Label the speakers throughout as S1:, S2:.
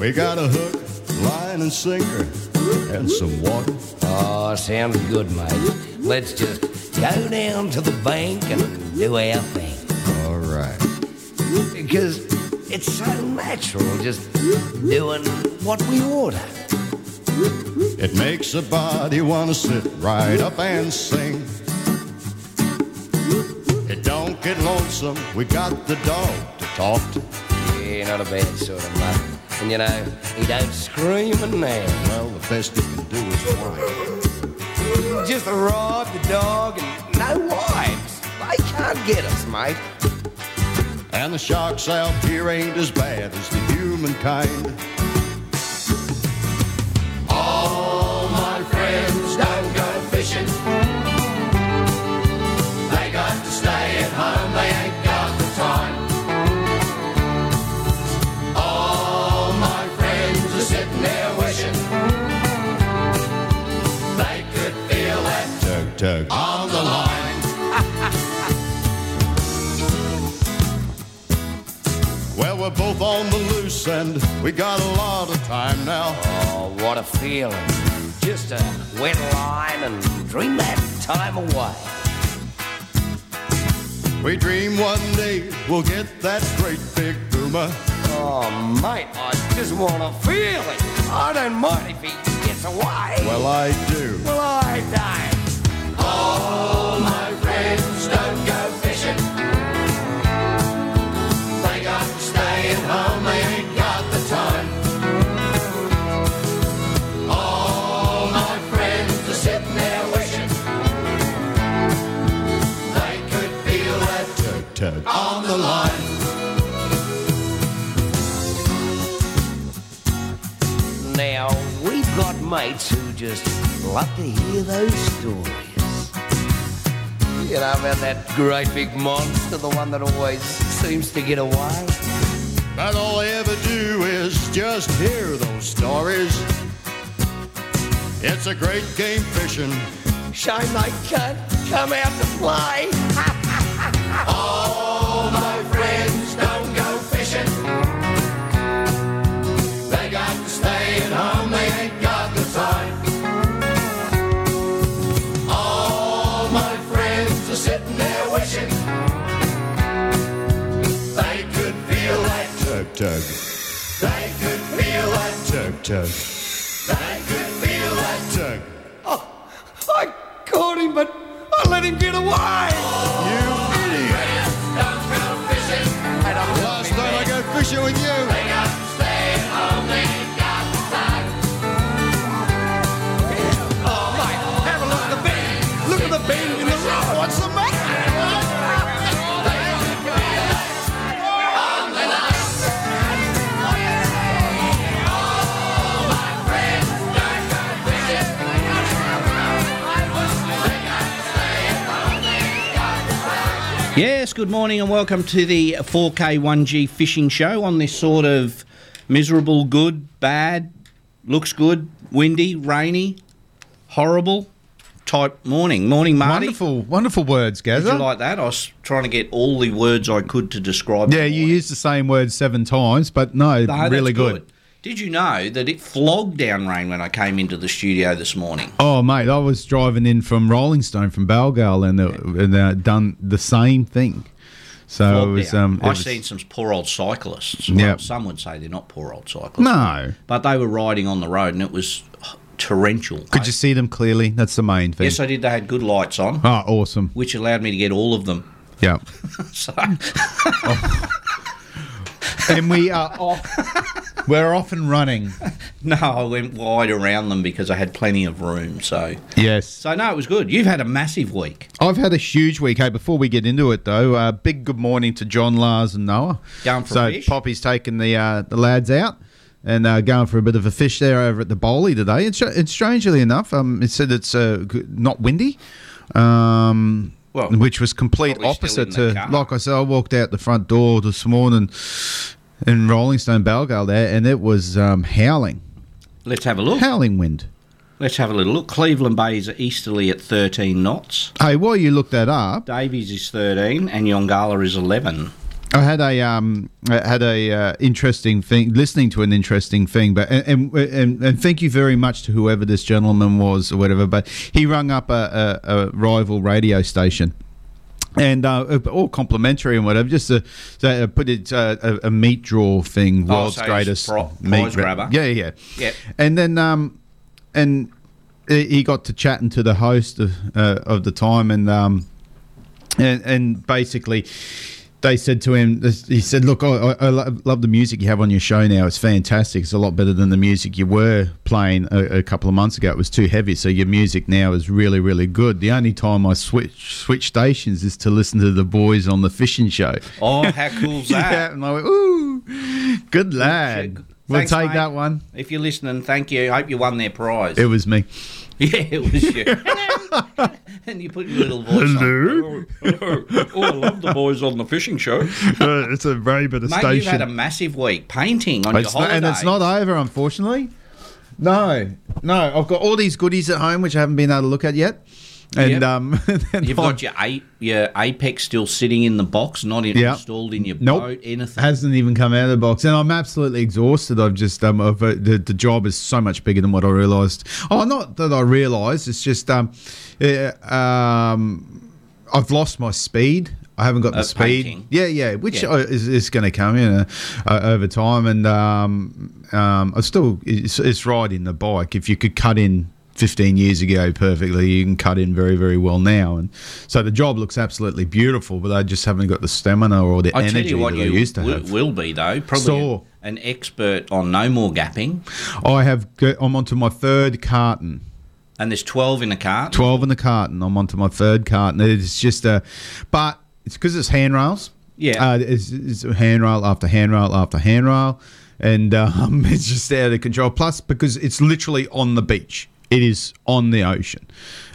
S1: We got a hook, line, and sinker, and some water.
S2: Oh, sounds good, mate. Let's just go down to the bank and do our thing.
S1: All right.
S2: Because it's so natural just doing what we order.
S1: It makes a body want to sit right up and sing. It don't get lonesome. We got the dog to talk to.
S2: Yeah, not a bad sort of mutton. And you know, he don't scream and now.
S1: Well, the best you can do is whine.
S2: Just rob the dog and no wives. They can't get us, mate.
S1: And the sharks out here ain't as bad as the humankind. All my friends don't go fishing. They got to stay at home, they ain't got the time. All my friends are sitting there wishing they could feel that tug tug on the line. Well, we're both on the loose and we got a lot of time now.
S2: Oh, what a feeling. Just a wet line and dream that time away.
S1: We dream one day we'll get that great big boomer.
S2: Oh, mate, I just want to feel it. I don't mind if he gets away. Well,
S1: Well, I do.
S2: I die.
S1: All my friends don't go fishing. They got to stay at home, they ain't got the time. All my friends are sitting there wishing they could feel that tug tug on the line.
S2: Now, we've got mates who just love to hear those stories. You know about that great big monster, the one that always seems to get away?
S1: But all I ever do is just hear those stories. It's a great game fishing.
S2: Shame they can't come out to play.
S1: All my friends don't go fishing. They got to stay at home, they ain't got the time. All my friends are sitting there wishing they could feel that tug tug. They could feel that tug tug. They could feel that tug.
S2: I caught him, but I let him get away.
S1: You idiot!
S2: And I'm
S1: Last night I go fishing with you.
S2: Have a look at the bend. Look at the bend in the road. What's the matter?
S3: Yes, good morning and welcome to the 4K 1G fishing show on this sort of miserable, good, bad, looks good, windy, rainy, horrible type morning. Morning, Marty.
S4: Wonderful, wonderful words,
S3: Did you
S4: Gazza.
S3: like that? I was trying to get all the words I could to describe.
S4: yeah,
S3: the
S4: you
S3: morning.
S4: used the same word seven times, but no,
S3: No, that's
S4: really good.
S3: Did you know that it flogged down rain when I came into the studio this morning?
S4: Oh, mate, I was driving in from Rolling Stone from Balgal and, uh, and uh, done the same thing. So it
S3: Flogged
S4: was.
S3: down.
S4: Um, it
S3: I've
S4: was-
S3: seen some poor old cyclists.
S4: Yeah.
S3: Well, some would say they're not poor old cyclists.
S4: No.
S3: but they were riding on the road and it was torrential.
S4: Could you see them clearly? That's the main thing.
S3: Yes, I did. They had good lights on,
S4: Oh, awesome.
S3: which allowed me to get all of them.
S4: Yeah.
S3: So
S4: Oh. and we are off. We're off and running.
S3: no, I went wide around them because I had plenty of room. So
S4: Yes.
S3: so no, it was good. You've had a massive week.
S4: I've had a huge week. Hey, before we get into it, though, uh, big good morning to John, Lars, and Noah.
S3: Going for
S4: so
S3: a fish?
S4: Poppy's taking the uh, the lads out and uh, going for a bit of a fish there over at the bowley today. It's, it's strangely enough, um, it said it's uh, g- not windy. Um,
S3: Well,
S4: which was complete
S3: probably still
S4: opposite
S3: in the
S4: to
S3: car.
S4: like I said, I walked out the front door this morning in Rolling Stone Balgal there, and it was um, howling,
S3: Let's have a look.
S4: howling wind.
S3: Let's have a little look. Cleveland Bay is easterly at 13 knots.
S4: Hey, while you look that up,
S3: Davies is 13 and Yongala is 11.
S4: I had a um, I had a uh, interesting thing listening to an interesting thing, but and, and and and thank you very much to whoever this gentleman was or whatever. But he rung up a, a, a rival radio station and uh, all complimentary and whatever. Just a, so I put it uh, a, a meat draw thing,
S3: Oh,
S4: world's
S3: so it's
S4: greatest
S3: pro-
S4: meat
S3: prize
S4: gra-
S3: grabber.
S4: Yeah, yeah,
S3: Yep.
S4: And then um, and he he got to chatting to the host of, uh, of the time, and um, and and basically. They said to him, he said, Look, I, I, I lo- love the music you have on your show now. It's fantastic. It's a lot better than the music you were playing a, a couple of months ago. It was too heavy. So your music now is really, really good. The only time I switch switch stations is to listen to the boys on the fishing show.
S3: Oh, how cool's that?
S4: Yeah, and I went, Ooh, good lad. We'll
S3: Thanks,
S4: take
S3: mate.
S4: that one.
S3: If you're listening, thank you. Hope you won their prize.
S4: It was me.
S3: yeah, it was you. and you put your little voice on. Hello. Oh, I love the boys on the fishing show. Mate,
S4: Uh, it's a very bit of
S3: you've had a massive week painting on
S4: It's
S3: your
S4: not-
S3: holiday.
S4: and it's not over, unfortunately. No, no, I've got all these goodies at home which I haven't been able to look at yet, and
S3: Yep.
S4: um, and
S3: You've
S4: I'm-
S3: got your, a- your Apex still sitting in the box, not in-
S4: Yeah.
S3: installed in your
S4: Nope.
S3: boat, anything.
S4: hasn't even come out of the box, and I'm absolutely exhausted. I've just um, I've, uh, the the job is so much bigger than what I realised. Oh, not that I realised. It's just um, eh, um, I've lost my speed. I haven't got the
S3: Of
S4: speed.
S3: painting.
S4: Yeah, yeah, which
S3: Yeah.
S4: uh is, is going to come in uh, uh, over time, and um, um, I still it's, it's riding the bike. If you could cut in. 15 years ago perfectly you can cut in very very well now and so the job looks absolutely beautiful but I just haven't got the stamina or the
S3: I tell
S4: energy
S3: you what,
S4: that I
S3: you
S4: used to
S3: will,
S4: have.
S3: will be though. Probably
S4: Sore.
S3: an expert on no more gapping.
S4: I have. go- I'm onto my third carton.
S3: And there's twelve in a cart.
S4: Twelve in the carton. I'm onto my third carton. It's just a, but it's because it's handrails.
S3: Yeah.
S4: Uh, it's, it's handrail after handrail after handrail, and um, it's just out of control. Plus, because it's literally on the beach. It is on the ocean.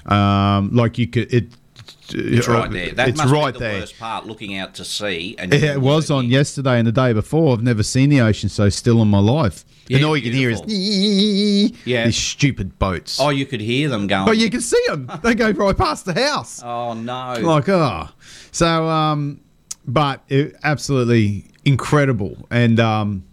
S4: Um, like you could it. uh,
S3: It's right there. That
S4: it's
S3: must
S4: right
S3: be the
S4: there.
S3: worst part, looking out to sea. And
S4: Yeah, it was on yesterday and the day before. I've never seen the ocean so still in my life.
S3: Yeah,
S4: and all you can hear is
S3: Yeah.
S4: these stupid boats.
S3: Oh, you could hear them going.
S4: But you can see them. They go right past the house.
S3: Oh no!
S4: Like, oh. So, um, but it, absolutely incredible. And um,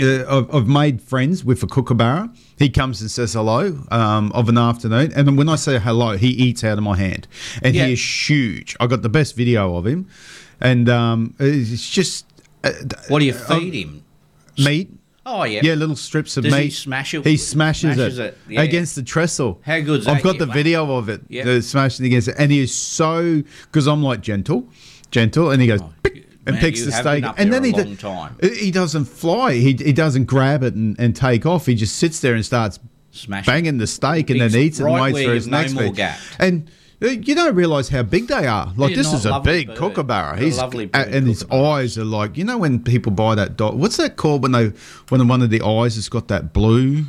S4: uh, I've, I've made friends with a kookaburra. He comes and says hello um, of an afternoon. And then when I say hello, he eats out of my hand. And
S3: Yeah.
S4: he is huge. I got the best video of him. And um, it's just uh, um,
S3: what do you feed him?
S4: meat.
S3: Oh yeah.
S4: Yeah, little strips of
S3: Does he
S4: meat.
S3: smash it?
S4: He smashes,
S3: Smashes
S4: it,
S3: it, yeah.
S4: against the trestle.
S3: How good's
S4: I've
S3: that?
S4: got
S3: Yeah,
S4: the
S3: wow.
S4: video of it.
S3: Yeah.
S4: The smashing against it, and he is so because I'm like gentle, gentle, and he goes "Pick," and
S3: man,
S4: picks
S3: Oh, you
S4: the
S3: have been
S4: steak,
S3: up
S4: and
S3: there
S4: then
S3: a
S4: he do-
S3: long time.
S4: he doesn't fly. He he doesn't grab it and, and take off. He just sits there and starts
S3: Smash it.
S4: banging the steak, and
S3: It's
S4: then eats it
S3: right
S4: and waits
S3: where
S4: for his
S3: you've no
S4: next
S3: more
S4: bit.
S3: gapped.
S4: And. uh, You don't realise how big they are. Like
S3: They're
S4: this
S3: not
S4: is a
S3: lovely
S4: big
S3: bird.
S4: kookaburra.
S3: They're
S4: He's
S3: lovely bird
S4: and his
S3: kookaburras.
S4: eyes are like you know when people buy that dog. What's that called when they when one of the eyes has got that blue,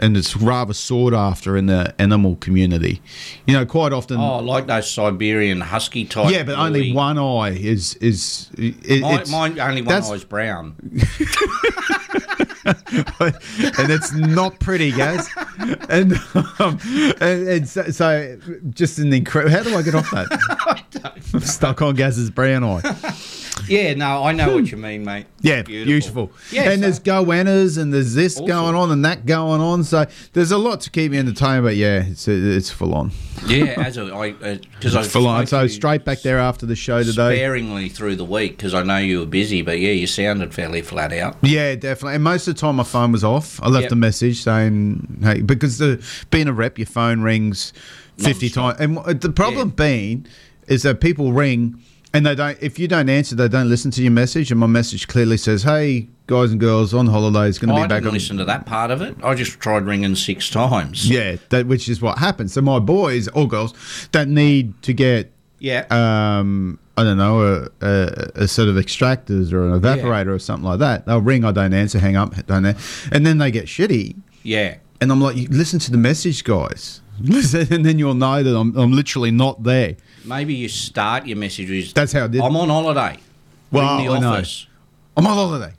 S4: and it's rather sought after in the animal community. You know, quite often.
S3: Oh, like those Siberian husky type.
S4: yeah, but only
S3: woolly-
S4: one eye is is. i-
S3: Mine,
S4: it's-
S3: mine only one
S4: that's-
S3: eye's brown.
S4: and it's not pretty, guys. And um, and, and so, so just an incredible. How do I get off that? I'm stuck on Gaz's brown eye.
S3: Yeah, no, I know what you mean, mate.
S4: Yeah,
S3: Beautiful.
S4: beautiful.
S3: Yeah,
S4: and
S3: so-
S4: there's goannas and there's this going on and that going on. So there's a lot to keep you entertained, but yeah, it's it's full on.
S3: Yeah, as a, I because I
S4: It's full on.
S3: spoke to
S4: So
S3: you
S4: straight back there after the show today.
S3: sparingly through the week because I know you were busy, but yeah, you sounded fairly flat out.
S4: Yeah, definitely. And most of the time, my phone was off. I left
S3: Yep.
S4: a message saying, "Hey," because the being a rep, your phone rings fifty
S3: Non-stop.
S4: times. And w- the problem being is that people ring and they don't. If you don't answer, they don't listen to your message. And my message clearly says, "Hey, guys and girls, on holiday, it's going to
S3: I
S4: be back
S3: didn't
S4: on."
S3: listen to that part of it. I just tried ringing six times.
S4: Yeah, that which is what happens. So my boys or girls that need to get
S3: Yeah.
S4: um, I don't know, a, a, a set of extractors or an evaporator or something like that. They'll ring, I don't answer, hang up, don't answer. And then they get shitty.
S3: yeah.
S4: And I'm like, you listen to the message, guys. Listen, and then you'll know that I'm, I'm literally not there.
S3: Maybe you start your messages.
S4: That's how I did it.
S3: I'm on holiday.
S4: Well,
S3: Ring the
S4: I know.
S3: office.
S4: I'm on holiday.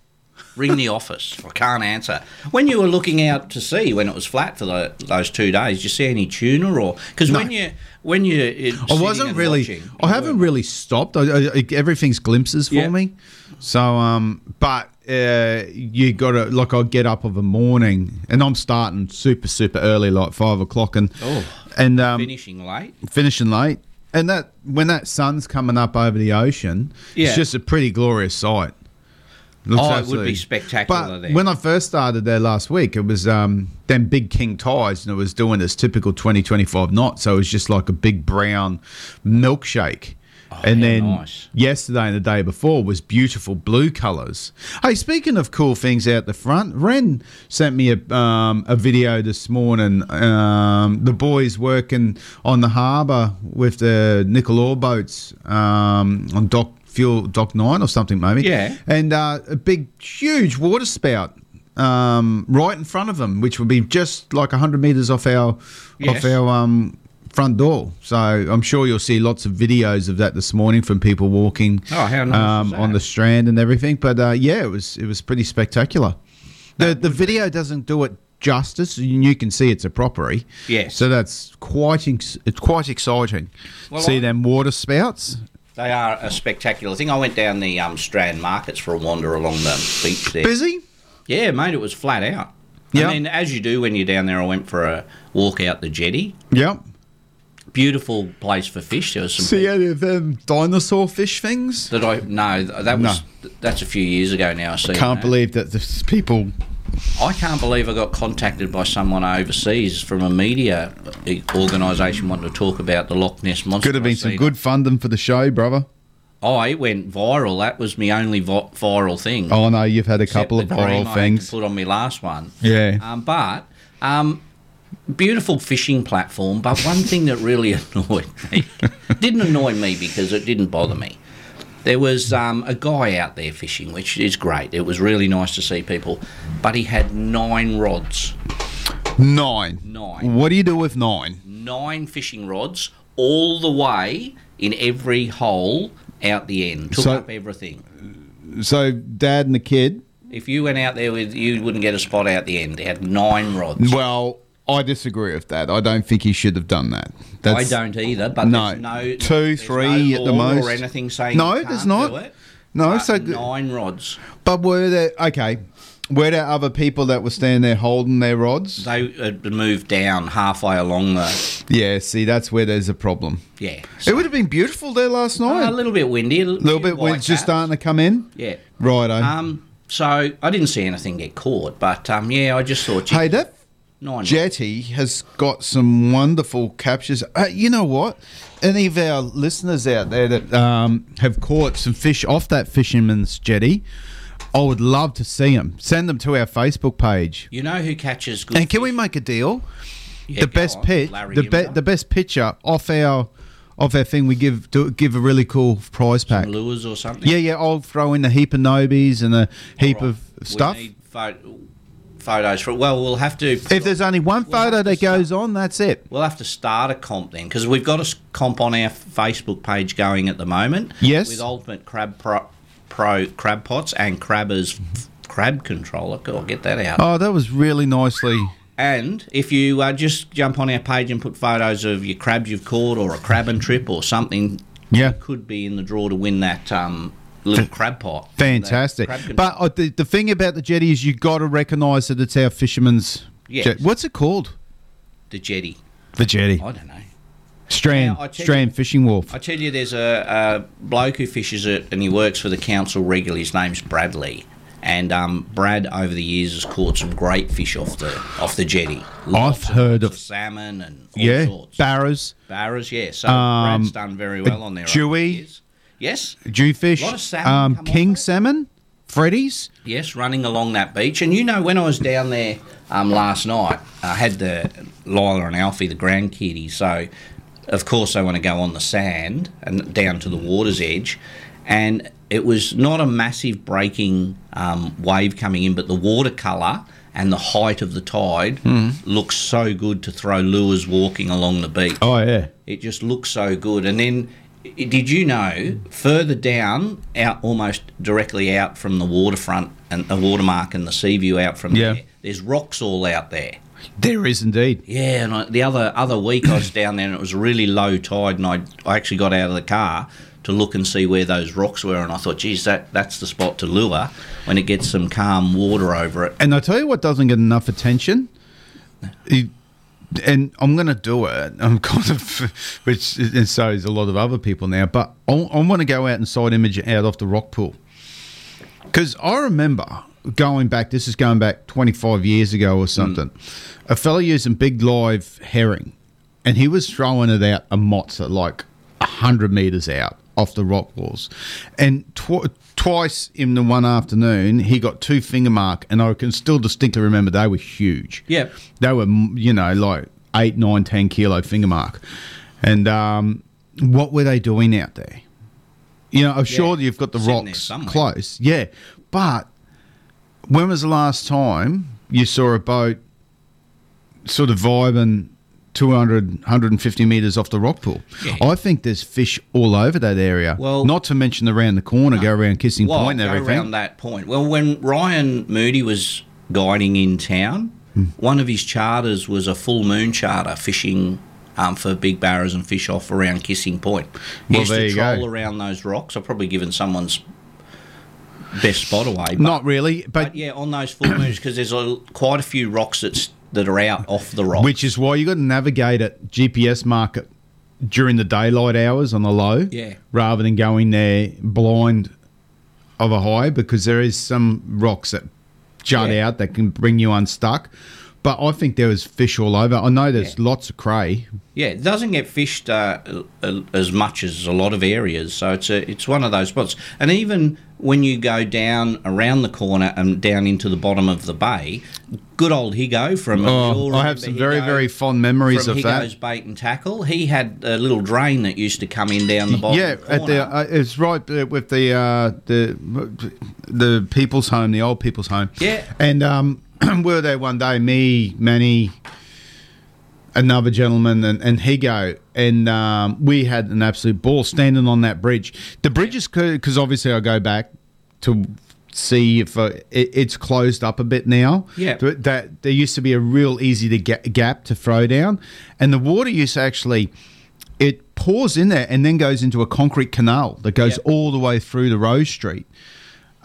S3: Ring the office. I can't answer. When you were looking out to sea when it was flat for the, those two days, did you see any tuna or because when you when you uh, it,
S4: I wasn't really. I haven't really stopped. I, I, I- everything's glimpses for
S3: Yeah.
S4: me. So, um, but uh, you got to like I get up of a morning, and I'm starting super super early, like five o'clock, and
S3: Oh.
S4: and um,
S3: finishing late.
S4: finishing late. And that when that sun's coming up over the ocean,
S3: Yeah.
S4: it's just a pretty glorious sight. Looks
S3: Oh, it would
S4: absolutely-
S3: be spectacular
S4: But
S3: there.
S4: when I first started there last week, it was um, them big king tides, and it was doing this typical 20, 25 knot. So it was just like a big brown milkshake. and
S3: Oh, how
S4: then
S3: nice.
S4: yesterday and the day before was beautiful blue colours. Hey, speaking of cool things out the front, Ren sent me a, um, a video this morning. Um, the boys working on the harbour with the nickel ore boats um, on Dock Fuel Dock Nine or something, maybe.
S3: Yeah.
S4: and uh, a big, huge water spout. Um, right in front of them, which would be just like hundred meters off our
S3: Yes.
S4: off our um, front door. So I'm sure you'll see lots of videos of that this morning from people walking
S3: Oh, how nice is
S4: um,
S3: that?
S4: on the strand and everything. But uh, yeah, it was it was pretty spectacular. The the video doesn't do it justice. and You can see it's a property.
S3: Yes.
S4: So that's quite ex- it's quite exciting.
S3: Well,
S4: see
S3: I-
S4: them water spouts.
S3: They are a spectacular thing. I went down the um, Strand Markets for a wander along the beach there.
S4: Busy.
S3: Yeah, mate, it was flat out.
S4: Yeah.
S3: I mean, as you do when you're down there, I went for a walk out the jetty.
S4: Yep.
S3: Beautiful place for fish. There was some
S4: See any of them dinosaur fish things?
S3: that I no that was that's a few years ago now. So
S4: Can't believe that there's people.
S3: I can't believe I got contacted by someone overseas from a media eh, organisation wanting to talk about the Loch Ness monster.
S4: Could have been
S3: I've
S4: some
S3: seen.
S4: good funding for the show, brother.
S3: Oh, it went viral. That was my only vi- viral thing.
S4: Oh no, you've had a
S3: except
S4: couple of
S3: the cream I
S4: viral
S3: had to
S4: things.
S3: Put on my last one.
S4: Yeah.
S3: Um, but um, beautiful fishing platform. But one thing that really annoyed me didn't annoy me because it didn't bother me. There was um, a guy out there fishing, which is great. It was really nice to see people, but he had nine rods,
S4: Nine.
S3: Nine.
S4: What do you do with nine?
S3: nine fishing rods, all the way in every hole out the end. Took
S4: So-
S3: up everything.
S4: So dad and the kid.
S3: If you went out there with, you wouldn't get a spot out the end. They had nine rods.
S4: Well, I disagree with that. I don't think he should have done that.
S3: I don't either, but
S4: no.
S3: there's no
S4: Two,
S3: there's
S4: three
S3: no
S4: at the
S3: law
S4: most.
S3: or anything saying
S4: No,
S3: you
S4: there's
S3: can't
S4: not.
S3: do it.
S4: No,
S3: But
S4: so
S3: nine rods.
S4: but were there okay? Were there other people that were standing there holding their rods?
S3: They had been moved down halfway along the
S4: Yeah, see, that's where there's a problem.
S3: yeah. Uh,
S4: It would have been beautiful there last night.
S3: a little bit windy, a little,
S4: a little
S3: few
S4: bit when it's just
S3: whitecaps.
S4: starting to come in.
S3: Yeah.
S4: Righto.
S3: Um. So I didn't see anything get caught, but um. Yeah, I just thought.
S4: hey, that
S3: nine.
S4: jetty has got some wonderful captures. Uh, you know what? Any of our listeners out there that um, have caught some fish off that fisherman's jetty, I would love to see them. Send them to our Facebook page.
S3: you know who catches good?
S4: And can we
S3: fish?
S4: make a deal?
S3: Yeah,
S4: the
S3: go
S4: best
S3: on,
S4: pitch,
S3: Larry
S4: the,
S3: Gimler.
S4: be- the best picture off our off our thing. We give do, give a really cool prize pack.
S3: lures or something.
S4: Yeah, yeah. I'll throw in a heap of nobies and a heap
S3: Right.
S4: of stuff.
S3: We need pho- photos for. Well, we'll have to.
S4: if there's only one
S3: We'll have
S4: photo
S3: to
S4: that goes on, that's it.
S3: We'll have to start a comp then, because we've got a s- comp on our Facebook page going at the moment.
S4: Yes.
S3: With Ultimate Crab Pro, Pro Crab Pots and Crabbers Crab Controller. God, I'll get that out.
S4: Oh, that was really nicely.
S3: And if you uh, just jump on our page and put photos of your crabs you've caught or a crabbing trip or something,
S4: Yeah.
S3: you could be in the draw to win that um, little crab pot.
S4: Fantastic.
S3: That crab
S4: But uh, the, the thing about the jetty is you got to recognise that it's our fisherman's
S3: Yes.
S4: jetty. What's it called?
S3: The jetty.
S4: The jetty.
S3: I don't know.
S4: Strand.
S3: Now, I tell
S4: Strand Fishing Wharf.
S3: I tell you, there's a, a bloke who fishes it, and he works for the council regularly. His name's Bradley, and um, Brad over the years has caught some great fish off the off the jetty. Lots and
S4: heard
S3: lots
S4: of-
S3: salmon and all
S4: yeah.
S3: sorts.
S4: Barrows.
S3: Barras, yeah. So
S4: Um,
S3: Brad's done very well on there. over the
S4: Dewey.
S3: years. yes,
S4: Jewfish.
S3: Lot of salmon come
S4: um,
S3: off
S4: King
S3: it.
S4: salmon. Freddy's.
S3: yes, running along that beach. And you know, when I was down there um, last night, I had the Lila and Alfie, the grand kitty. So, of course, they want to go on the sand and down to the water's edge. And it was not a massive breaking um, wave coming in, but the water colour and the height of the tide looks so good to throw lures walking along the beach.
S4: Oh, yeah.
S3: It just looks so good. And then, i- did you know further down, out almost directly out from the waterfront and the watermark and the sea view out from
S4: Yeah.
S3: there, there's rocks all out there.
S4: There is indeed.
S3: Yeah, and I, the other other week I was down there and it was really low tide, and I I actually got out of the car to look and see where those rocks were, and I thought, geez, that that's the spot to lure when it gets some calm water over it.
S4: And I tell you what doesn't get enough attention. It- and I'm going to do it. I'm kind of, which and so is a lot of other people now. But I, I want to go out and side image it out off the rock pool because I remember going back. This is going back 25 years ago or something. A fella using big live herring, and he was throwing it out a mozza like hundred meters out off the rock walls, and tw- twice in the one afternoon he got two finger mark, and I can still distinctly remember they were huge.
S3: Yep.
S4: They were, mm, you know, like eight, nine, ten kilo finger mark. And um, what were they doing out there? You know, I'm sure you've got the
S3: Sitting there
S4: rocks
S3: somewhere.
S4: close. Yeah. But when was the last time you saw a boat sort of vibing 200, 150 metres off the rock pool? I think there's fish all over that area.
S3: Well-
S4: Not to mention around the corner, go around Kissing
S3: Well,
S4: Point and
S3: go
S4: everything.
S3: around that point. Well, when Ryan Moody was guiding in town,
S4: Hmm.
S3: one of his charters was a full moon charter fishing um, for big barrows and fish off around Kissing Point. He
S4: Well,
S3: used
S4: there
S3: to
S4: you go.
S3: troll around those rocks. I've probably given someone's best spot away. But,
S4: Not really, but
S3: but yeah, on those full moons because there's a, quite a few rocks that's, that are out off the rocks.
S4: Which is why you got to navigate it GPS market during the daylight hours on the low,
S3: Yeah.
S4: rather than going there blind of a high because there is some rocks that jut
S3: Yeah.
S4: out that can bring you unstuck. But I think there was fish all over. I know there's lots of cray.
S3: Yeah, it doesn't get fished uh, a- as much as a lot of areas, so it's a, it's one of those spots. And even when you go down around the corner and down into the bottom of the bay, good old Higo from
S4: Oh, I have some very very fond memories
S3: from
S4: of that.
S3: Higo's bait and tackle. He had a little drain that used to come in down the bottom.
S4: yeah, at
S3: corner.
S4: the uh, it's right uh, with the uh, the the people's home, the old people's home.
S3: Yeah.
S4: and um, we were there one day. Me, Manny, another gentleman, and, and Higo, and um, we had an absolute ball standing on that bridge. The bridge is because obviously I go back to see if uh, it, it's closed up a bit now.
S3: Yeah.
S4: Th- that there used to be a real easy to ga- gap to throw down, and the water used to actually it pours in there and then goes into a concrete canal that goes
S3: Yep.
S4: all the way through the Rose Street.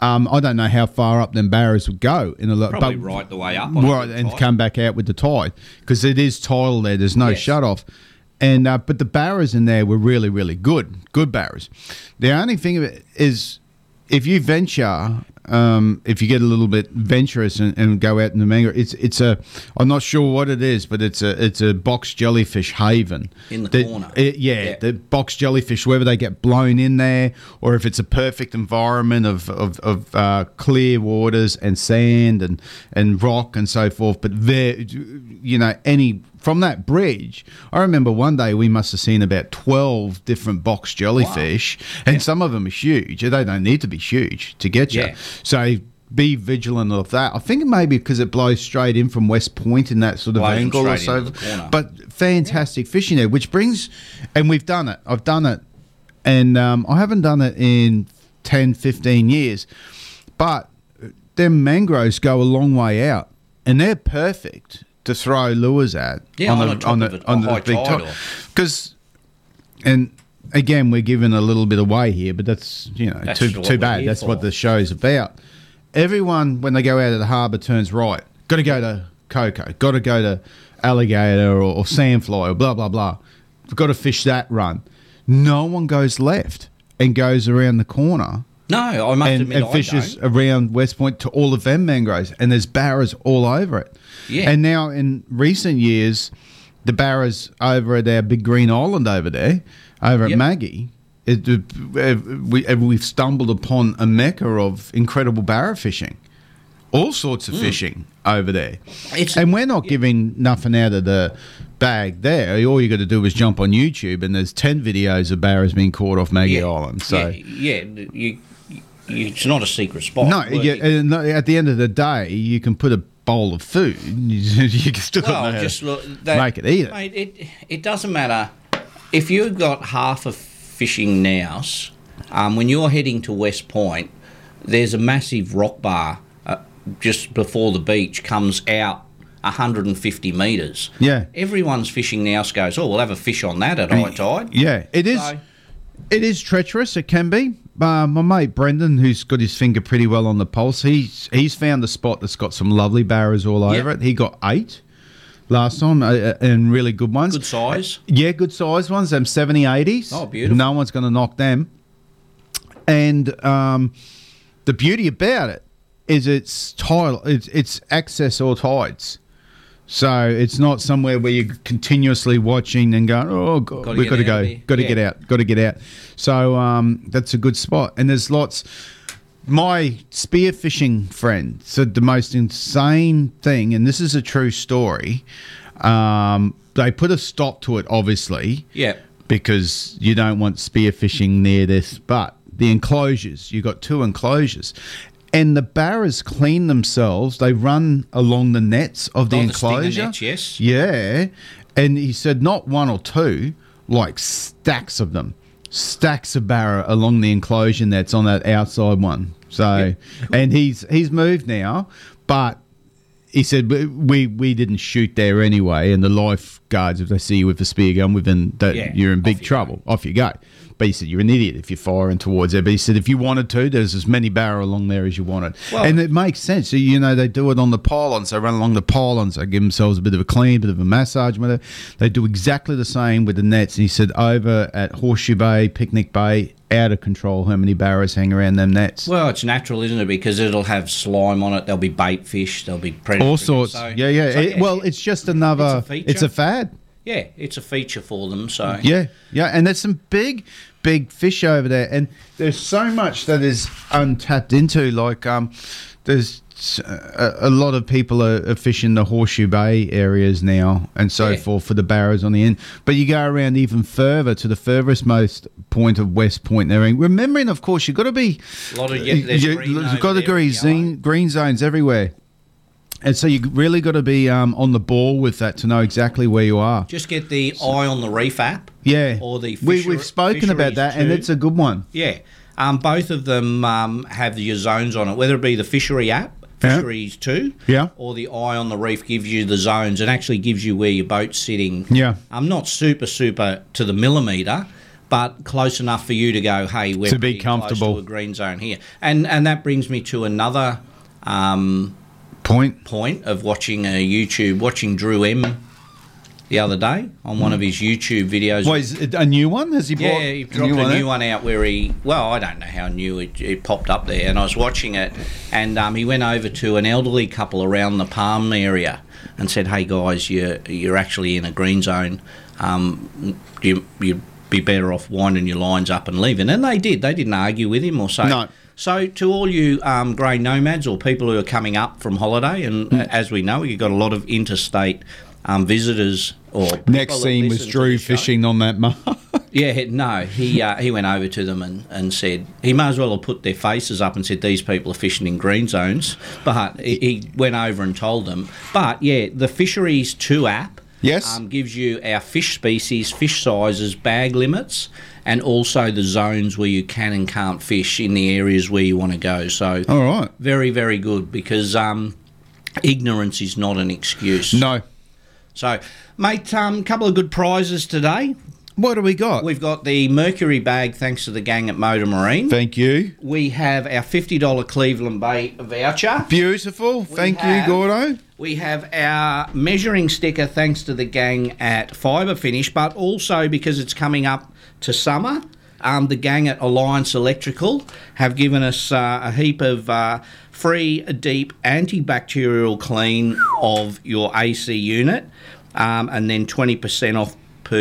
S4: Um, I don't know how far up them barriers would go in a lot,
S3: probably
S4: but
S3: right the way up. on
S4: right
S3: the
S4: and
S3: tide.
S4: come back out with the tide because it is tidal there. There's no
S3: Yes.
S4: shut off, and uh, but the barriers in there were really really good, good barriers. The only thing of it is if you venture. Um, if you get a little bit venturous and, and go out in the mango, it's it's a I'm not sure what it is, but it's a it's a box jellyfish haven
S3: In the
S4: That-
S3: corner.
S4: it- Uh, yeah,
S3: Yeah.
S4: the box jellyfish, whether they get blown in there or if it's a perfect environment of, of, of uh, clear waters and sand and, and rock and so forth. But there, you know, any from that bridge, I remember one day we must have seen about 12 different box jellyfish, and some of them are huge. They don't need to be huge to get you.
S3: Yeah.
S4: So be vigilant of that. I think maybe because it blows straight in from West Point in that sort of
S3: Blows them
S4: angle or
S3: straight
S4: so.
S3: into the corner.
S4: But but fantastic fishing there, which brings, and we've done it. I've done it, and um, I haven't done it in 10, 15 years. But them mangroves go a long way out, and they're perfect to throw lures at
S3: Yeah, on the top of a- a high tide or-
S4: because, and again, we're giving a little bit away here, but that's you know
S3: That's
S4: too
S3: what
S4: too
S3: we're
S4: bad.
S3: here
S4: That's
S3: for.
S4: what the show's about. Everyone when they go out of the harbour turns right. Got to go to Coco. Got to go to alligator or, or sandfly or blah blah blah. Got to fish that run. No one goes left and goes around the corner
S3: No, I must
S4: and,
S3: admit,
S4: and
S3: I
S4: fishes
S3: don't.
S4: around West Point to all of them mangroves, and there's barrows all over it.
S3: Yeah.
S4: And now in recent years, the barrows over at our big green island over there, over at
S3: Yep.
S4: Maggie, it, uh, we, uh, we've stumbled upon a mecca of incredible barrow fishing, all sorts
S5: Hmm.
S4: of fishing over there.
S3: Hmm. It's-
S4: and we're not giving nothing out of the bag there. All you got to do is jump on YouTube, and there's ten videos of barrows being caught off Maggie Island. So.
S3: yeah, yeah, you, you, it's not a secret spot.
S4: No,
S3: Well,
S4: yeah,
S3: it-
S4: and no, at the end of the day, you can put a bowl of food. You, can still
S3: Well,
S4: not know
S3: just look.
S4: that, make it either.
S3: Mate, it, it doesn't matter. If you've got half a fishing nouse, um, when you're heading to West Point, there's a massive rock bar uh, just before the beach comes out 150 metres.
S4: Yeah.
S3: Everyone's fishing now goes, oh, we'll have a fish on that at high tide.
S4: Yeah, it is.
S3: So-
S4: It is treacherous. It can be. Uh, my mate Brendan, who's got his finger pretty well on the pulse, he's he's found the spot that's got some lovely barrows all
S3: Yeah.
S4: over it. He got eight last time uh, uh, and really good ones. Uh,
S3: Good size.
S4: Yeah, good sized ones. Them 70, 80s.
S3: Oh, beautiful.
S4: No one's going to knock them. And um, the beauty about it is it's tile, it's, it's access all tides. So it's not somewhere where you're continuously watching and going, oh god,
S3: Gotta
S4: we've
S3: get
S4: got to
S3: out of
S4: go,
S3: here."
S4: got to
S3: Yeah.
S4: get out, got to get out. So um, that's a good spot. And there's lots. My spearfishing friend said the most insane thing, and this is a true story. Um, they put a stop to it, obviously,
S3: Yeah.
S4: because you don't want spearfishing near this. But the enclosures, you've got two enclosures. And the barras clean themselves. They run along the nets of the
S3: Oh, the stinger
S4: enclosure.
S3: nets, yes.
S4: Yeah. And he said not one or two, like stacks of them. Stacks of barra along the enclosure nets on that outside one. So and he's he's moved now, but he said "We- we we didn't shoot there anyway, and the lifeguards, if they see you with a spear gun, within that
S3: Yeah,
S4: you're in
S3: off
S4: big
S3: you go.
S4: trouble. Off you go. But he said you're an idiot if you're firing towards there. But he said if you wanted to, there's as many barrel along there as you wanted,
S3: Well-
S4: and it makes sense. So, you know they do it on the pylons. They run along the pylons. They give themselves a bit of a clean, bit of a massage, whatever. They do exactly the same with the nets. And he said over at Horseshoe Bay, Picnic Bay, out of control how many barrows hang around them nets.
S3: Well, it's natural, isn't it? Because it'll have slime on it. There'll be bait fish. There'll be predators.
S4: all sorts, yeah, yeah. It- well, it's just another.
S3: It's a feature.
S4: it's a fad.
S3: yeah, it's a feature for them. So
S4: Yeah, yeah, and there's some big, big fish over there, and there's so much that is untapped into. Like, um, there's s- a, a lot of people are, are fishing the Horseshoe Bay areas now, and so
S3: Yeah.
S4: forth for the barrows on the end. But you go around even further to the furthest most point of West Point. There, and remembering, of course, you've got to be
S3: a lot of yeah, there's
S4: you-
S3: green
S4: you've
S3: over
S4: got to
S3: there
S4: agree,
S3: and yellow.
S4: zine- green zones everywhere. And so you really got to be um, on the ball with that to know exactly where you are.
S3: Just get the Eye on the Reef app.
S4: Yeah.
S3: Or the
S4: we,
S3: fisher-
S4: We've spoken about
S3: fisheries
S4: that, and
S3: too.
S4: it's a good one.
S3: Yeah. Um, both of them um, have your zones on it, whether it be the fishery app,
S4: Yeah.
S3: fisheries too,
S4: Yeah.
S3: or the eye on the reef gives you the zones and actually gives you where your boat's sitting.
S4: Yeah.
S3: I'm not super, super to the millimeter, but close enough for you to go, hey, we're
S4: To be
S3: pretty close
S4: comfortable.
S3: to a green zone here. And, and that brings me to another um,
S4: Point.
S3: point of watching a YouTube, watching Drew M the other day on one of his YouTube videos.
S4: Wait, is it a new one? Has he brought
S3: Yeah, he dropped a new one out where he. Well, I don't know how new it, it popped up there, and I was watching it, and um, he went over to an elderly couple around the Palm area and said, "Hey guys, you're you're actually in a green zone. Um, you you'd be better off winding your lines up and leaving." And they did. They didn't argue with him or say.
S4: No.
S3: So, to all you um, grey nomads or people who are coming up from holiday, and
S4: Mm.
S3: uh, as we know, you've got a lot of interstate um, visitors. Or people
S4: Next
S3: that
S4: scene was
S3: listen to
S4: Drew
S3: the show.
S4: fishing on that mark.
S3: Yeah, he- no, he uh, he went over to them and, and said he may as well have put their faces up and said these people are fishing in green zones, but he, he went over and told them. But yeah, the Fisheries Two app
S4: Yes.
S3: um, gives you our fish species, fish sizes, bag limits, and also the zones where you can and can't fish in the areas where you want to go. So
S4: All right.
S3: very very good because um, ignorance is not an excuse.
S4: No.
S3: So mate, a um, couple of good prizes today.
S4: What do we got?
S3: We've got the Mercury bag, thanks to the gang at Motor Marine.
S4: Thank you.
S3: We have our $50 Cleveland Bay voucher.
S4: Beautiful. Thank
S3: have-
S4: you, Gordo.
S3: We have our measuring sticker, thanks to the gang at Fibre Finish, but also because it's coming up to summer. Um, the gang at Alliance Electrical have given us uh, a heap of uh, free, deep antibacterial clean of your AC unit, um, and then 20% off per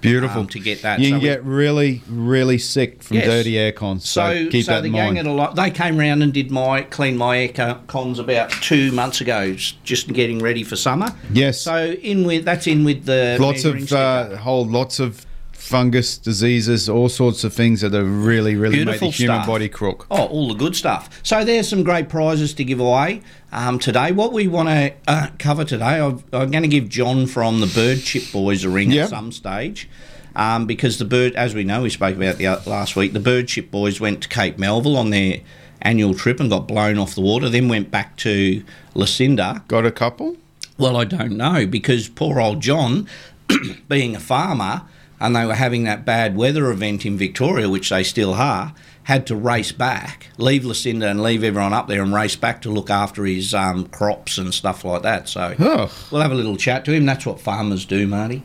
S4: Beautiful.
S3: um, to get that.
S4: You
S3: So
S4: can
S3: we-
S4: get really, really sick from
S3: Yes.
S4: dirty aircon. So,
S3: so,
S4: keep
S3: so
S4: that
S3: the
S4: in
S3: gang
S4: mind.
S3: at a lot they came round and did my clean my air co- cons about two months ago, s- just getting ready for summer.
S4: Yes.
S3: So in with that's in with the
S4: lots
S3: measuring
S4: of
S3: stick.
S4: uh, whole lots of fungus diseases, all sorts of things that are really, really
S3: Beautiful
S4: made the human
S3: stuff.
S4: body crook.
S3: Oh, all the good stuff. So there's some great prizes to give away um, today. What we want to uh, cover today, I've, I'm going to give John from the Bird Chip Boys a ring
S4: Yep.
S3: at some stage. Um, because the bird, as we know, we spoke about the o- last week. The bird ship boys went to Cape Melville on their annual trip and got blown off the water. Then went back to Lucinda
S4: Got a couple?
S3: Well, I don't know because poor old John, being a farmer, and they were having that bad weather event in Victoria, which they still are, had to race back, leave Lucinda and leave everyone up there and race back to look after his um, crops and stuff like that. So
S4: Oh.
S3: we'll have a little chat to him. That's what farmers do, Marty.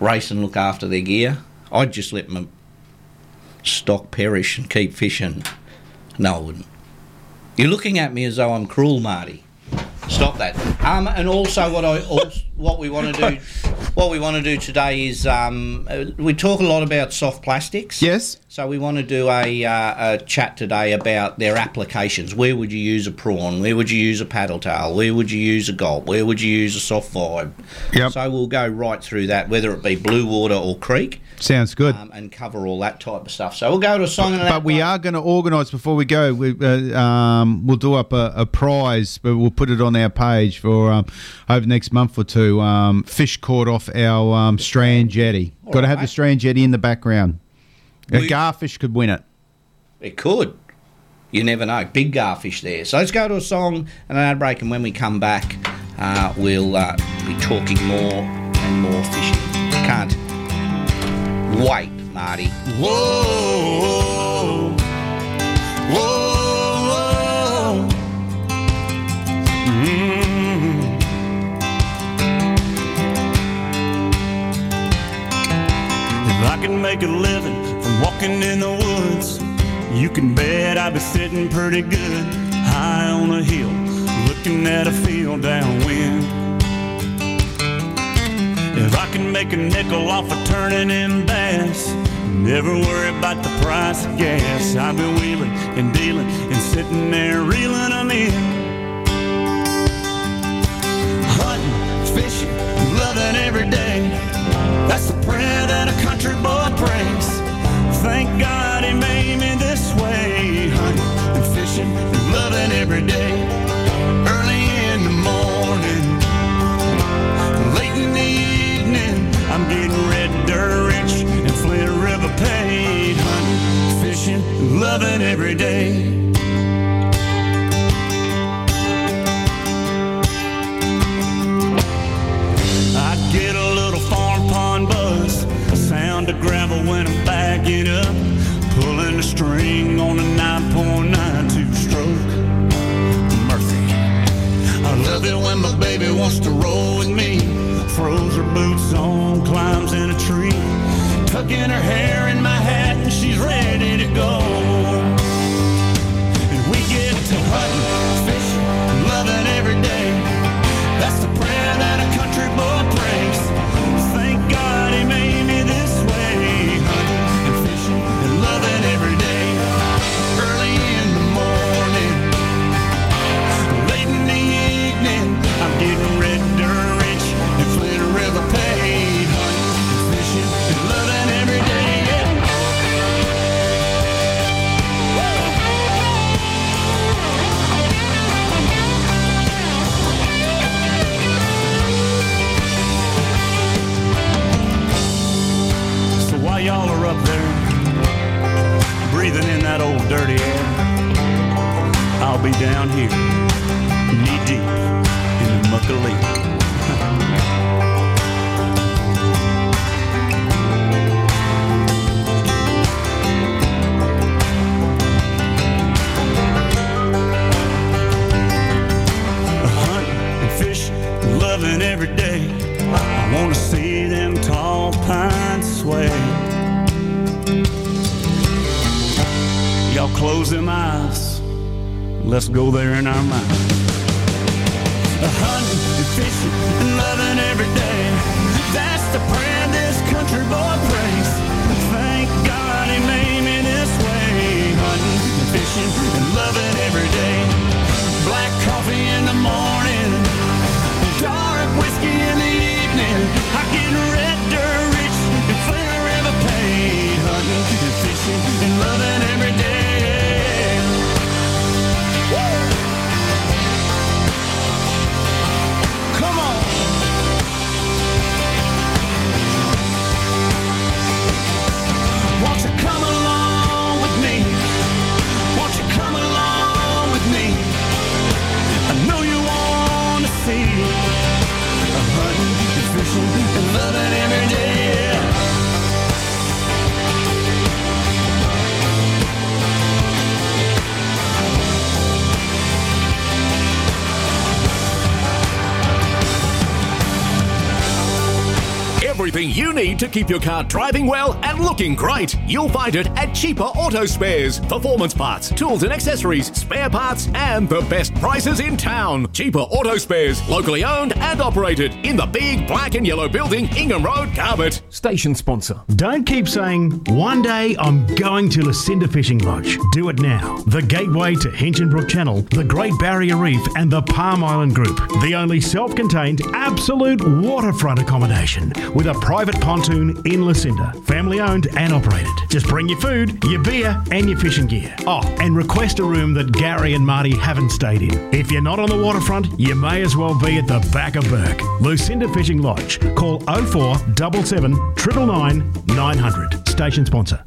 S3: Race and look after their gear. I'd just let my stock perish and keep fishing. No, I wouldn't. You're looking at me as though I'm cruel, Marty. Stop that. Um, and also, what I als- what we want to do, what we want to do today is um, uh, we talk a lot about soft plastics.
S4: Yes.
S3: So we want to do a, uh, a chat today about their applications. Where would you use a prawn? Where would you use a paddle tail? Where would you use a gulp? Where would you use a soft vibe?
S4: Yep.
S3: So we'll go right through that, whether it be blue water or creek,
S4: Sounds good.
S3: um, and cover all that type of stuff. So we'll go to a song. and
S4: but we are going to organise before we go. We, uh, um, we'll do up a, a prize, but we'll put it on our page for um, over the next month or two. Um, fish caught off our um, strand jetty. Got to have the
S3: right.
S4: strand jetty in the background. A
S3: We-
S4: garfish could win it.
S3: It could. You never know. Big garfish there. So let's go to a song and an ad break, and when we come back, uh, we'll uh, be talking more and more fishing. Can't wait, Marty.
S6: Whoa, whoa, whoa. Mm. If I can make a living from walking in the woods, you can bet I'd be sitting pretty good high on a hill, looking at a field downwind. If I can make a nickel off of turning in bass, never worry about the price of gas. I've been wheeling and dealing and sitting there reeling them in. Hunting, fishing, loving every day. That's the prayer that a country boy prays. Thank God he made me this way. Hunting and fishing and loving every day. Early in the morning, late in the evening. I'm getting red dirt rich and Flint River paid. Hunting, fishing, loving every day. I get a little farm pond buzz, a sound of gravel when I'm backing up, pulling the string on a 9.92 stroke. Murphy. I love it when my baby wants to roll with me. Throws her boots on, climbs in a tree, tucking her hair in my hat, and she's ready to go. And we get to hunting, fishing, loving every day. That's the prayer that a country boy prays. Thank God he made me this way. Hunting and fishing and loving every day. Early in the morning, Late in the evening, I'm getting red dirt rich and Flint River paid. Hunting, fishing, and loving every day. Yeah. So while y'all are up there, breathing in that old dirty air, I'll be down here, knee deep in the muck of leaf. Hunting and fishing, loving every day. I wanna see them tall pines sway. Y'all close them eyes. Let's go there in our mind. A hunting and fishing and loving every day. That's the prayer this country boy prays. Thank God he made me this way. Hunting and fishing and loving every day. Black coffee in the morning dark whiskey in the evening. I get red dirt rich and Flint River paid. Hunting and fishing and loving every day. Woo! Come on. Won't you come along?
S7: everything you need to keep your car driving well and looking great. You'll find it at Cheaper Auto Spares. Performance parts, tools and accessories, spare parts, and the best prices in town. Cheaper Auto Spares, locally owned and operated in the big black and yellow building, Ingham Road, Garbutt.
S5: Station sponsor.
S8: Don't keep saying, one day I'm going to Lucinda Fishing Lodge. Do it now. The gateway to Hinchinbrook Channel, the Great Barrier Reef, and the Palm Island Group. The only self contained, absolute waterfront accommodation with a private pontoon in Lucinda. Family owned and operated. Just bring your food, your beer, and your fishing gear. Oh, and request a room that Gary and Marty haven't stayed in. If you're not on the waterfront, you may as well be at the back of Burke. Lucinda Fishing Lodge. Call 04 77 999 900. Station sponsor.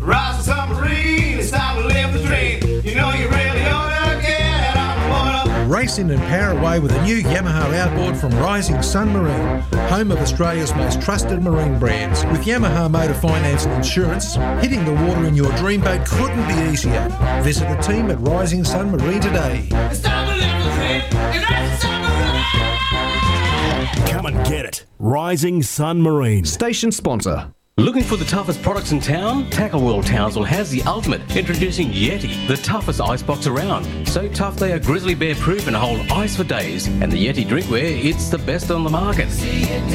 S1: Rise to submarine, it's time to live the dream. You know you really ought to get on the water.
S9: Race in and power away with a new Yamaha outboard from Rising Sun Marine, home of Australia's most trusted marine brands. With Yamaha Motor Finance and Insurance, hitting the water in your dream boat couldn't be easier. Visit the team at Rising Sun Marine today.
S1: It's time to live the dream, and that's submarine.
S7: Come and get it. Rising Sun Marine.
S5: Station sponsor.
S10: Looking for the toughest products in town? Tackle World Townsville has the ultimate. Introducing Yeti, the toughest icebox around. So tough they are grizzly bear proof and hold ice for days. And the Yeti drinkware, it's the best on the market.
S1: See you down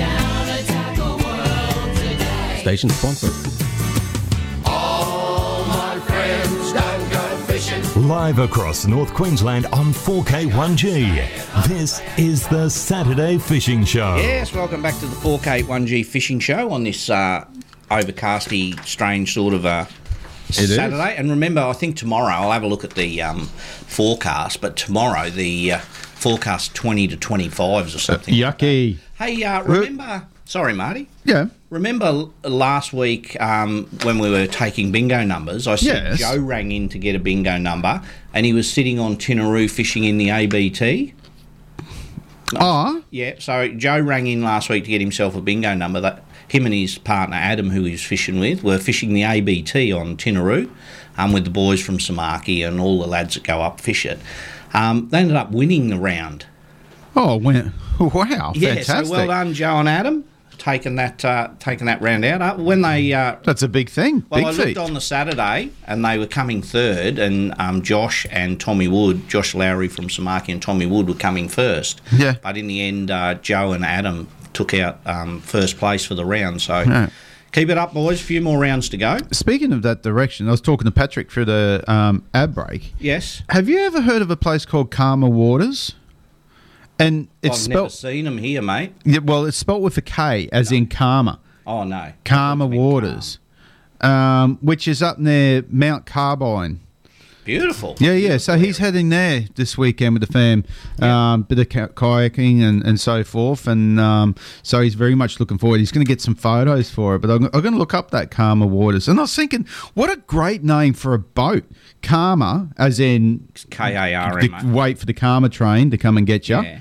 S1: at Taco World today.
S10: Station sponsor.
S1: All my friends don't go fishing.
S11: Live across North Queensland on 4K1G. This is the Saturday Fishing Show.
S3: Yes, welcome back to the 4K 1G fishing show on this uh, overcasty, strange sort of uh,
S4: is.
S3: Saturday. And remember, I think tomorrow I'll have a look at the um, forecast, but tomorrow the uh, forecast 20 to 25s or something.
S4: Yucky.
S3: Hey, uh, remember. Sorry, Marty.
S4: Yeah.
S3: Remember l- last week um, when we were taking bingo numbers, I
S4: Yes.
S3: said Joe rang in to get a bingo number and he was sitting on Tinaroo fishing in the ABT.
S4: Ah,
S3: Yeah, so Joe rang in last week to get himself a bingo number that him and his partner Adam, who he was fishing with, were fishing the ABT on Tinaroo um, with the boys from Samaki and all the lads that go up fish it. Um, they ended up winning the round.
S4: oh, went. Wow,
S3: Yeah,
S4: fantastic.
S3: so well done, Joe and Adam, taking that uh, taking that round out. Uh, when they uh,
S4: That's a big thing.
S3: well,
S4: big
S3: I
S4: feat.
S3: looked on the Saturday and they were coming third, and um, Josh and Tommy Wood, Josh Lowry from Samaki and Tommy Wood were coming first.
S4: Yeah.
S3: But in the end, uh, Joe and Adam took out um, first place for the round. So keep it up, boys. A few more rounds to go.
S4: Speaking of that direction, I was talking to Patrick through the um, ad break.
S3: Yes.
S4: Have you ever heard of a place called Karma Waters? And it's
S3: I've never
S4: spelt
S3: seen them here, mate.
S4: yeah, well, it's spelt with a K, as in Karma.
S3: Oh, no.
S4: Karma Waters, um, which is up near Mount Carbine.
S3: Beautiful.
S4: Yeah, yeah. So he's heading there this weekend with the fam, um, bit of ka- kayaking and, and so forth. And um, so he's very much looking forward. He's going to get some photos for it. But I'm, I'm going to look up that Karma Waters. And I was thinking, what a great name for a boat. Karma, as in
S3: K A R
S4: the,
S3: M. A.
S4: wait for the Karma train to come and get you.
S3: Yeah.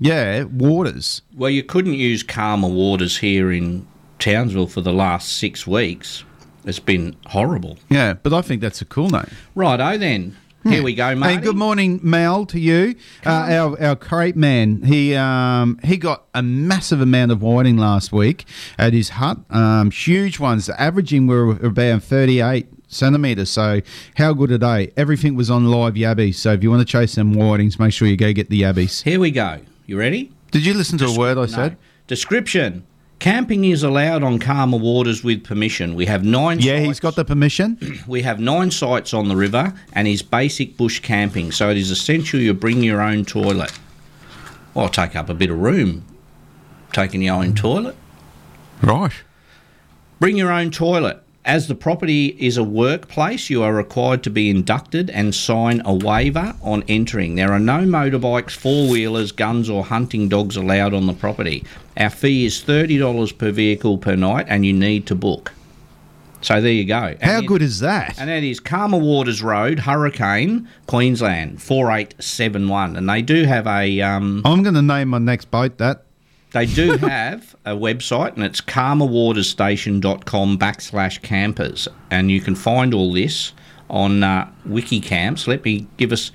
S4: Yeah, Waters.
S3: Well, you couldn't use Karma Waters here in Townsville for the last six weeks. It's been horrible.
S4: Yeah, but I think that's a cool name.
S3: Righto then. Here we go, mate.
S4: And good morning, Mal, to you. Uh, our our crate man, he um, he got a massive amount of whiting last week at his hut. Um, huge ones. The averaging were about thirty eight centimeters. So how good are they? Everything was on live yabbies. So if you want to chase them whitings, make sure you go get the yabbies.
S3: Here we go. You ready?
S4: Did you listen to a word I
S3: No.
S4: said?
S3: Description. Camping is allowed on Karma waters with permission. We have nine
S4: Yeah,
S3: sites.
S4: he's got the permission.
S3: we have nine sites on the river and is basic bush camping, so it is essential you bring your own toilet. Or take up a bit of room taking your own toilet.
S4: Right.
S3: Bring your own toilet. As the property is a workplace, you are required to be inducted and sign a waiver on entering. There are no motorbikes, four wheelers, guns, or hunting dogs allowed on the property. Our fee is $30 per vehicle per night, and you need to book. So there you go.
S4: How
S3: And it-
S4: good is that?
S3: and that is Karma Waters Road, Hurricane, Queensland, 4871. And they do have a. Um,
S4: I'm going to name my next boat that.
S3: they do have a website, and it's karmawaterstation.com backslash campers. And you can find all this on uh, Wiki Camps. Let me give us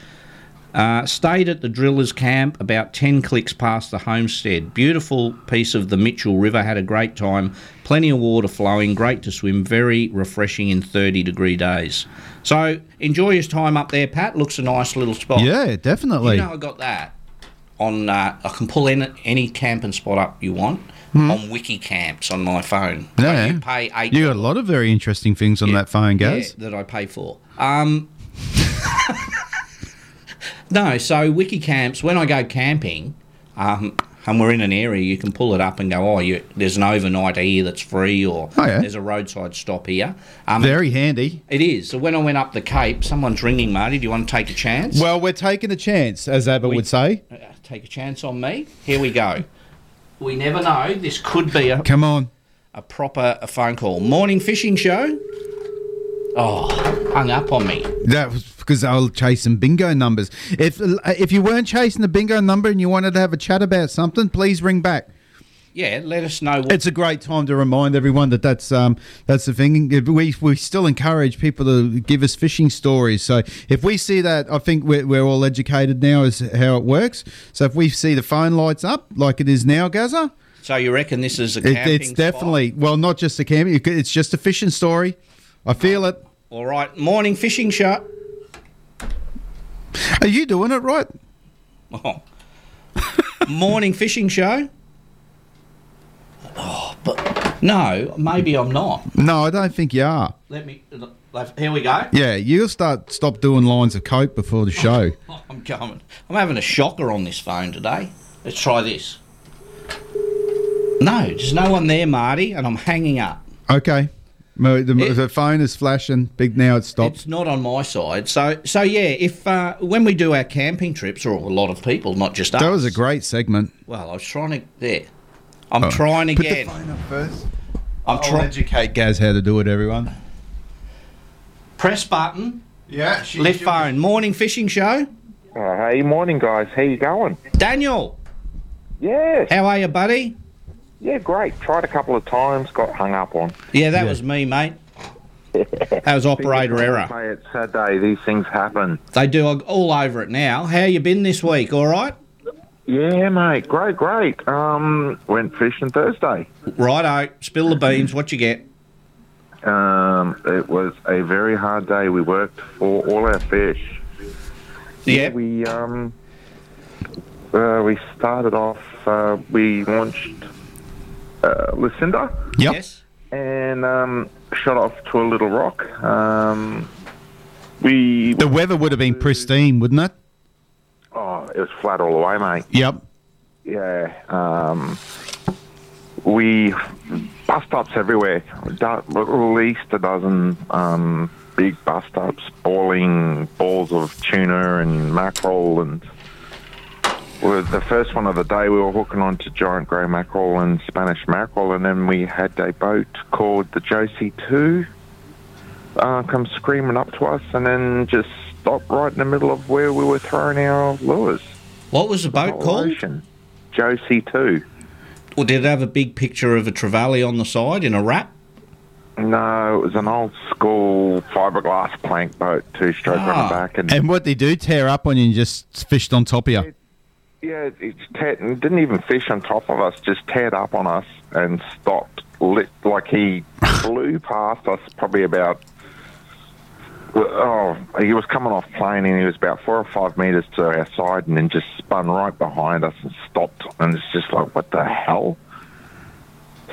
S3: Uh, stayed at the drillers' camp about 10 clicks past the homestead. Beautiful piece of the Mitchell River. Had a great time. Plenty of water flowing. Great to swim. Very refreshing in 30 degree days. So enjoy your time up there, Pat. Looks a nice little spot.
S4: Yeah, definitely.
S3: You know, I got that on. Uh, I can pull in any camping spot up you want
S4: Hmm.
S3: on Wiki Camps on my phone.
S4: yeah.
S3: You pay eight.
S4: You got a lot of very interesting things on that phone,
S3: Yeah,
S4: Gaz.
S3: that I pay for. Um, no, so wiki camps. When I go camping, um, and we're in an area, you can pull it up and go. Oh, you, there's an overnight here that's free, or
S4: Oh, yeah.
S3: there's a roadside stop here. Um,
S4: Very handy.
S3: It is. So when I went up the Cape, someone's ringing, Marty. Do you want to take a chance?
S4: Well, we're taking a chance, as Abbott would say.
S3: Uh, take a chance on me. Here we go. We never know. This could be a
S4: come on
S3: a proper phone call. Morning fishing show. Oh, hung up on me.
S4: That was because I was chasing bingo numbers. If if you weren't chasing the bingo number and you wanted to have a chat about something, please ring back.
S3: Yeah, let us know. What
S4: It's a great time to remind everyone that that's um, that's the thing. We we still encourage people to give us fishing stories. So if we see that, I think we're, we're all educated now as how it works. So if we see the phone lights up like it is now, Gaza,
S3: So you reckon this is a
S4: it,
S3: camping
S4: it's definitely well not just a camping. it- It's just a fishing story. I feel it.
S3: All right, morning fishing shot.
S4: Are you doing it right?
S3: Oh. morning fishing show. Oh, but no, maybe I'm not.
S4: No, I don't think you are.
S3: Let me. uh, Here we go.
S4: Yeah, you'll start stop doing lines of coke before the show.
S3: Oh, I'm coming. I'm having a shocker on this phone today. Let's try this. No, there's no one there, Marty, and I'm hanging up.
S4: Okay, Mo- the, the phone is flashing. Big now it stops.
S3: It's not on my side. So, so yeah. If uh, when we do our camping trips, or a lot of people, not just us.
S4: That was a great segment.
S3: Well, I was trying to. There. I'm
S4: Oh.
S3: trying
S4: Put the
S3: again.
S4: phone up first.
S3: I'm
S4: I'll
S3: trying.
S4: educate Gaz how to do it, everyone.
S3: Press button.
S4: Yeah.
S3: Left phone. Morning fishing show.
S12: Uh, hey, morning, guys. How you going?
S3: Daniel.
S12: Yeah.
S3: How are you, buddy?
S12: Yeah, great. Tried a couple of times, got hung up on.
S3: Yeah, that was me, mate. That was operator error.
S12: Mate, it's Saturday. These things happen.
S3: They do all over it now. How you been this week? All right.
S12: Yeah, mate. Great, great. Um, went fishing Thursday.
S3: Righto. Spill the beans. What you get?
S12: Um, it was a very hard day. We worked for all our fish.
S3: Yeah.
S12: We um, uh, we started off. Uh, we launched uh, Lucinda.
S3: Yes.
S12: And um, shot off to a little rock. Um, we
S4: The weather would have been pristine, wouldn't it?
S12: oh, it was flat all the way, mate.
S4: Yep.
S12: Yeah. Um, we bus stops everywhere. Do- At least a dozen um, big bus stops, boiling balls of tuna and mackerel, and well, the first one of the day we were hooking on to giant grey mackerel and Spanish mackerel, and then we had a boat called the Josie Two uh, come screaming up to us, and then just stopped right in the middle of where we were throwing our lures.
S3: What was the boat called?
S12: Josie Two.
S3: Or did it have a big picture of a Trevally on the side in a wrap?
S12: No, it was an old school fiberglass plank boat, two stroke on
S4: Ah.
S12: the back, and
S4: And what they do, tear up on you and just fished on top of you.
S12: yeah, it, it teared- it didn't even fish on top of us, just teared up on us and stopped. Lit, like he flew past us, probably about. Oh, he was coming off plane and he was about four or five meters to our side, and then just spun right behind us and stopped. And it's just like, what the hell?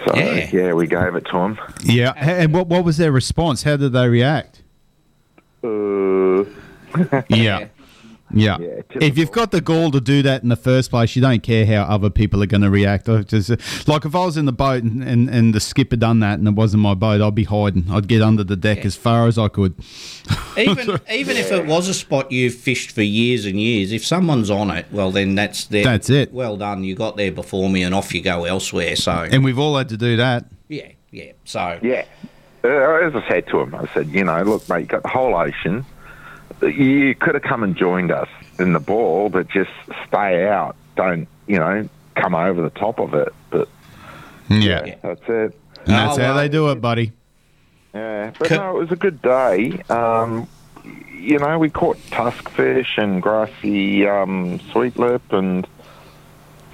S12: So yeah, we gave it to him.
S4: Yeah. A- And what what was their response? How did they react?
S12: Uh,
S4: Yeah. Yeah. if you've got the gall to do that in the first place, you don't care how other people are going to react. I just, like if I was in the boat and, and, and the skipper done that and it wasn't my boat, I'd be hiding. I'd get under the deck as far as I could.
S3: Even even if it was a spot you've fished for years and years, if someone's on it, well then that's their,
S4: That's it.
S3: Well done, you got there before me, and off you go elsewhere. So
S4: And we've all had to do that.
S3: yeah, yeah. So
S12: Yeah. Uh, As I said to him, I said, you know, look, mate, you got the whole ocean. You could have come and joined us in the ball, but just stay out. Don't, you know, come over the top of it. But
S4: yeah,
S12: that's it.
S4: And that's how they do it, buddy.
S12: Yeah, but no, it was a good day. Um, you know, we caught tuskfish and grassy um, sweetlip and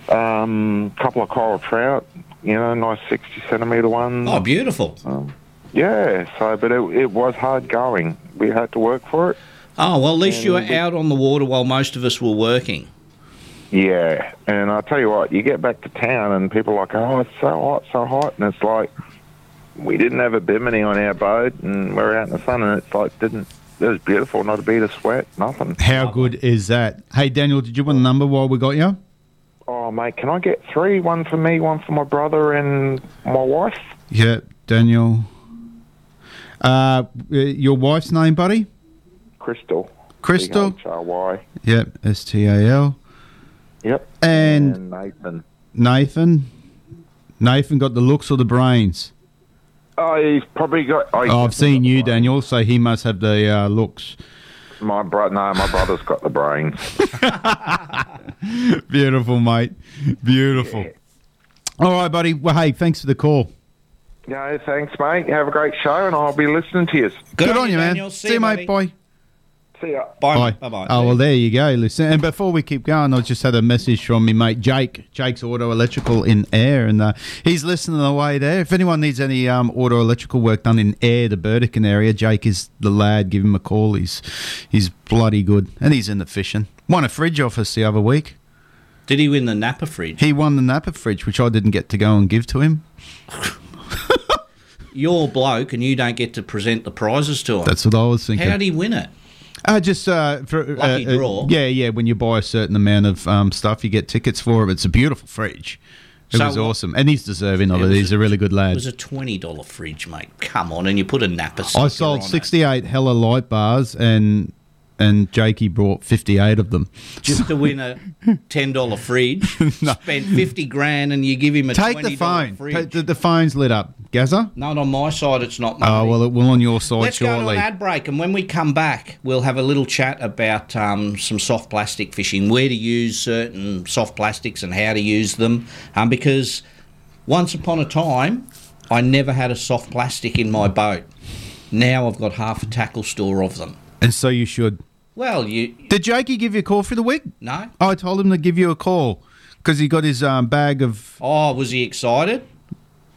S12: a um, couple of coral trout. You know, nice sixty centimeter ones.
S3: Oh, beautiful.
S12: Um, yeah. So, but it, it was hard going. We had to work for it.
S3: Oh, well, at least you were
S12: And we-
S3: out on the water while most of us were working.
S12: Yeah, and I tell you what, you get back to town and people are like, oh, it's so hot, so hot, and it's like we didn't have a bimini on our boat, and we're out in the sun, and it's like didn't it was beautiful, not a bead of sweat, nothing.
S4: How good is that? Hey, Daniel, did you want a number while we got you?
S12: Oh mate, can I get three? One for me, one for my brother, and my wife.
S4: Yeah, Daniel. Uh, uh, your wife's name, buddy?
S12: Crystal.
S4: Crystal?
S12: H-R-Y.
S4: Yep, S T A L.
S12: Yep.
S4: And,
S12: Nathan.
S4: Nathan. Nathan got the looks or the brains.
S12: Oh, he's probably got. Oh, he's
S4: Oh, I've seen you, Daniel, so he must have the uh, looks.
S12: My brother, no, my brother's got the brains.
S4: Beautiful, mate. Beautiful. All right, buddy. Well, hey, thanks for the call.
S12: Yeah, thanks, mate. Have a great show, and I'll be listening to you.
S4: Good Good on on you, you, man. Daniel. See See you, you, mate. Bye.
S12: See ya.
S4: Oh, well, there you go. Listen, and before we keep going, I just had a message from me mate Jake, Jake's Auto Electrical in Air, and uh, he's listening away there. If anyone needs any um, auto electrical work done in Air, the Burdekin area, Jake is the lad. Give him a call. He's he's bloody good, and he's in the fishing. Won a fridge off us the other week.
S3: Did he win the Napa fridge?
S4: He won the Napa fridge, which I didn't get to go and give to him.
S3: You're a bloke and you don't get to present the prizes to him.
S4: That's what I was thinking.
S3: How'd he win it?
S4: Uh, just uh, for
S3: Lucky
S4: uh, uh,
S3: draw.
S4: yeah, yeah. When you buy a certain amount of um, stuff, you get tickets for it. It's a beautiful fridge. It
S3: So
S4: was
S3: what-
S4: awesome, and he's deserving of
S3: It
S4: it.
S3: was
S4: He's a, really good
S3: It
S4: lad.
S3: was a twenty dollar fridge, mate. Come on, and you put a Napa.
S4: I
S3: sticker
S4: sold
S3: on it.
S4: sixty-eight hella light bars, and and Jakey brought fifty-eight of them.
S3: just to win a ten dollar fridge. Spent fifty grand, and you give him a
S4: Take
S3: $20
S4: the phone.
S3: Fridge.
S4: Ta- the, the phone's lit up. Gazza.
S3: Not on my side. It's not mine.
S4: Oh well, it will on your side
S3: Let's go to
S4: shortly.
S3: an ad break, and when we come back, we'll have a little chat about um, some soft plastic fishing, where to use certain soft plastics and how to use them. Um, because once upon a time, I never had a soft plastic in my boat. Now I've got half a tackle store of them.
S4: And so you should.
S3: Well, you
S4: Did Jakey give you a call for the week?
S3: No.
S4: Oh, I told him to give you a call because he got his um, bag of.
S3: Oh, was he excited?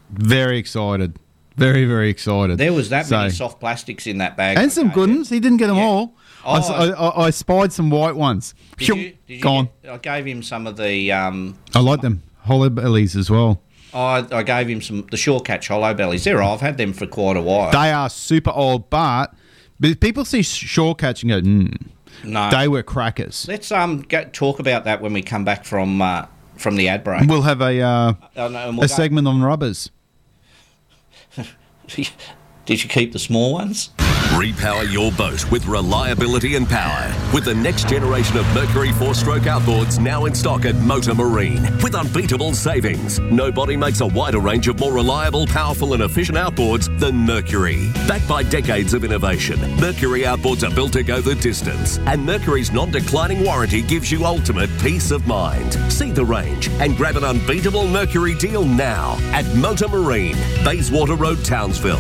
S4: Very excited. Very, very excited.
S3: there was that many
S4: So-
S3: soft plastics in that bag.
S4: and some good ones. He didn't get them all. I, s-
S3: Oh.
S4: I- I- I spied some white ones.
S3: Did
S4: Phew,
S3: you, did you
S4: Gone.
S3: get- I gave him some of the um,
S4: I like them. Hollow bellies as well.
S3: I, I gave him some the shore catch hollow bellies. There, I've had them for quite a while.
S4: They are super old, but, but people see shore catch and go, mm.
S3: No.
S4: They were crackers.
S3: Let's um go, talk about that when we come back from uh, from the ad break.
S4: We'll have a uh,
S3: Oh, no, and
S4: a
S3: we'll go-
S4: segment on rubbers.
S3: Did you keep the small ones?
S13: Repower your boat with reliability and power with the next generation of Mercury four stroke outboards now in stock at Motor Marine with unbeatable savings. Nobody makes a wider range of more reliable, powerful, and efficient outboards than Mercury. Backed by decades of innovation, Mercury outboards are built to go the distance, and Mercury's non declining warranty gives you ultimate peace of mind. See the range and grab an unbeatable Mercury deal now at Motor Marine, Bayswater Road, Townsville.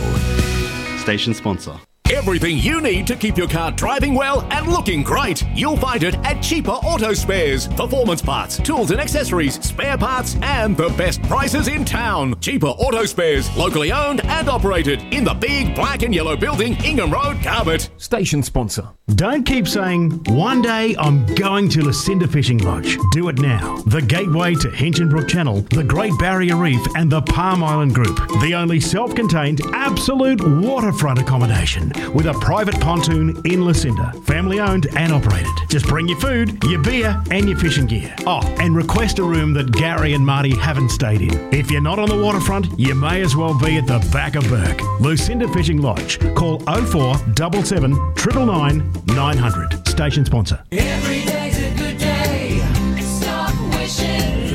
S14: Station sponsor.
S7: Everything you need to keep your car driving well and looking great, you'll find it at Cheaper Auto Spares. Performance parts, tools and accessories, spare parts, and the best prices in town. Cheaper Auto Spares, locally owned and operated in the big black and yellow building, Ingham Road, Carbet.
S8: Station sponsor. Don't keep saying, one day I'm going to Lucinda Fishing Lodge. Do it now. The gateway to Hinchinbrook Channel, the Great Barrier Reef, and the Palm Island Group. The only self contained, absolute waterfront accommodation with a private pontoon in Lucinda. Family owned and operated. Just bring your food, your beer, and your fishing gear. Oh, and request a room that Gary and Marty haven't stayed in. If you're not on the waterfront, you may as well be at the back of Burke. Lucinda Fishing Lodge. Call 04 77 999 900. Station sponsor.
S1: Every day's a good day. Stop wishing.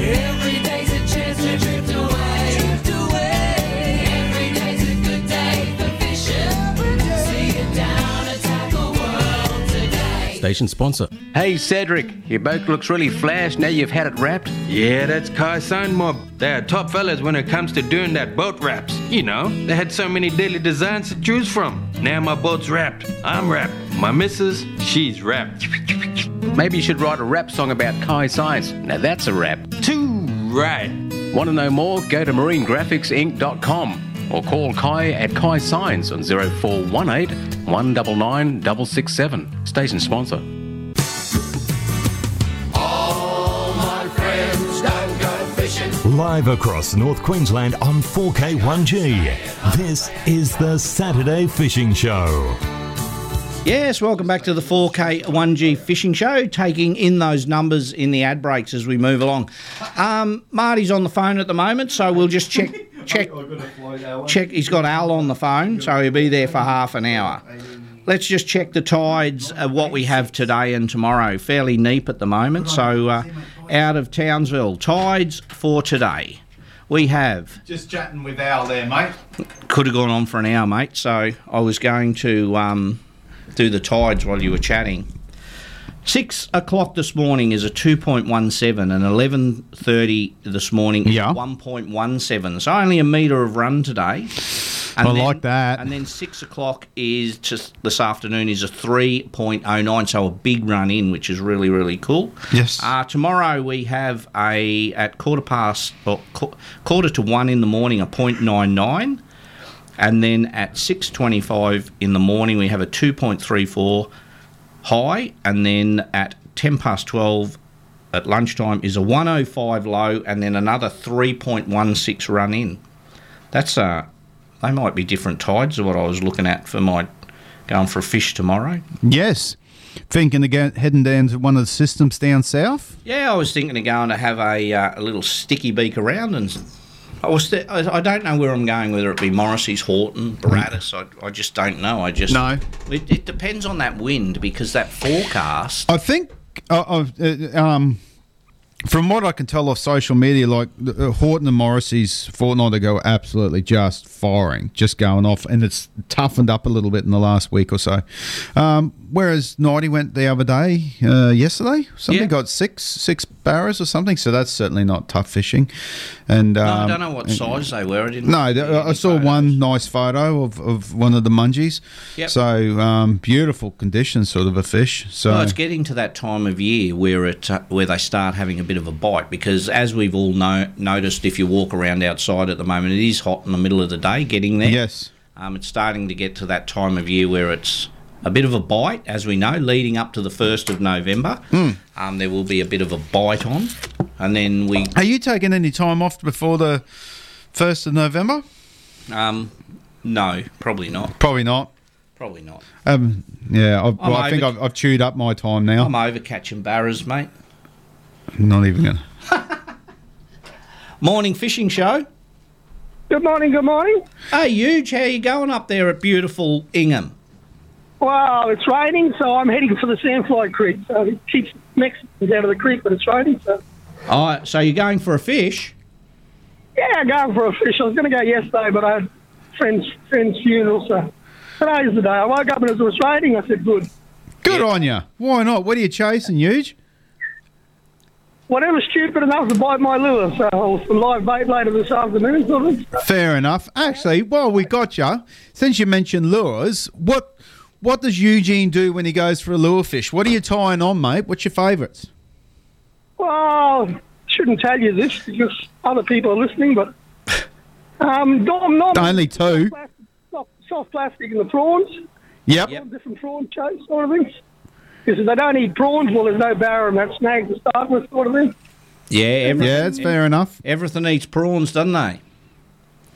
S1: Every day's a chance to drift away. Drift away. Every day's a good day for fishing. See you down at Tackle World today.
S10: Station sponsor.
S2: Hey Cedric, your boat looks really flash now you've had it wrapped. Yeah, that's Kai Mob. They are top fellas when it comes to doing that boat wraps. You know, they had so many daily designs to choose from.
S10: Now my boat's wrapped. I'm wrapped. My missus, she's wrapped. Maybe you should write a rap song about Kai Science. Now that's a rap. Too right. Want to know more? Go to marinegraphicsinc.com or call Kai at Kai Science on 0418 199 667. Station sponsor.
S1: All my friends don't go fishing.
S11: Live across North Queensland on 4K1G. This is the Saturday Fishing Show.
S3: Yes, welcome back to the 4K 1G Fishing Show, taking in those numbers in the ad breaks as we move along. Um, Marty's on the phone at the moment, so we'll just check. Check. Check. He's got Al on the phone, so he'll be there for half an hour. Let's just check the tides of what we have today and tomorrow. Fairly neap at the moment, so uh, out of Townsville. Tides for today. We have
S4: Just chatting with Al there, mate.
S3: could have gone on for an hour, mate. So I was going to um, do the tides while you were chatting. Six o'clock this morning is a two point one seven, and eleven thirty this morning is one point one seven. So only a metre of run today.
S4: I like
S3: that. And then six o'clock is just this afternoon is a three point oh nine, so a big run in, which is really really cool. Yes. Uh, tomorrow we have a at quarter past or qu- quarter to one in the morning a point nine nine and then at 6.25 in the morning we have a 2.34 high and then at 10 past 12 at lunchtime is a 105 low and then another 3.16 run in that's uh they might be different tides to what i was looking at for my going for a fish tomorrow
S4: Yes. Thinking of go- heading down to one of the systems down south.
S3: yeah i was thinking of going to have a, uh, a little sticky beak around and s- I was. Th- I I don't know where I'm going. Whether it be Morrissey's, Horton, Baratus. I, I just don't know. I just
S4: No.
S3: It, it depends on that wind because that forecast.
S4: I think, uh, I've, uh, um, from what I can tell off social media, like uh, Horton and Morrissey's fortnight ago, absolutely just firing, just going off, and it's toughened up a little bit in the last week or so. Um, whereas Nighty went the other day, uh, yesterday, somebody got six six barras or something, so that's certainly not tough fishing. And um,
S3: I don't know what size they were. I didn't.
S4: No, th- I saw one nice photo of, of one of the mungies.
S3: Yep.
S4: So um, beautiful conditions, sort of a fish. So
S3: Well, it's getting to that time of year where it uh, where they start having a bit of a bite because, as we've all know, noticed, if you walk around outside at the moment, it is hot in the middle of the day. Getting there,
S4: yes,
S3: um, it's starting to get to that time of year where it's a bit of a bite, as we know, leading up to the first of November.
S4: Hmm.
S3: Um, there will be a bit of a bite on, and then we
S4: Are you taking any time off before the first of November?
S3: um, no, probably not,
S4: Probably not.
S3: probably not.
S4: Um, yeah, I've, well, I think
S3: over-
S4: I've, I've chewed up my time now.
S3: I'm over catching barras, mate.
S4: Not even gonna.
S3: Morning fishing show.
S14: Good morning, good morning.
S3: Hey, Huge, how you going up there at beautiful Ingham?
S14: Well, it's raining, so I'm heading for the Sandfly Creek. So it keeps Mexicans out of the creek, but it's raining. So
S3: Oh, so you're going for a fish?
S14: yeah, going for a fish. I was going to go yesterday, but I had friend's friend's funeral, so today's the day. I woke up and as it was raining, I said, "Good,
S4: Good on you. Why not? What are you chasing, huge?
S14: whatever's stupid enough to bite my lure." So I'll some live bait later this afternoon. Sort of.
S4: Fair enough. Actually, while we got you, since you mentioned lures, what what does Eugene do when he goes for a lure fish? What are you tying on, mate? What's your favourites?
S14: Well, shouldn't tell you this because other people are listening, but um, norm, norm,
S4: Only two.
S14: soft, soft plastic and the prawns.
S4: Yep.
S14: All Different prawn shapes, sort of things. Because if they don't eat prawns, well, there's no barra in that snag to start with, sort of thing.
S3: Yeah, everything, yeah, it's
S4: fair enough.
S3: Everything eats prawns, doesn't they?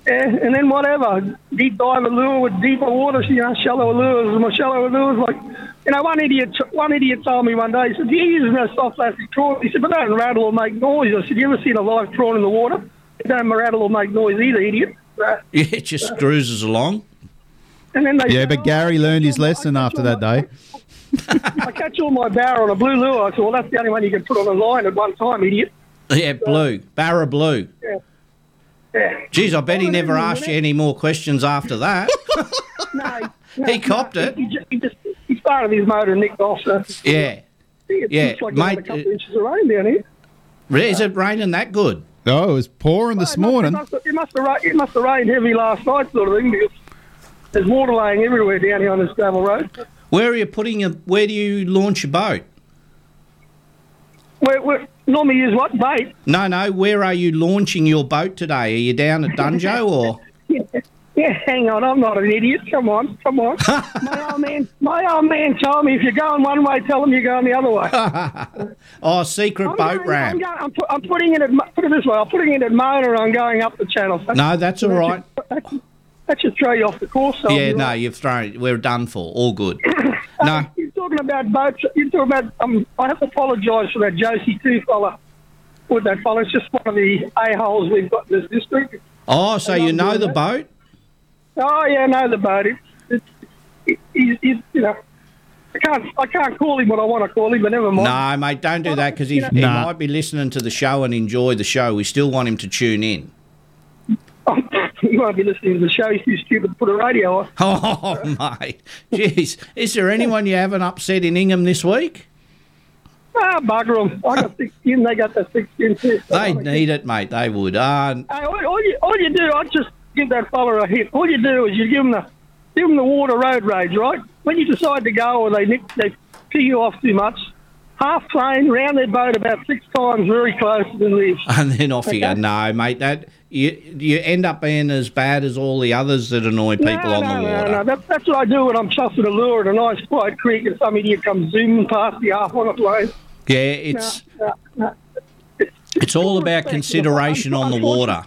S14: Yeah, and then whatever, deep dive lure with deeper uh, waters, you know, shallower lures, more shallower lures. Like, you know, one idiot, one idiot told me one day, he said, "You're using those soft plastic prawns." He said, "But they don't rattle or make noise." I said, "You ever seen a live prawn in the water? They don't rattle or make noise either, idiot." So,
S3: Yeah, it just cruises along.
S14: and then they
S4: Yeah, but Gary learned his lesson after that day.
S14: I catch all my barra on a blue lure. I said, well, that's the only one you can put on a line at one time, idiot.
S3: Yeah, blue. Barra blue.
S14: Yeah. Yeah.
S3: Geez, I bet he never asked you any more questions after that.
S14: No.
S3: He copped it.
S14: He, ju- he just he started his motor and nicked off. So
S3: Yeah.
S14: it's
S3: Yeah,
S14: like
S3: mate, uh,
S14: another couple of inches of rain down here.
S3: Re- Is it raining that good?
S4: No, it was pouring this
S14: It must, have, it must have ra- it must have rained heavy last night, sort of thing. Because There's water laying everywhere down here on this gravel road.
S3: Where are you putting your? Where do you launch your boat?
S14: Where, where, normally use what bait?
S3: No, no. Where are you launching your boat today? Are you down at Dunjo or?
S14: Yeah, hang on, I'm not an idiot. Come on, come on. my old man, my old man told me if you're going one way, tell them you're going the other way.
S3: Oh, secret boat
S14: I'm,
S3: ramp.
S14: going, I'm, pu- I'm putting it at, Mo- put it this way, I'm putting it at Mona. I'm going up the channel.
S3: No, that's all right.
S14: That should, that should throw you off the course. though.
S3: yeah,
S14: You're
S3: no,
S14: right.
S3: you've thrown. We're done for. All good. no,
S14: Uh, You're talking about boats. You're talking about. Um, I have to apologise for that Josie too fella. With that fella, it's just one of the a holes we've got in this district.
S3: Oh, so you know the boat?
S14: Oh yeah, I know the boat. It's, it's, it, he's, he's, you know, I can't I can't call him what I want to call him, but never mind.
S3: No, mate, don't do that because he, he
S14: Nah.
S3: might be listening to the show and enjoy the show. We still want him to tune in.
S14: He won't be listening to the show. He's too stupid to put a radio on.
S3: Oh, mate. Jeez. Is there anyone you haven't upset in Ingham this week?
S14: Ah, bugger 'em. I got thick skin. They got that thick skin too.
S3: They need it, mate. They would. Uh,
S14: Hey, all, all you all you do, I just give that fella a hit. All you do is you give him the give him the water road rage, right? When you decide to go, or they nick, they pee you off too much. Half plane, round their boat about six times, very close, uh, and then leaves.
S3: and then off you go. No, mate. That you you end up being as bad as all the others that annoy people on the water.
S14: No, no, that, that's what I do when I'm chuffing a lure at a nice quiet creek and some idiot comes zooming past the half on a plane.
S3: Yeah, it's
S14: No, no, no.
S3: it's all about consideration on the water.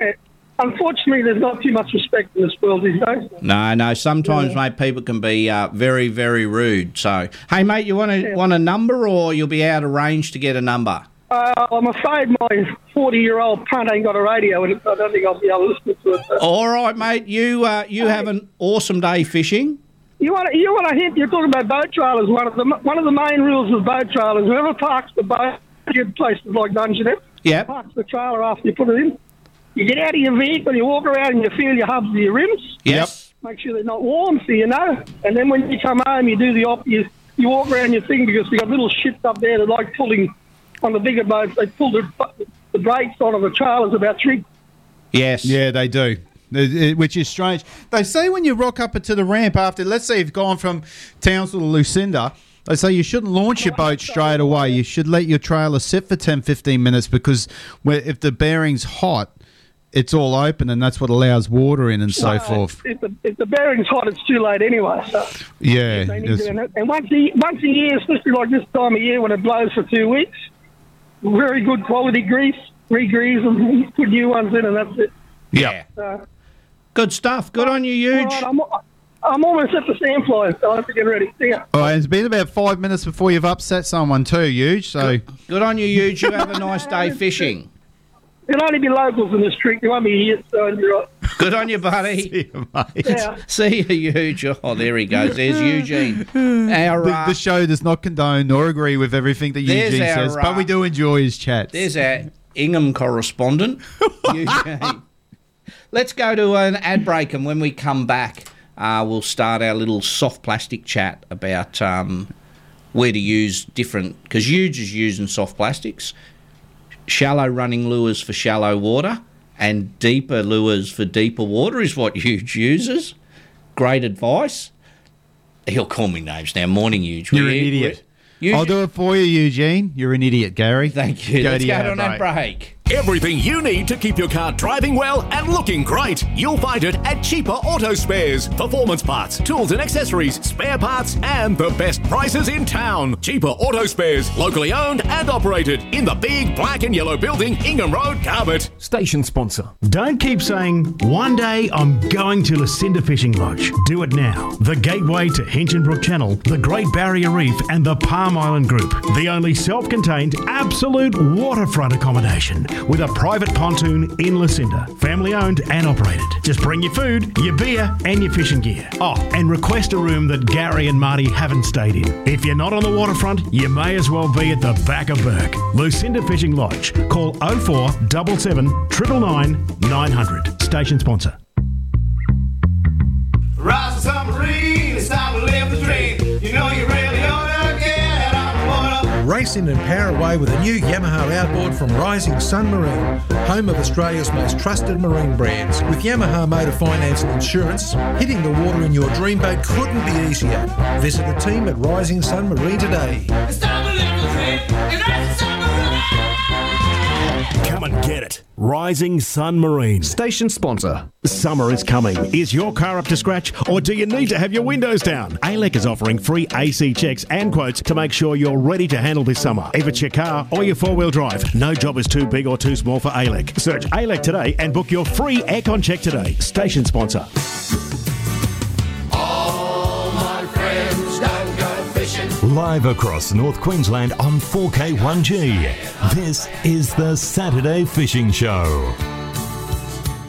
S14: Eh, Unfortunately, there's not too much respect in this world these days.
S3: No, no. Sometimes, mate, people can be uh, very, very rude. So, hey, mate, you want to want a number, or you'll be out of range to get a number.
S14: Uh, I'm afraid my 40 year old punt ain't got a radio, and I don't think I'll be able to listen to it.
S3: All right, mate. You uh, you have an awesome day fishing.
S14: You want to, you want to hint? You're talking about boat trailers. One of the one of the main rules of boat trailers: whoever parks the boat in places like Dungeness,
S3: Yep.
S14: parks the trailer after you put it in. You get out of your vehicle, you walk around, and you feel your hubs and your rims.
S3: Yes.
S14: Make sure they're not warm, so you know. And then when you come home, you do the op. You, you walk around your thing because you got little shits up there that like pulling on the bigger boats. They pull the, the brakes on of the trailers about three
S3: Yes.
S4: Yeah, they do. It- it- Which is strange. They say when you rock up to the ramp after, let's say you've gone from Townsville to Lucinda, they say you shouldn't launch your boat straight away. You should let your trailer sit for 10, 15 minutes because where- if the bearing's hot, it's all open and that's what allows water in and so forth.
S14: If the, if the bearing's hot, it's too late anyway. So.
S4: Yeah.
S14: They need
S4: it's-
S14: doing it. And once a, once a year, especially like this time of year when it blows for two weeks, very good quality grease, re-grease and put new ones in and that's it.
S3: Yeah.
S14: So,
S3: Good stuff. Good on you, huge.
S14: all right, I'm, I'm almost at the sand fly, so I have to get ready. See ya.
S4: All right, it's been about five minutes before you've upset someone too, huge. So
S3: Good on you, huge. You have a nice day fishing.
S14: There'll only be locals in this creek. There won't be here, so it'll be right.
S3: Good on you, buddy. See
S4: you, mate.
S14: Yeah.
S3: See you, huge. Oh, there he goes. There's Eugene. Our
S4: the,
S3: uh,
S4: the show does not condone nor agree with everything that
S3: There's
S4: Eugene
S3: our,
S4: says, but we
S3: uh,
S4: do enjoy his chats.
S3: there's our Ingham correspondent. Eugene. Let's go to an ad break, and when we come back, uh, we'll start our little soft plastic chat about um, where to use different. Because huge is using soft plastics, shallow running lures for shallow water, and deeper lures for deeper water is what huge uses. Great advice. He'll call me names now. Morning, huge.
S4: You're
S3: We're-
S4: an idiot.
S3: we're-
S4: I'll do it for you, Eugene. You're an idiot, Gary. Thank
S3: you. Let's go to an ad break.
S7: Everything you need to keep your car driving well and looking great. You'll find it at Cheaper Auto Spares. Performance parts, tools and accessories, spare parts, and the best prices in town. Cheaper Auto Spares, locally owned and operated in the big black and yellow building, Ingham Road, Carbet.
S8: Station sponsor. Don't keep saying, one day I'm going to Lucinda Fishing Lodge. Do it now. The gateway to Hinchinbrook Channel, the Great Barrier Reef, and the Palm Island Group. The only self contained, absolute waterfront accommodation with a private pontoon in Lucinda. Family owned and operated. Just bring your food, your beer, and your fishing gear. Oh, and request a room that Gary and Marty haven't stayed in. If you're not on the waterfront, you may as well be at the back of Burke. Lucinda Fishing Lodge. Call 0477 999 900. Station sponsor.
S15: Rise to submarine, it's time to live the dream. You know you really ought to get out on the water.
S9: race in and power away with a new Yamaha outboard from Rising Sun Marine, home of Australia's most trusted marine brands. With Yamaha Motor Finance and Insurance, hitting the water in your dream boat couldn't be easier. Visit the team at Rising Sun Marine today.
S7: Come and get it. Rising Sun Marine. Station sponsor. Summer is coming. Is your car up to scratch or do you need to have your windows down? ALEC is offering free AC checks and quotes to make sure you're ready to handle this summer. If it's your car or your four wheel drive, no job is too big or too small for ALEC. Search ALEC today and book your free aircon check today. Station sponsor.
S1: All my friends don't go fishing.
S11: Live across North Queensland on 4K1G. This is the Saturday Fishing Show.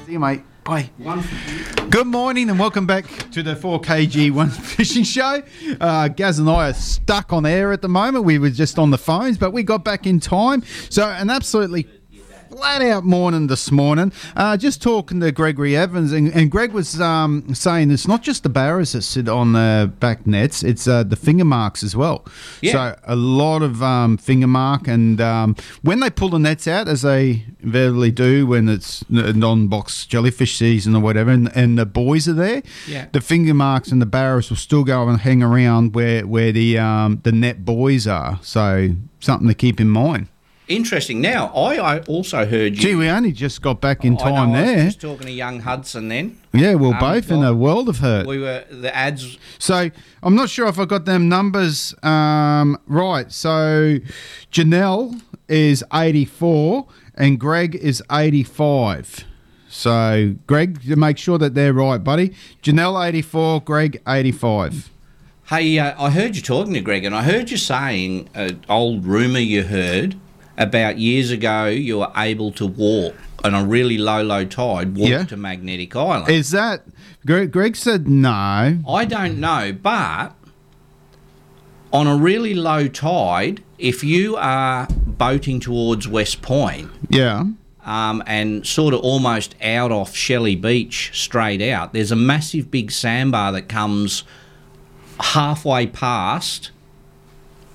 S4: See you, mate. Bye. Good morning and welcome back to the 4KG1 Fishing Show. Uh, Gaz and I are stuck on air at the moment. We were just on the phones, but we got back in time. So, an absolutely flat out morning this morning. Uh, just talking to Gregory Evans, and, and Greg was um, saying it's not just the barrows that sit on the back nets, it's uh, the finger marks as well.
S3: Yeah.
S4: So, a lot of um, finger mark, and um, when they pull the nets out, as they invariably do when it's n- non-box jellyfish season or whatever, and, and the boys are there,
S3: Yeah.
S4: the finger marks and the barrows will still go and hang around where where the um, the net boys are. So something to keep in mind.
S3: Interesting. Now, I, I also heard you.
S4: Gee, we only just got back in
S3: Oh, I know,
S4: time
S3: I was
S4: there.
S3: just talking to young Hudson then.
S4: yeah, well,
S3: Um,
S4: both in a world of hurt.
S3: We were the ads.
S4: So I'm not sure if I got them numbers um, right. So Janelle is 84 and Greg is 85. So Greg, you make sure that they're right, buddy. Janelle 84, Greg 85.
S3: Hey, uh, I heard you talking to Greg, and I heard you saying an old rumor you heard about years ago. You were able to walk on a really low, low tide, walk
S4: Yeah.
S3: to Magnetic Island.
S4: Is that Greg? Greg said no.
S3: I don't know, but on a really low tide, if you are boating towards West Point,
S4: Yeah.
S3: um, and sort of almost out off Shelley Beach, straight out. There's a massive big sandbar that comes halfway past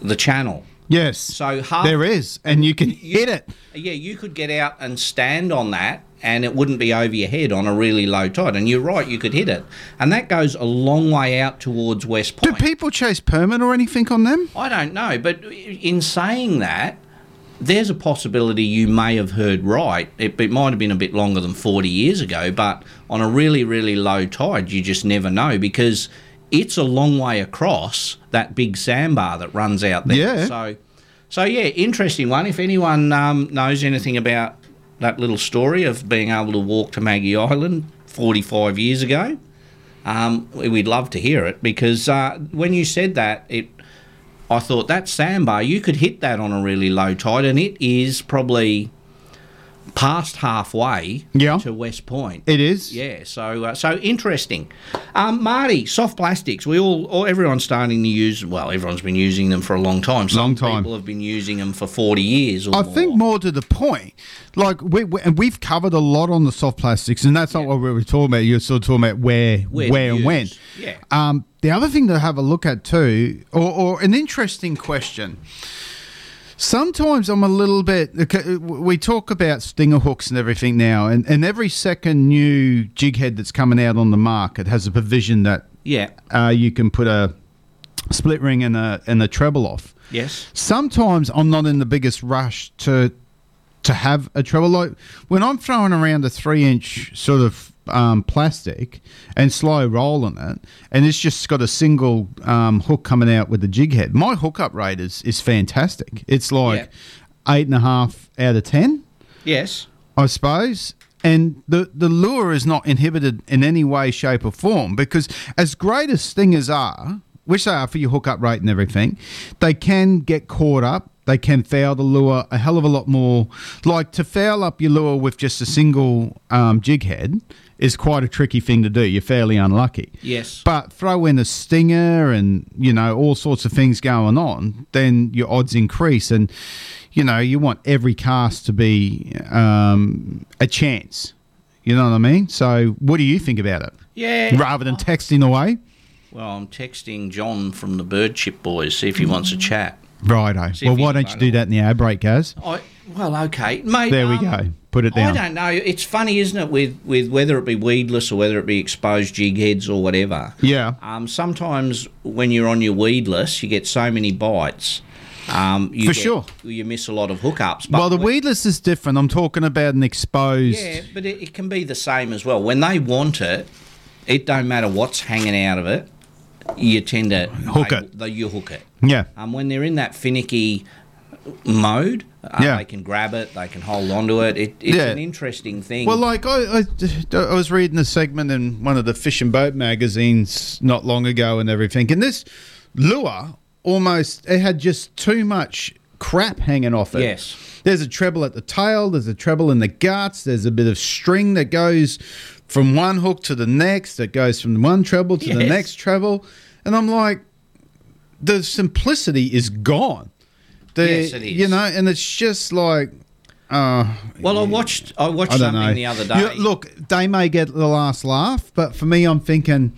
S3: the channel.
S4: Yes.
S3: So half
S4: There is, and you can hit it.
S3: Yeah, you could get out and stand on that, and it wouldn't be over your head on a really low tide. And you're right, you could hit it, and that goes a long way out towards West Point.
S4: Do people chase permit or anything on them?
S3: I don't know, but in saying that, there's a possibility you may have heard right. It, it might have been a bit longer than 40 years ago, but on a really, really low tide, you just never know because it's a long way across that big sandbar that runs out there.
S4: Yeah.
S3: So, so yeah, interesting one. If anyone um, knows anything about that little story of being able to walk to Maggie Island 45 years ago, um, we- we'd love to hear it because uh, when you said that, it I thought that sandbar you could hit that on a really low tide, and it is probably past halfway
S4: Yeah.
S3: to West Point.
S4: It is.
S3: Yeah, so uh, so interesting. Um, Marty, soft plastics. We all, all everyone's starting to use. Well, everyone's been using them for a long time. Some
S4: Long time.
S3: People have been using them for forty years. Or
S4: I
S3: more.
S4: think more to the point, like we, we and we've covered a lot on the soft plastics, and that's not what we were talking about. You're still talking about where,
S3: Where
S4: where,
S3: to
S4: and
S3: use.
S4: when.
S3: Yeah.
S4: Um, the other thing to have a look at too, or, or an interesting question. Sometimes I'm a little bit. okay, We talk about stinger hooks and everything now, and, and every second new jig head that's coming out on the market has a provision that
S3: Yeah.
S4: uh, you can put a split ring and a and a treble off
S3: Yes.
S4: sometimes I'm not in the biggest rush to to have a treble. Like when I'm throwing around a three inch sort of um, plastic and slow rolling it, and it's just got a single um, hook coming out with the jig head. My hookup rate is is fantastic. It's like eight and a half out of ten.
S3: Yes.
S4: I suppose. And the, the lure is not inhibited in any way, shape, or form because, as great as stingers are, which they are for your hookup rate and everything, they can get caught up. They can foul the lure a hell of a lot more. Like to foul up your lure with just a single um, jig head is quite a tricky thing to do. You're fairly unlucky.
S3: Yes.
S4: But throw in a stinger and, you know, all sorts of things going on, then your odds increase. And, you know, you want every cast to be um, a chance. You know what I mean? So, what do you think about it?
S3: Yeah.
S4: Rather than texting away? Mm-hmm.
S3: Well, I'm texting John from the Birdship Boys see if he wants a chat.
S4: Righto.
S3: See if
S4: Well,
S3: you
S4: why
S3: can
S4: don't you do that in the air break, Gaz?
S3: I, well, okay, mate.
S4: there we
S3: um,
S4: go. Put it
S3: I
S4: down.
S3: don't know. It's funny, isn't it, with, with whether it be weedless or whether it be exposed jig heads or whatever.
S4: Yeah.
S3: Um, sometimes when you're on your weedless, you get so many bites. Um, you
S4: For
S3: get-
S4: sure.
S3: You miss a lot of hookups. But
S4: Well, the weedless is different. I'm talking about an exposed.
S3: yeah, but it, it can be the same as well. When they want it, it don't matter what's hanging out of it. You tend to
S4: Hook
S3: they-
S4: it.
S3: They, you hook it.
S4: Yeah.
S3: Um, when they're in that finicky mode, uh,
S4: Yeah.
S3: they can grab it. They can hold onto it. it it's
S4: Yeah.
S3: an interesting thing.
S4: Well, like I, I, I was reading a segment in one of the fish and boat magazines not long ago and everything, and this lure almost it had just too much crap hanging off it.
S3: Yes.
S4: There's a treble at the tail. There's a treble in the guts. There's a bit of string that goes from one hook to the next. That goes from one treble to the
S15: Yes.
S4: next treble, and I'm like, the simplicity is gone. The,
S3: Yes, it
S4: You know, and it's just like. Uh,
S3: well, I watched I watched
S4: I don't
S3: something
S4: know.
S3: the other day.
S4: You- look, they may get the last laugh, but for me, I'm thinking.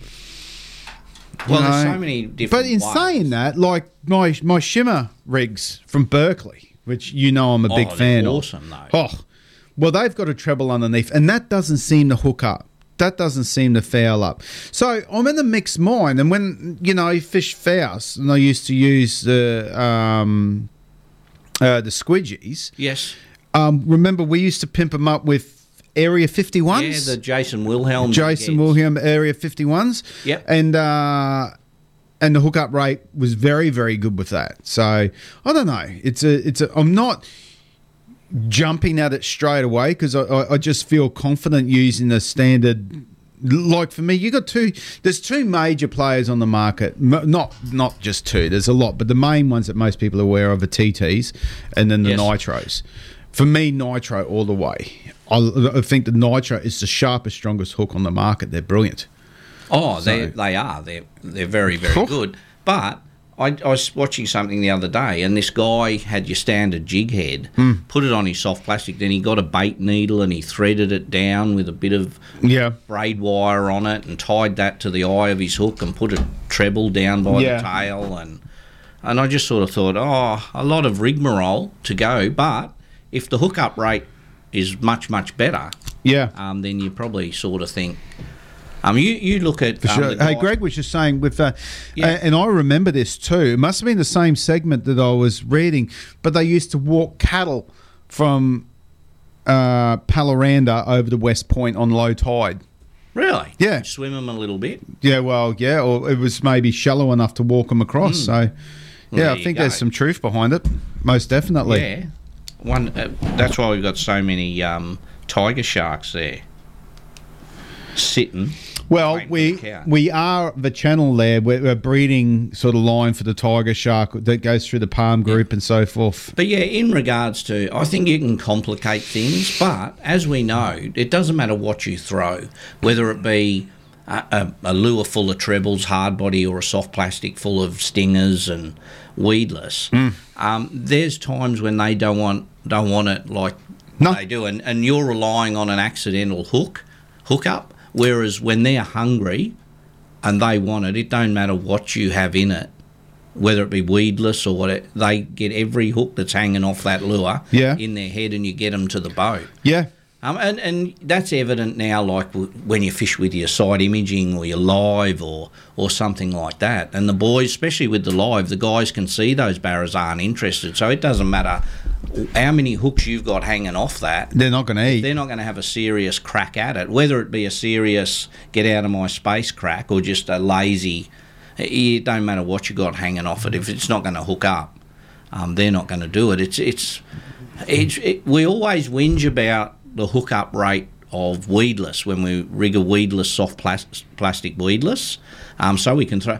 S4: you
S3: Well, there's
S4: know,
S3: so many different
S4: But in
S3: ways.
S4: saying that, like my my shimmer rigs from Berkeley, which you know I'm a
S3: Oh,
S4: big
S3: they're
S4: fan
S3: awesome,
S4: of. Though. Oh, well, they've got a treble underneath, and that doesn't seem to hook up. That doesn't seem to foul up. So I'm in the mixed mind, and when you know fish fouls, and I used to use the um, uh, the squidgies.
S3: Yes.
S4: Um, remember, we used to pimp them up with Area 51s.
S3: Yeah, the Jason Wilhelm.
S4: Jason Wilhelm Area 51s.
S3: Yep.
S4: And uh, and the hookup rate was very very good with that. So I don't know. It's a it's a. I'm not jumping at it straight away because I, I, I just feel confident using the standard. Like for me, you got two. There's two major players on the market. M- Not not just two. There's a lot, but the main ones that most people are aware of are TTs, and then the
S15: Yes.
S4: nitros. For me, nitro all the way. I, I think the nitro is the sharpest, strongest hook on the market. They're brilliant.
S3: Oh,
S4: So-
S3: they they are. They're they're very very good. But I, I was watching something the other day, and this guy had your standard jig head,
S4: Hmm.
S3: put it on his soft plastic. Then he got a bait needle and he threaded it down with a bit of
S4: yeah
S3: braid wire on it, and tied that to the eye of his hook, and put a treble down by
S4: Yeah.
S3: the tail, and and I just sort of thought, oh, a lot of rigmarole to go. But if the hookup rate is much much better,
S4: yeah,
S3: um, then you probably sort of think. Um, you, you look at
S4: For
S3: um,
S4: sure.
S3: the
S4: Hey,
S3: guy-
S4: Greg was just saying with, uh, a- and I remember this too. It must have been the same segment that I was reading, but they used to walk cattle from uh, Palaranda over to West Point on low tide.
S3: Really?
S4: Yeah.
S3: Swim them a little bit.
S4: Yeah, well, yeah, or it was maybe shallow enough to walk them across.
S3: Mm.
S4: So,
S3: Well,
S4: yeah,
S3: there
S4: I
S3: you
S4: think
S3: go.
S4: there's some truth behind it, most definitely.
S3: Yeah. One. Uh, that's why we've got so many um, tiger sharks there. Sitting.
S4: Well, we
S3: cow.
S4: we are the channel there. We're, we're breeding sort of line for the tiger shark that goes through the palm group and so forth.
S3: But yeah, in regards to, I think you can complicate things, but as we know, it doesn't matter what you throw, whether it be a, a, a lure full of trebles, hard body, or a soft plastic full of stingers and weedless. Um, there's times when they don't want don't want it like they do, and, and you're relying on an accidental hook hookup. Whereas when they're hungry and they want it, it don't matter what you have in it whether it be weedless or what it, they get every hook that's hanging off that lure
S4: Yeah.
S3: in their head and you get them to the boat.
S4: Yeah.
S3: Um, and, and that's evident now, like w- when you fish with your side imaging or your live or, or something like that. And the boys, especially with the live, the guys can see those barras aren't interested. So it doesn't matter how many hooks you've got hanging off that.
S4: They're not going to eat.
S3: They're not going to have a serious crack at it, whether it be a serious get out of my space crack or just a lazy. It don't matter what you got hanging off it. If it's not going to hook up, um, they're not going to do it. It's it's it's it, we always whinge about the hookup rate of weedless when we rig a weedless soft plas- plastic weedless, um, so we can throw.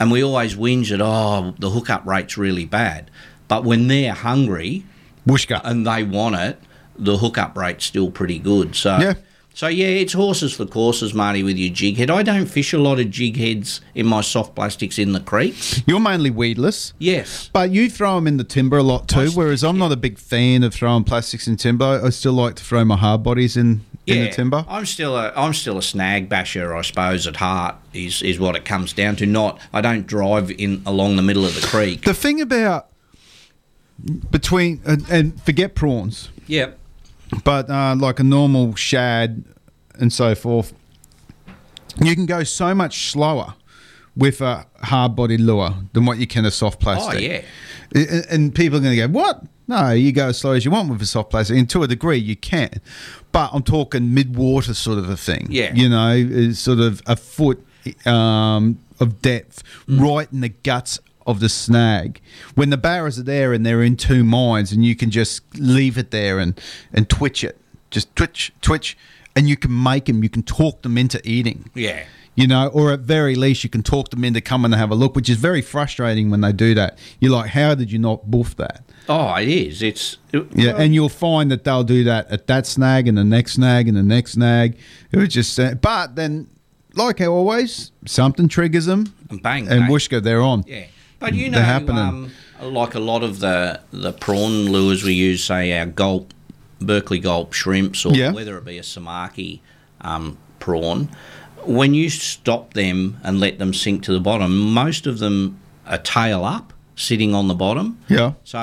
S3: And we always whinge at oh the hookup rate's really bad, but when they're hungry,
S4: Wooshka.
S3: and they want it, the hookup rate's still pretty good. So
S4: Yeah.
S3: so yeah, it's horses for courses, Marty, with your jig head. I don't fish a lot of jig heads in my soft plastics in the creeks.
S4: You're mainly weedless.
S3: Yes.
S4: But you throw them in the timber a lot too, whereas I'm not a big fan of throwing plastics in timber. I still like to throw my hard bodies in, in the timber.
S3: I'm still a I'm still a snag basher, I suppose. At heart is is what it comes down to. Not I don't drive in along the middle of the creek.
S4: The thing about between and, and forget prawns.
S3: Yep.
S4: But uh, like a normal shad and so forth, you can go so much slower with a hard bodied lure than what you can a soft plastic.
S3: Oh, yeah.
S4: I- And, and people are going to go, what? No, you go as slow as you want with a soft plastic. And to a degree, you can. But I'm talking mid water sort of a thing.
S3: Yeah.
S4: You know, is sort of a foot um, of depth right in the guts of the snag. When the barras are there and they're in two minds, and you can just leave it there and, and twitch it. Just twitch, twitch. And you can make them, you can talk them into eating
S3: Yeah.
S4: you know, or at very least you can talk them into coming and have a look, which is very frustrating when they do that. You're like, how did you not boof that?
S3: Oh, it is. It's it-
S4: Yeah, and you'll find that they'll do that at that snag and the next snag and the next snag. It was just, uh, but then, like always, something triggers them,
S3: and bang,
S4: and
S3: bang.
S4: whooshka, they're on.
S3: Yeah, but you know,
S4: They're happening.
S3: um, like a lot of the the prawn lures we use, say our gulp, Berkeley gulp shrimps, or
S4: Yeah.
S3: whether it be a samaki um, prawn. When you stop them and let them sink to the bottom, most of them are tail up, sitting on the bottom.
S4: Yeah.
S3: So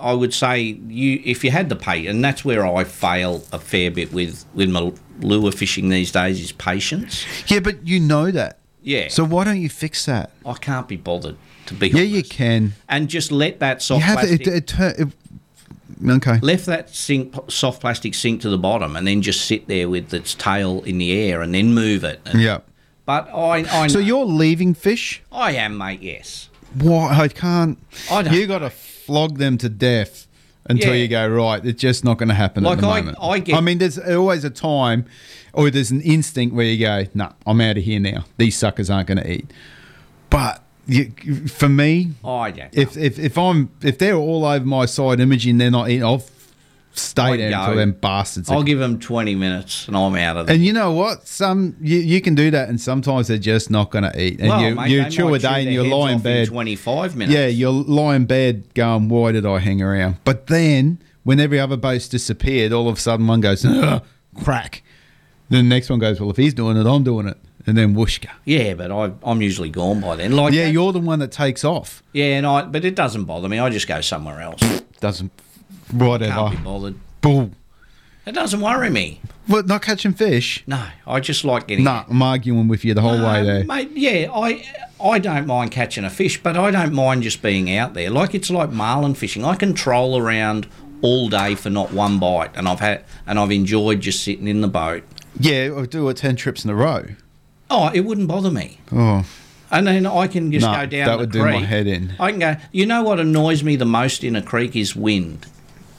S3: I would say you if you had the patience, and that's where I fail a fair bit with with my lure fishing these days is patience.
S4: Yeah, but you know that.
S3: Yeah.
S4: So why don't you fix that?
S3: I can't be bothered to be.
S4: Yeah, you can.
S3: And just let that
S4: you
S3: soft
S4: have
S3: plastic.
S4: it. it, it, tur- it okay.
S3: left that sink, soft plastic sink to the bottom, and then just sit there with its tail in the air, and then move it. And-
S4: Yeah.
S3: But I, I,
S4: So you're leaving fish.
S3: I am, mate. Yes.
S4: Why I can't.
S3: I don't
S4: you got to flog them to death until
S3: Yeah.
S4: you go right. It's just not going to happen
S3: Like,
S4: at the
S3: I-
S4: moment.
S3: I get-
S4: I mean, there's always a time, or there's an instinct where you go, "No, I'm out of here now. These suckers aren't going to eat." But you, for me,
S3: I don't.
S4: if, if if I'm if they're all over my side imaging, they're not eating. I'll f- stay there
S3: go.
S4: until them bastards. are
S3: I'll give them twenty minutes, and I'm out of it.
S4: and you know what? Some you, you can do that, and sometimes they're just not going to eat. And
S3: Well,
S4: you,
S3: mate,
S4: you
S3: they
S4: chew a
S3: might
S4: day
S3: chew
S4: and
S3: their
S4: you
S3: heads
S4: lie in
S3: off in
S4: bed.
S3: 25 minutes.
S4: Yeah, you lie in bed going, why did I hang around? But then, when every other boat's disappeared, all of a sudden one goes, "Ugh, crack. Then the next one goes, well, if he's doing it, I'm doing it. And then whooshka.
S3: yeah, but I, I'm usually gone by then. Like
S4: yeah, you're the one that takes off.
S3: yeah, and I, but it doesn't bother me. I just go somewhere else.
S4: Doesn't, whatever.
S3: Can't be bothered.
S4: Boom.
S3: It doesn't worry me.
S4: What, not catching fish?
S3: No, I just like getting.
S4: Nah, I'm arguing with you the whole way there.
S3: Mate, yeah, I I don't mind catching a fish, but I don't mind just being out there. Like it's like marlin fishing. I can troll around all day for not one bite, and I've had and I've enjoyed just sitting in the boat.
S4: Yeah, I do it 10 trips in a row.
S3: Oh, it wouldn't bother me,
S4: Oh,
S3: and then I can just
S4: Nah,
S3: go down.
S4: that
S3: the
S4: would do
S3: creek.
S4: my head in.
S3: I can go. You know what annoys me the most in a creek is wind.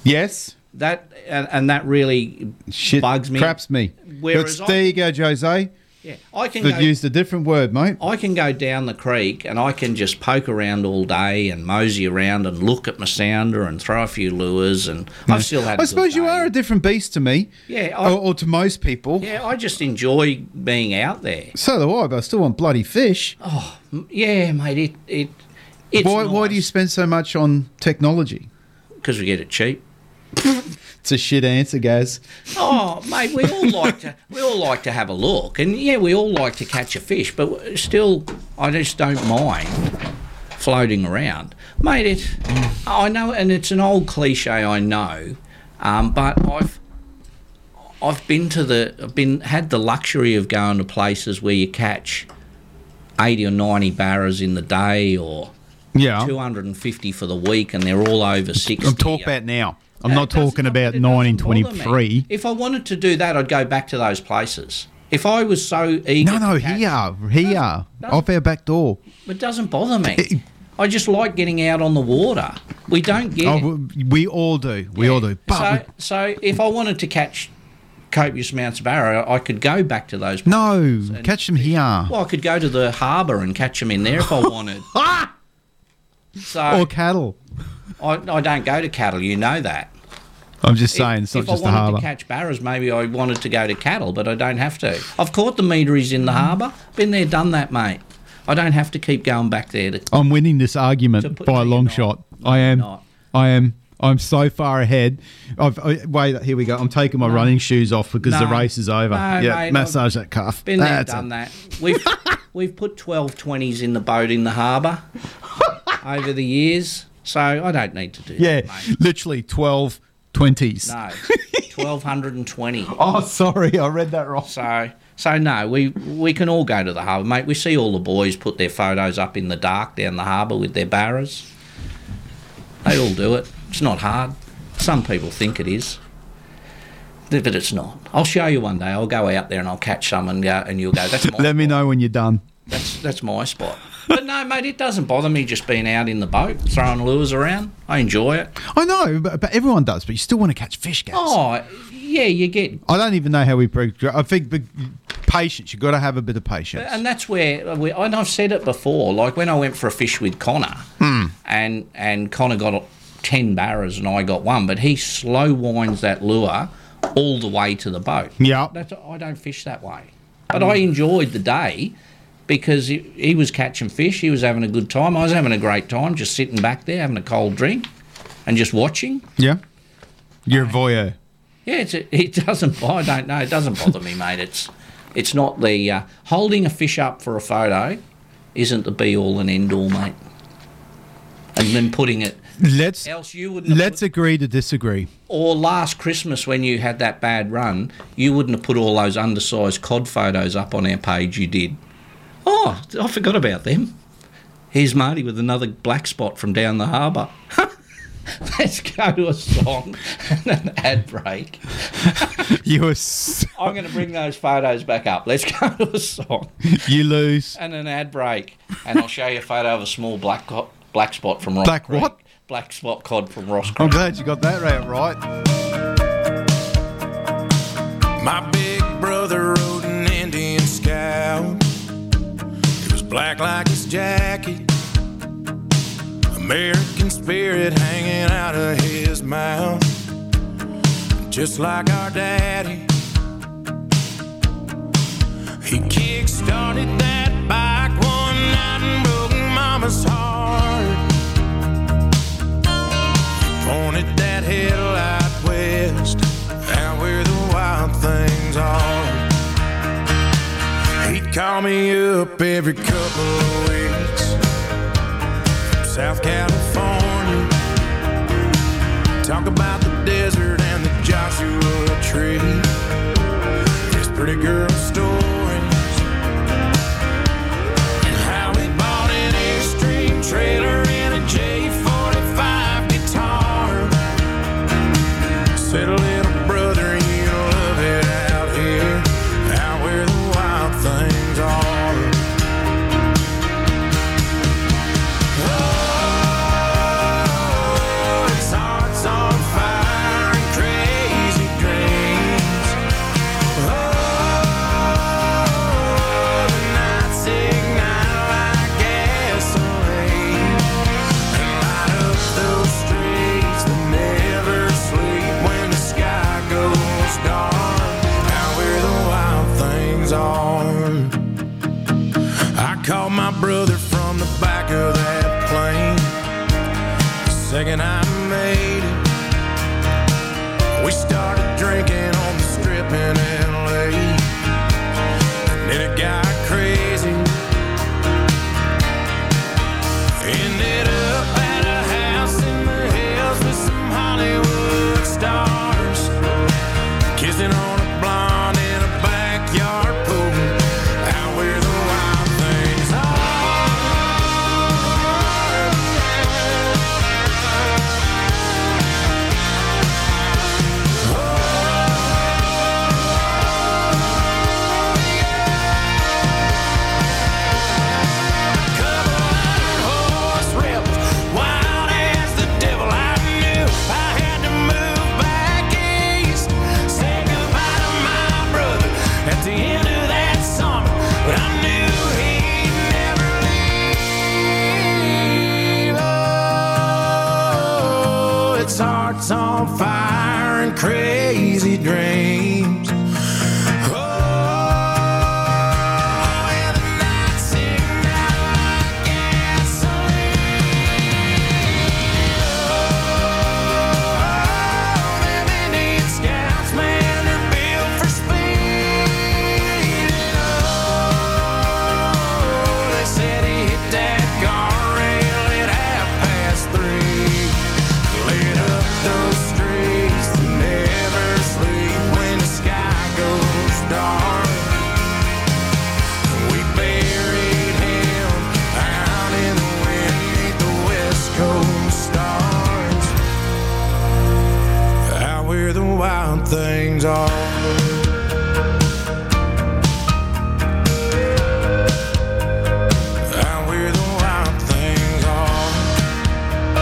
S4: Yes.
S3: That and, and that really bugs me.
S4: craps me.
S3: Whereas
S4: But there you go, Jose.
S3: Yeah, I can
S4: But
S3: go-
S4: used a different word, mate.
S3: I can go down the creek and I can just poke around all day and mosey around and look at my sounder and throw a few lures and I've still had. a
S4: I
S3: good
S4: suppose you are a different beast to me.
S3: Yeah, I-
S4: Or, or to most people.
S3: Yeah, I just enjoy being out there.
S4: So do I, but I still want bloody fish.
S3: Oh, m- yeah, mate. It it it's
S4: why, why do you spend so much on technology?
S3: because we get it cheap.
S4: It's a shit answer, Gaz.
S3: Oh, mate, we all like to we all like to have a look, and yeah, we all like to catch a fish, but w- still, I just don't mind floating around, mate. It, I know, and it's an old cliche, I know, um, but I've I've been to the I've been had the luxury of going to places where you catch eighty or ninety barras in the day, or
S4: Yeah.
S3: two hundred and fifty for the week, and they're all over sixty.
S4: I'm talking about now. I'm not talking about 1923.
S3: If I wanted to do that, I'd go back to those places. If I was so eager,
S4: No, no, here, here, off our back door.
S3: it doesn't bother me. I just like getting out on the water. We don't get. it.
S4: Oh, we- we all do. We all do. But
S3: so, so if I wanted to catch copious amounts of barra, I could go back to those.
S4: we- no, catch them here.
S3: Well, I could go to the harbour and catch them in there if I wanted. so
S4: Or cattle.
S3: I, I don't go to cattle. You know that.
S4: I'm just saying, it's not
S3: if
S4: just
S3: I
S4: the
S3: wanted to
S4: harbour.
S3: catch barras, maybe I wanted to go to cattle, but I don't have to. I've caught the meteries in the harbour. Been there, done that, mate. I don't have to keep going back there. To,
S4: I'm winning this argument by a long shot. I am. I am. I'm so far ahead. I've, I, wait, here we go. I'm taking my running shoes off because the
S3: No.
S4: race is over.
S3: No,
S4: yeah,
S3: mate,
S4: massage that calf.
S3: been there,
S4: That's it.
S3: done that. We've we've put twelve twenties in the boat in the harbour over the years. So I don't need to do
S4: Yeah, literally 12 20s.
S3: No, twelve hundred and twenty.
S4: Oh, sorry, I read that wrong.
S3: So, so no, we we can all go to the harbour, mate. We see all the boys put their photos up in the dark down the harbour with their barras. They all do it. It's not hard. Some people think it is, Th- but it's not. I'll show you one day. I'll go out there and I'll catch some and go, and you'll go. That's my,
S4: Let me know when you're done.
S3: that's that's my spot. But no, mate, it doesn't bother me just being out in the boat throwing lures around. I enjoy it.
S4: I know, but, but everyone does, but you still want to catch fish, guys.
S3: Oh, yeah, you get
S4: I don't even know how we progress. I think but patience. You've got to have a bit of patience.
S3: And that's where, we, and I've said it before, like when I went for a fish with Connor,
S4: Hmm.
S3: and and Connor got 10 barras and I got one, but he slow winds that lure all the way to the boat.
S4: Yeah.
S3: That's, I don't fish that way. But I enjoyed the day because he, he was catching fish, he was having a good time, I was having a great time just sitting back there having a cold drink and just watching.
S4: Yeah. You're a voyeur.
S3: Yeah, it's, it doesn't. I don't know. It doesn't bother me, mate. It's it's not the uh, holding a fish up for a photo isn't the be all and end all, mate. And then putting it.
S4: Let's
S3: else you wouldn't. have
S4: Let's agree to disagree.
S3: or last Christmas when you had that bad run, you wouldn't have put all those undersized cod photos up on our page. You did. Oh, I forgot about them. Here's Marty with another black spot from down the harbour. Let's go to a song and an ad break.
S4: you were. S-
S3: I'm going to bring those photos back up. Let's go to a song
S4: You lose.
S3: and an ad break, and I'll show you a photo of a small black co- black spot from Ross
S4: Black
S3: Creek.
S4: what? Oh,
S3: Black spot cod from Ross Creek.
S4: I'm glad you got that right. Right.
S15: My big brother rode an Indian scout. It was black like his jacket. American spirit hanging out of his mouth. Just like our daddy. He kick-started that bike one night and broke mama's heart. He pointed that headlight west out where the wild things are. He'd call me up every couple of weeks from South California. Talk about the desert and the Joshua tree. His pretty girl stories. And how he bought an Airstream trailer and a J45 guitar. Said, little brother, you love it out here, out where the wild things are. Oh, his heart's on fire and crazy dreams. Oh, the nights ignite like gasoline and light up those streets that never sleep when the sky goes dark. Out where the wild things are. I called my brother from the back of that plane. The second I made it, we started drinking on the strip in LA. Then it got crazy. Ended up at a house in the hills with some Hollywood stars. Kissing on a blonde in a backyard pool. Out where the wild things horse ripped, wild as the devil I knew. I had to move back east, say goodbye to my brother at the end of that summer. But I knew he'd never leave. Oh, its heart's on fire and crazy dreams. Oh, and the nights in They said he hit that guardrail at half past three. things are. And we're the wild things are.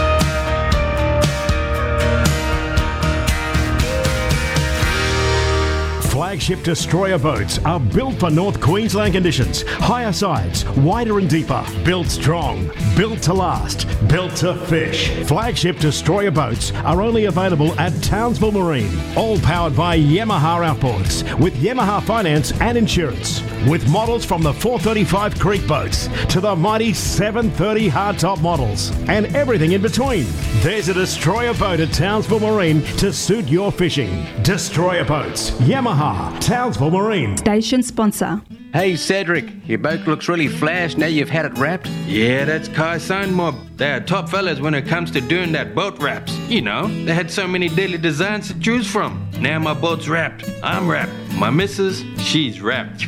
S8: Flagship destroyer boats are built for North Queensland conditions. Higher sides, wider and deeper. Built strong, built to last, built to fish. Flagship destroyer boats are only available at Townsville Marine. All powered by Yamaha outboards with Yamaha finance and insurance. With models from the 435 Creek boats to the mighty 730 hardtop models and everything in between. There's a destroyer boat at Townsville Marine to suit your fishing. Destroyer boats, Yamaha, Townsville Marine.
S16: Station sponsor.
S2: Hey Cedric, your boat looks really flash now you've had it wrapped. Yeah, that's Kai Sign Mob. They are top fellas when it comes to doing that boat wraps. You know, they had so many daily designs to choose from. Now my boat's wrapped. I'm wrapped. My missus, she's wrapped.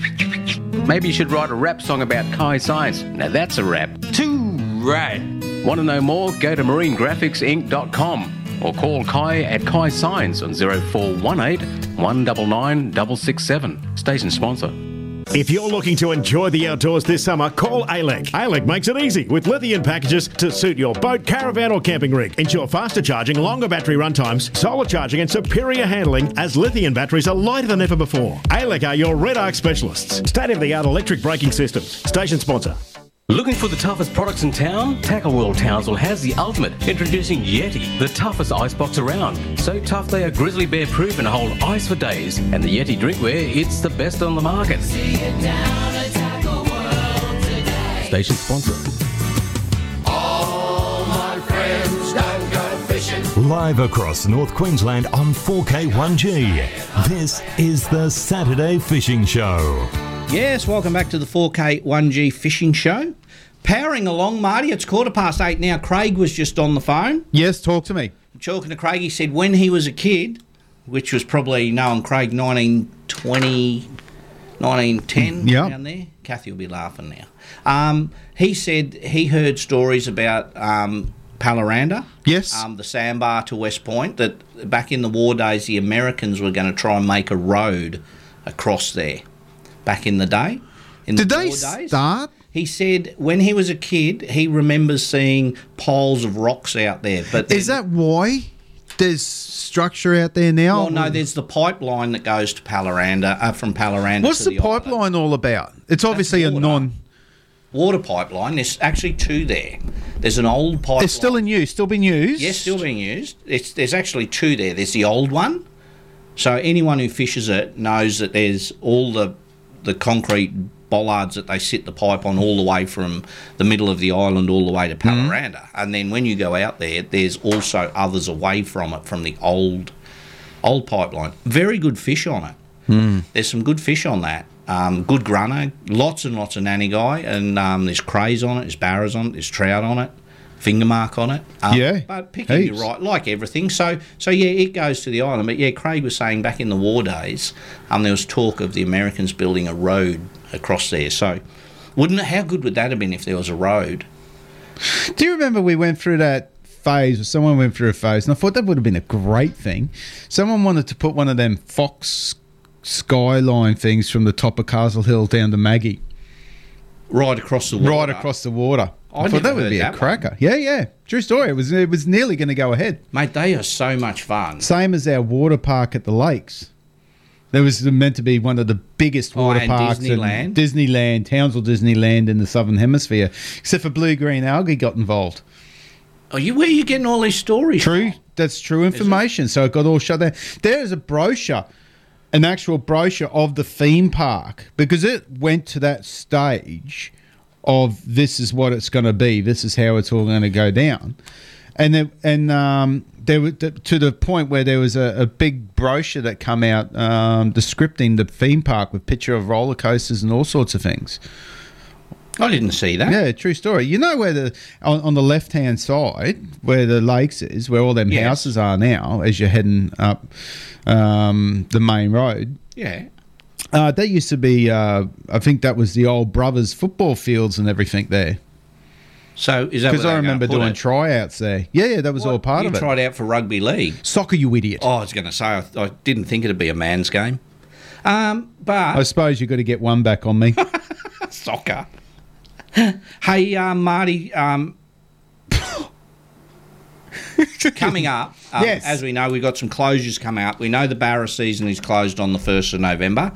S2: Maybe you should write a rap song about Kai Science. Now that's a rap. Too right. Want to know more? Go to marinegraphicsinc.com or call Kai at Kai Science on 0418 199 667. Station sponsor.
S8: If you're looking to enjoy the outdoors this summer, call E ALEC. ALEC makes it easy with lithium packages to suit your boat, caravan, or camping rig. Ensure faster charging, longer battery run times, solar charging, and superior handling as lithium batteries are lighter than ever before. ALEC are your red arc specialists. State of the art electric braking systems. Station sponsor.
S10: Looking for the toughest products in town? Tackle World Townsville has the ultimate. Introducing Yeti, the toughest icebox around. So tough they are grizzly bear proof and hold ice for days. And the Yeti drinkware, it's the best on the market. Station sponsor.
S15: All my friends don't go fishing.
S11: Live across North Queensland on 4K1G. This is the Saturday Fishing Show.
S3: Yes, welcome back to the 4K 1G Fishing Show. Powering along, Marty. It's quarter past eight now. Craig was just on the phone.
S4: Yes, talk to me.
S3: Talking to Craig, he said when he was a kid, which was probably knowing Craig 1920, 1910,
S4: Yeah.
S3: down there. Kathy will be laughing now. Um, he said he heard stories about um, Palaranda.
S4: Yes.
S3: Um, the sandbar to West Point, that back in the war days, the Americans were going to try and make a road across there back in the day. In Did the they
S4: start?
S3: He said when he was a kid, he remembers seeing piles of rocks out there. But
S4: Is that why there's structure out there now?
S3: well, no, there's the pipeline that goes to Palaranda uh, from Palaranda.
S4: What's
S3: to
S4: the pipeline all about? It's obviously a non.
S3: water pipeline? There's actually two there. There's an old pipeline.
S4: It's still in use, still being used.
S3: Yes, still being used. It's, there's actually two there. There's the old one. So anyone who fishes it knows that there's all the the concrete bollards that they sit the pipe on all the way from the middle of the island all the way to
S4: Mm-hmm.
S3: Palaranda. And then when you go out there, there's also others away from it from the old old pipeline. Very good fish on it. There's some good fish on that. Um, good grunner, lots and lots of nanny guy, and um, there's crays on it, there's barras on it, there's trout on it, finger mark on it. Um,
S4: Yeah,
S3: but picking you
S4: heaps.
S3: right, like everything. So, so yeah, it goes to the island. But yeah, Craig was saying back in the war days, um, there was talk of the Americans building a road across there. So, wouldn't it, how good would that have been if there was a road?
S4: Do you remember we went through that phase, or someone went through a phase, and I thought that would have been a great thing. Someone wanted to put one of them Fox skyline things from the top of Castle Hill down to Maggie.
S3: Right across the
S4: Right
S3: water.
S4: across the water. I,
S3: I
S4: thought that
S3: never
S4: would
S3: heard
S4: be
S3: that
S4: a
S3: one.
S4: cracker. Yeah, yeah. True story. It was it was nearly going to go ahead.
S3: Mate, they are so much fun.
S4: Same as our water park at the lakes. There was meant to be one of the biggest
S3: Oh,
S4: water
S3: and
S4: parks in
S3: Disneyland?
S4: Disneyland, Townsville Disneyland in the southern hemisphere, except for blue green algae got involved.
S3: Are you where are you getting all these stories?
S4: True, that's true information. So it got all shut down. There is a brochure, an actual brochure of the theme park because it went to that stage of this is what it's going to be. This is how it's all going to go down, and then and um, there were to the point where there was a, a big brochure that come out um, descripting the theme park with picture of roller coasters and all sorts of things.
S3: I didn't see that.
S4: Yeah, true story. You know where the on, on the left hand side where the lakes is, where all them houses are now, as you're heading up um, the main road.
S3: Yeah.
S4: Uh, that used to be, uh, I think that was the old brothers football fields and everything there.
S3: So is that
S4: Because
S3: where
S4: I
S3: they're gonna
S4: remember
S3: put
S4: doing
S3: it?
S4: tryouts there. Yeah, yeah, that was all part
S3: you
S4: of it.
S3: tried out for rugby league.
S4: Soccer, you idiot.
S3: Oh, I was going to say, I, I didn't think it'd be a man's game. Um, but
S4: I suppose you've got to get one back on me.
S3: soccer. hey, uh, Marty. Um, coming up, um,
S16: Yes.
S3: as we know, we've got some closures coming up. We know the Barra season is closed on the 1st of November,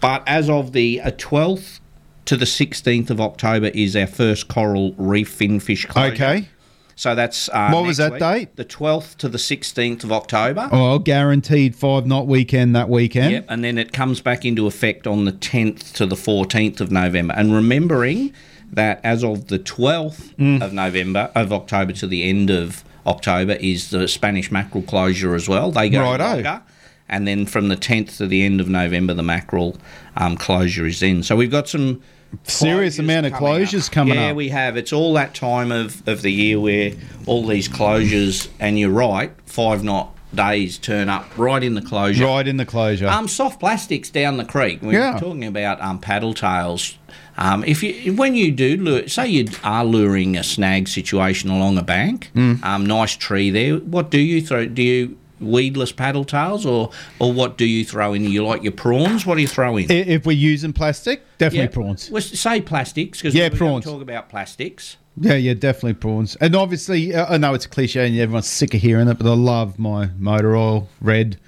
S3: but as of the uh, 12th to the 16th of October is our first coral reef finfish closure.
S4: Okay.
S3: So that's. Uh,
S4: What was
S3: next
S4: that
S3: week, The 12th to the 16th of October.
S4: oh, guaranteed five night weekend that weekend.
S3: Yep, and then it comes back into effect on the 10th to the 14th of November. And remembering that as of the 12th
S4: Mm.
S3: of November, of October to the end of October, is the Spanish mackerel closure as well. They go
S4: Righto.
S3: longer. And then from the 10th to the end of November, the mackerel um, closure is in. So we've got some
S4: Serious amount of closures coming
S3: yeah,
S4: up.
S3: we have. It's all that time of, of the year where all these closures, and you're right, five knot days turn up right in the closure.
S4: Right in the closure.
S3: Um, soft plastics down the creek. We
S4: Yeah.
S3: were talking about um, paddle tails. Um, if you when you do lure, say you are luring a snag situation along a bank,
S4: Mm.
S3: um, nice tree there. What do you throw? Do you weedless paddle tails, or or what do you throw in? You like your prawns? What do you throw in?
S4: I- if we're using plastic, definitely
S3: Yeah.
S4: prawns.
S3: Well, say plastics because
S4: Yeah,
S3: we were gonna
S4: prawns.
S3: Talk about plastics.
S4: Yeah, yeah, definitely prawns. And obviously, uh, I know it's a cliche and everyone's sick of hearing it, but I love my motor oil, red,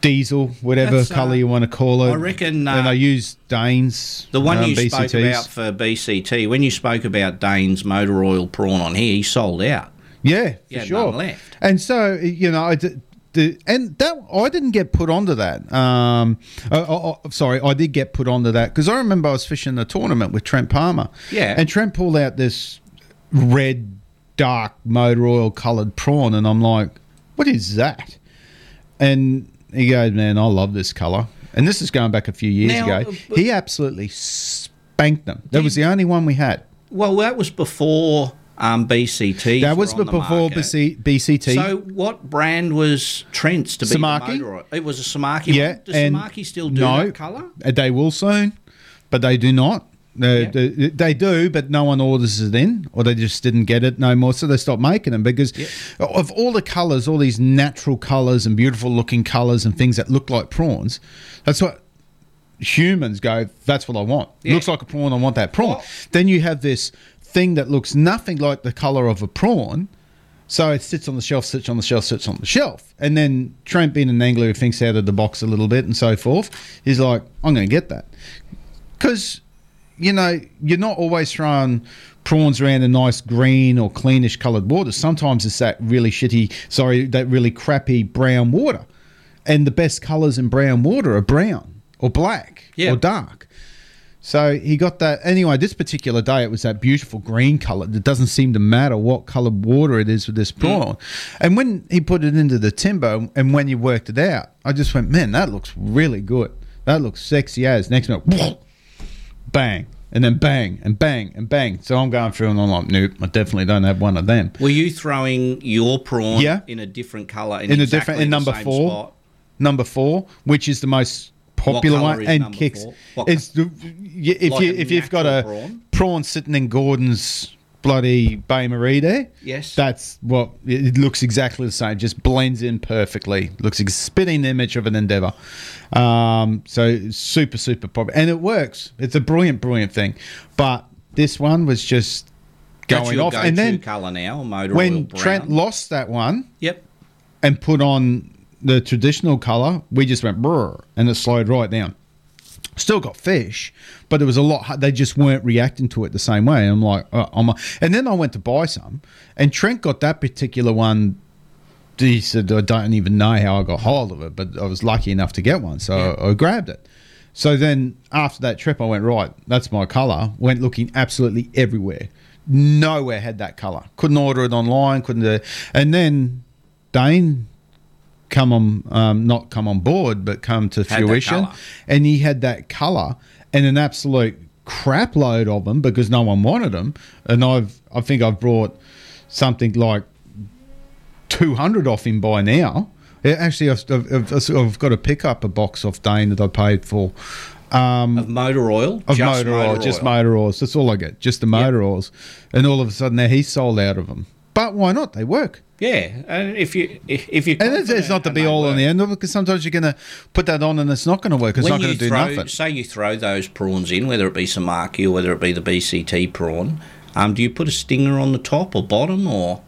S4: diesel, whatever
S3: That's, uh,
S4: colour you want to call it.
S3: I reckon, uh,
S4: and I use Danes. um,
S3: The one you spoke
S4: BCTs.
S3: about for BCT, when you spoke about Dane's motor oil prawn on here, he sold out.
S4: Yeah,
S3: He
S4: for
S3: had
S4: sure.
S3: none left.
S4: And so you know, I did, did- and that I didn't get put onto that. Um, I, I, I- sorry, I did get put onto that because I remember I was fishing the tournament with Trent Palmer.
S3: Yeah.
S4: and Trent pulled out this red, dark motor oil coloured prawn, and I'm like, "What is that?" And he goes, "Man, I love this colour." And this is going back a few years
S3: Now,
S4: ago.
S3: uh,
S4: He absolutely spanked them. That was the only one we had.
S3: Well, that was before um, BCT.
S4: That was
S3: were on the
S4: before
S3: market.
S4: BC, BCT.
S3: So, what brand was Trent's to be
S4: Samaki?
S3: the motor oil? It was a Samaki.
S4: Yeah,
S3: Does
S4: and
S3: Samaki still do
S4: no,
S3: that colour?
S4: Uh, They will soon, but they do not. They, they, they do, but no one orders it in, or they just didn't get it no more, so they stopped making them because of all the colours, all these natural colours and beautiful looking colours and things that look like prawns. That's what humans go. That's what I want. Looks like a prawn. I want that prawn. Then you have this thing that looks nothing like the colour of a prawn. So it sits on the shelf, sits on the shelf, sits on the shelf. And then Trent being an angler who thinks out of the box a little bit and so forth, he's like, I'm going to get that. Because, you know, you're not always throwing prawns around a nice green or cleanish coloured water. Sometimes it's that really shitty, sorry, that really crappy brown water. And the best colours in brown water are brown or black or dark. So he got that. Anyway, this particular day, it was that beautiful green color. It doesn't seem to matter what color water it is with this prawn. And when he put it into the timber and when you worked it out, I just went, man, that looks really good. That looks sexy as. Next minute, bang. And then bang and bang and bang. So I'm going through and I'm like, nope, I definitely don't have one of them.
S3: Were you throwing your prawn
S4: Yeah.
S3: in a different colour?
S4: in a different,
S3: exactly
S4: in
S3: the
S4: number
S3: same
S4: four,
S3: spot?
S4: number four, which is the most popular
S3: colour
S4: one
S3: is
S4: and
S3: number
S4: kicks.
S3: four? What
S4: It's the, y- if
S3: Like
S4: you
S3: a
S4: if you've got a
S3: natural prawn?
S4: prawn sitting in Gordon's bloody Bay Marie there.
S3: Yes.
S4: that's what it it looks exactly the same. Just blends in perfectly. Looks like a spitting image of an endeavor. Um, so super super popular, and it works. It's a brilliant brilliant thing, but this one was just
S3: That's
S4: going
S3: your
S4: off, and
S3: go-to
S4: then
S3: colour now, motor oil
S4: when
S3: brown.
S4: Trent lost that one,
S3: Yep.
S4: and put on the traditional color, we just went brr, and it slowed right down. Still got fish, but it was a lot. h- They just weren't reacting to it the same way. I'm like, oh, I'm a, and then I went to buy some, and Trent got that particular one. He said, I don't even know how I got hold of it, but I was lucky enough to get one, so I, I grabbed it. So then after that trip, I went right. That's my color. Went looking absolutely everywhere. Nowhere had that color. Couldn't order it online. Couldn't. Do And then Dane come on, um, not come on board, but come to
S3: Had that
S4: fruition.
S3: colour.
S4: And he had that color and an absolute crap load of them because no one wanted them. And I've, I think I've brought something like 200 off him by now. Yeah, Actually, I've, I've, I've I've got to pick up a box off Dane that I paid for um,
S3: of motor oil,
S4: of
S3: just
S4: motor, oil,
S3: motor
S4: just
S3: oil.
S4: motor oils. That's all I get, just the motor oils. And all of a sudden, now he's sold out of them. But why not? They work.
S3: Yeah, and if you if, if you
S4: And it's, it's not the be all and the end of it because sometimes you're going to put that on and it's not going to work. It's not going to do
S3: throw,
S4: nothing.
S3: Say you throw those prawns in, whether it be samaki or whether it be the BCT prawn. Um, do you put a stinger on the top or bottom or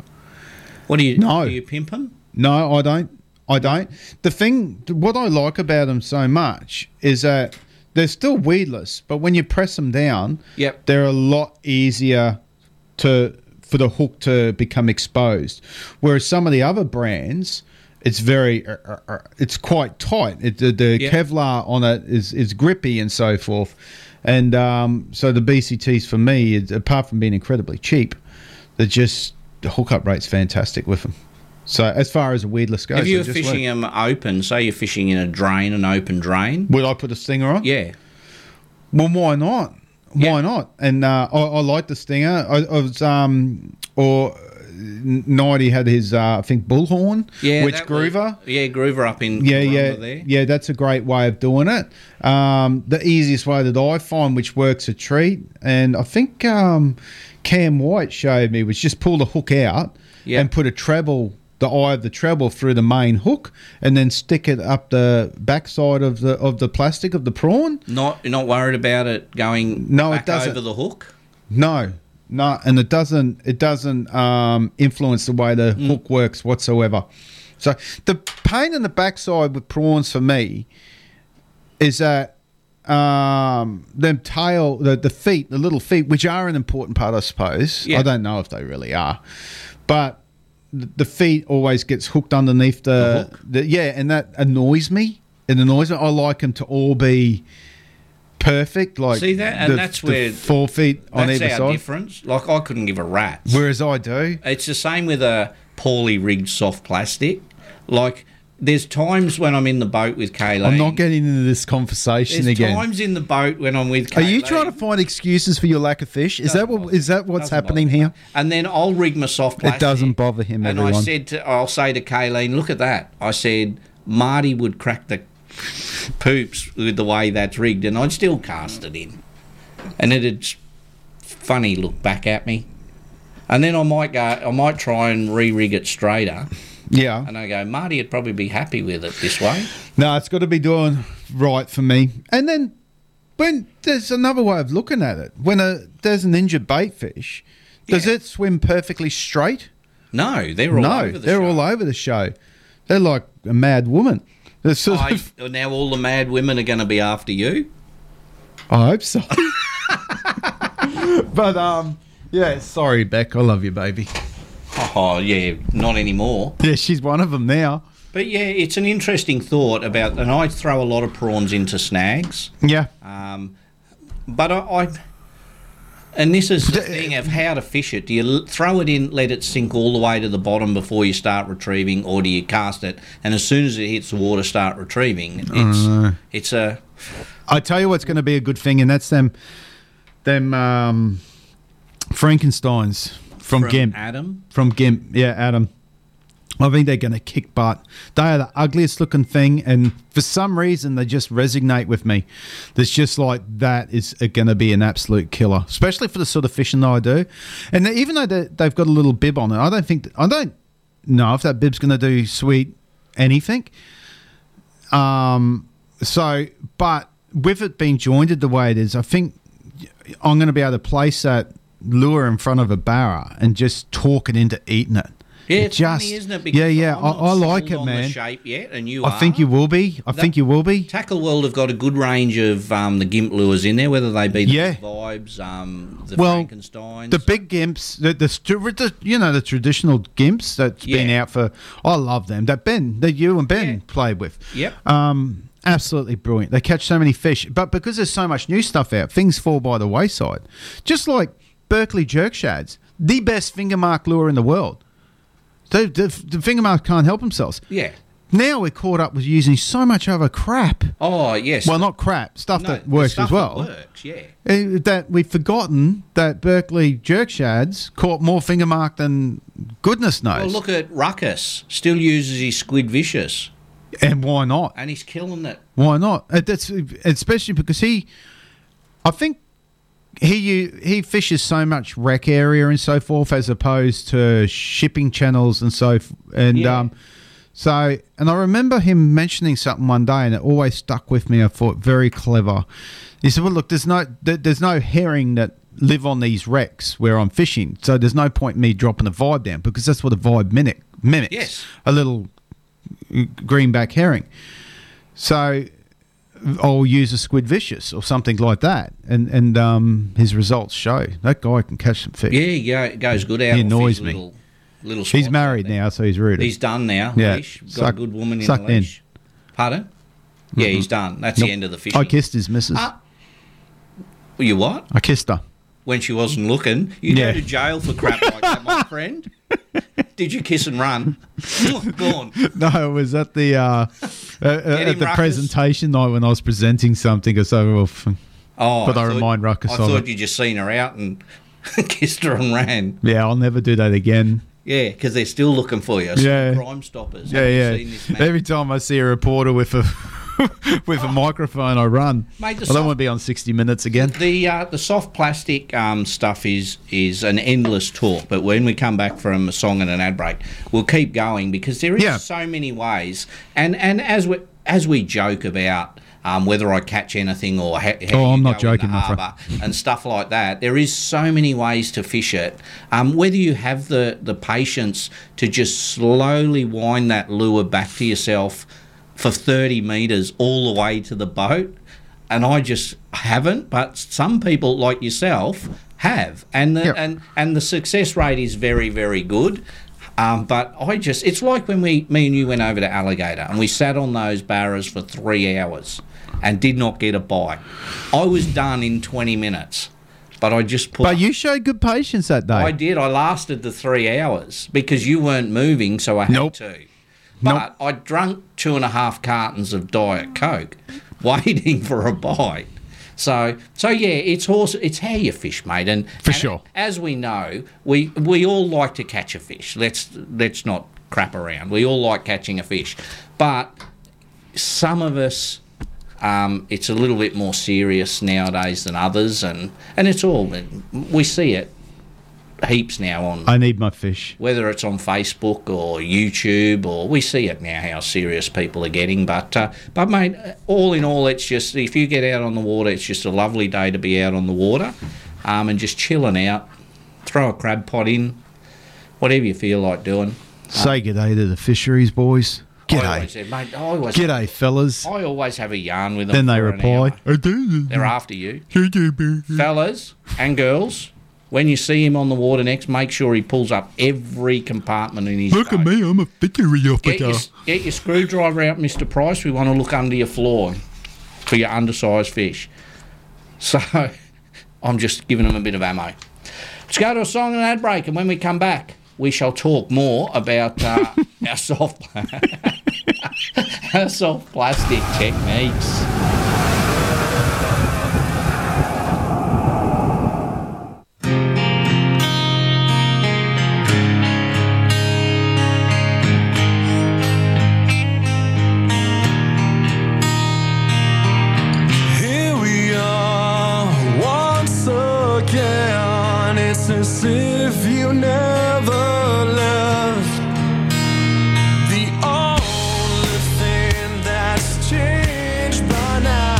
S3: what do you?
S4: No.
S3: Do you pimp them?
S4: No, I don't. I don't. The thing, what I like about them so much is that they're still weedless, but when you press them down,
S3: Yep.
S4: they're a lot easier to for the hook to become exposed. Whereas some of the other brands, it's very, uh, uh, uh, it's quite tight. It, the the
S16: Yep.
S4: Kevlar on it is is grippy and so forth. And um, so the BCTs for me, is, apart from being incredibly cheap, they're just the hookup rate's fantastic with them. So as far as a weedless goes,
S3: if you're
S4: they just
S3: fishing
S4: work.
S3: them open, say you're fishing in a drain, an open drain.
S4: Would I put a stinger on?
S3: Yeah.
S4: Well, why not? Why not? And uh, I, I like the stinger. I, I was, um, or Nighty had his, uh, I think, bullhorn,
S3: Yeah.
S4: which
S3: that was-
S4: Groover.
S3: yeah, Groover up in
S4: yeah,
S3: Coolarumba
S4: yeah,
S3: there.
S4: yeah. That's a great way of doing it. Um, the easiest way that I find, which works a treat, and I think um, Cam White showed me was just pull the hook out
S3: Yeah.
S4: and put a treble, the eye of the treble through the main hook, and then stick it up the backside of the of the plastic of the prawn.
S3: Not you're not worried about it going
S4: No, it
S3: back
S4: doesn't.
S3: over the hook.
S4: No, no, and it doesn't. It doesn't um, influence the way
S3: Mm.
S4: the hook works whatsoever. So the pain in the backside with prawns for me is that um, them tail, the, the feet, the little feet, which are an important part, I suppose. I don't know if they really are, but th- the feet always gets hooked underneath the, the yeah, and that annoys me. It annoys me. I like them to all be perfect, like
S3: See that, and
S4: the-
S3: that's
S4: the
S3: where
S4: four feet on
S3: that's
S4: either
S3: our
S4: side.
S3: difference. Like I couldn't give a rat's.
S4: Whereas I do.
S3: It's the same with a poorly rigged soft plastic. Like there's times when I'm in the boat with Kaylee.
S4: I'm not getting into this conversation
S3: there's
S4: again.
S3: times in the boat when I'm with.
S4: Are
S3: Kaylee,
S4: you trying to find excuses for your lack of fish? Is that what is that what's happening here?
S3: And then I'll rig my soft plastic.
S4: It doesn't bother him,
S3: And
S4: everyone.
S3: I said, to, I'll say to Kayleen, look at that. I said, Marty would crack the poops with the way that's rigged, and I'd still cast it in. And it'd s- funny look back at me. And then I might go, I might try and re rig it straighter.
S4: Yeah.
S3: And I go, Marty would probably be happy with it this way.
S4: No, it's got to be doing right for me. And then when there's another way of looking at it, when a, there's an injured bait fish, does it swim perfectly straight?
S3: No, they're all
S4: no,
S3: over the
S4: they're all over the show. They're like a mad woman. They're sort
S3: I,
S4: of-
S3: now all the mad women are going to be after you.
S4: I hope so. but um, yeah. Sorry, Beck. I love you, baby.
S3: Oh yeah, not anymore.
S4: Yeah, she's one of them now.
S3: But yeah, it's an interesting thought about, and I throw a lot of prawns into snags.
S4: Yeah.
S3: Um, but I, I, and this is the thing of how to fish it. Do you l- throw it in, let it sink all the way to the bottom before you start retrieving, or do you cast it and as soon as it hits the water, start retrieving? It's
S4: Uh,
S3: it's a
S4: I tell you what's going to be a good thing, and that's them, them um, Frankenstein's from,
S3: From
S4: Gimp.
S3: Adam?
S4: From Gimp, yeah, Adam. I think they're going to kick butt. They are the ugliest looking thing, and for some reason they just resonate with me. There's just like that is going to be an absolute killer, especially for the sort of fishing that I do. And they- even though they- they've got a little bib on it, I don't think I don't know if that bib's going to do sweet anything. Um, so, but with it being jointed the way it is, I think I'm going to be able to place that lure in front of a barra and just talk it into eating it.
S3: yeah,
S4: It
S3: it's funny, isn't it? Because
S4: yeah, yeah.
S3: I'm
S4: I,
S3: not
S4: I like
S3: sold
S4: it,
S3: on The
S4: man.
S3: shape yet, and you
S4: I
S3: are.
S4: think you will be. I think you will be.
S3: Tackle World have got a good range of um, the gimp lures in there, whether they be the
S4: Yeah.
S3: vibes, um, the
S4: well,
S3: Frankenstein.
S4: the big gimps, the, the stu- the you know the traditional gimps that's been out for. I love them. That Ben, that you and Ben played with.
S3: Yep.
S4: Um, absolutely brilliant. They catch so many fish, but because there's so much new stuff out, things fall by the wayside. Just like Berkeley jerk shads, the best finger mark lure in the world. The, the, the finger marks can't help themselves.
S3: Yeah.
S4: Now we're caught up with using so much other crap.
S3: Oh yes.
S4: Well, not crap stuff
S3: No,
S4: that
S3: the
S4: works
S3: stuff
S4: as well.
S3: That works, yeah.
S4: Uh, that we've forgotten that Berkeley jerk shads caught more finger mark than goodness knows.
S3: Well, look at Ruckus. Still uses his squid vicious.
S4: And why not?
S3: and he's killing it.
S4: Why not? Uh, That's especially because he, I think, he uh, he fishes so much wreck area and so forth as opposed to shipping channels and so f- and
S3: Yeah.
S4: um, so and I remember him mentioning something one day and it always stuck with me. I thought very clever. He said, "Well, look, there's no there- there's no herring that." Live on these wrecks where I'm fishing, so there's no point me dropping a vibe down because that's what a vibe mimic, mimics.
S3: Yes.
S4: a little greenback herring. So I'll use a squid vicious or something like that, and and um, his results show that guy can catch some fish.
S3: Yeah, he go, goes good out.
S4: He
S3: off
S4: annoys
S3: his
S4: me.
S3: Little, little
S4: he's married now, so he's rude.
S3: He's done now.
S4: Yeah,
S3: leash. Got
S4: suck-
S3: a good woman in
S4: suck
S3: the leash. Pardon? Yeah, he's done. That's
S4: Nope.
S3: the end of the fishing.
S4: I kissed his missus.
S3: Ah. You what?
S4: I kissed her.
S3: When she wasn't looking, you
S4: Yeah.
S3: go to jail for crap like that, my friend. Did you kiss and run? Gone.
S4: No, it was at the uh, uh,
S3: him,
S4: at the
S3: Ruckus.
S4: presentation night when I was presenting something or so. off.
S3: Oh,
S4: but I,
S3: thought-
S4: remind Ruckus
S3: I
S4: of
S3: thought
S4: it.
S3: you just seen her out and kissed her and ran.
S4: Yeah, I'll never do that again.
S3: Yeah, because they're still looking for you.
S4: Yeah.
S3: Crime stoppers.
S4: Yeah,
S3: Have you
S4: yeah.
S3: seen this man?
S4: Every time I see a reporter with a with a
S3: Oh.
S4: microphone, I run.
S3: Mate, the
S4: I don't
S3: soft-
S4: want to be on sixty minutes again.
S3: The uh, the soft plastic um, stuff is is an endless talk, but when we come back from a song and an ad break, we'll keep going because there is
S4: Yeah.
S3: so many ways. And and as we as we joke about um, whether I catch anything or ha- how
S4: Oh,
S3: you
S4: I'm
S3: go
S4: not joking,
S3: in the
S4: my friend.
S3: harbour and stuff like that, there is so many ways to fish it. Um, whether you have the the patience to just slowly wind that lure back to yourself for 30 meters all the way to the boat and I just haven't. But some people like yourself have, and the, and and the success rate is very very good. Um, but I just it's like when we me and you went over to Alligator and we sat on those barras for three hours and did not get a bite. I was done in twenty minutes, but I just put.
S4: But you showed good patience that day.
S3: I did. I lasted the three hours because you weren't moving, so I had
S4: Nope.
S3: to. But I drunk two and a half cartons of Diet Coke, waiting for a bite. So, so yeah, it's horse. It's how you fish, mate. And for sure, as we know, we we all like to catch a fish. Let's let's not crap around. We all like catching a fish, but some of us um, it's a little bit more serious nowadays than others and and it's all we see it heaps now on
S4: I need my fish.
S3: whether it's on Facebook or YouTube or we see it now how serious people are getting. But uh, but mate, all in all, it's just if you get out on the water, it's just a lovely day to be out on the water, um, and just chilling out. Throw a crab pot in, whatever you feel like doing. Um,
S4: Say good day to the fisheries boys.
S3: I
S4: G'day.
S3: Ah. always said, mate, I always
S4: G'day, fellas.
S3: I always have a yarn with them.
S4: Then they
S3: for an
S4: reply.
S3: hour.
S4: I do.
S3: They're after you. Fellas and girls, when you see him on the water next, make sure he pulls up every compartment in his
S4: Look at me, I'm a fishery
S3: Get your, get your screwdriver out, Mr. Price. We want to look under your floor for your undersized fish. So I'm just giving them a bit of ammo. Let's go to a song and an ad break, and when we come back, we shall talk more about uh, our soft our soft plastic techniques.
S15: Here we are once again. It's as if you never left. The only thing that's changed by now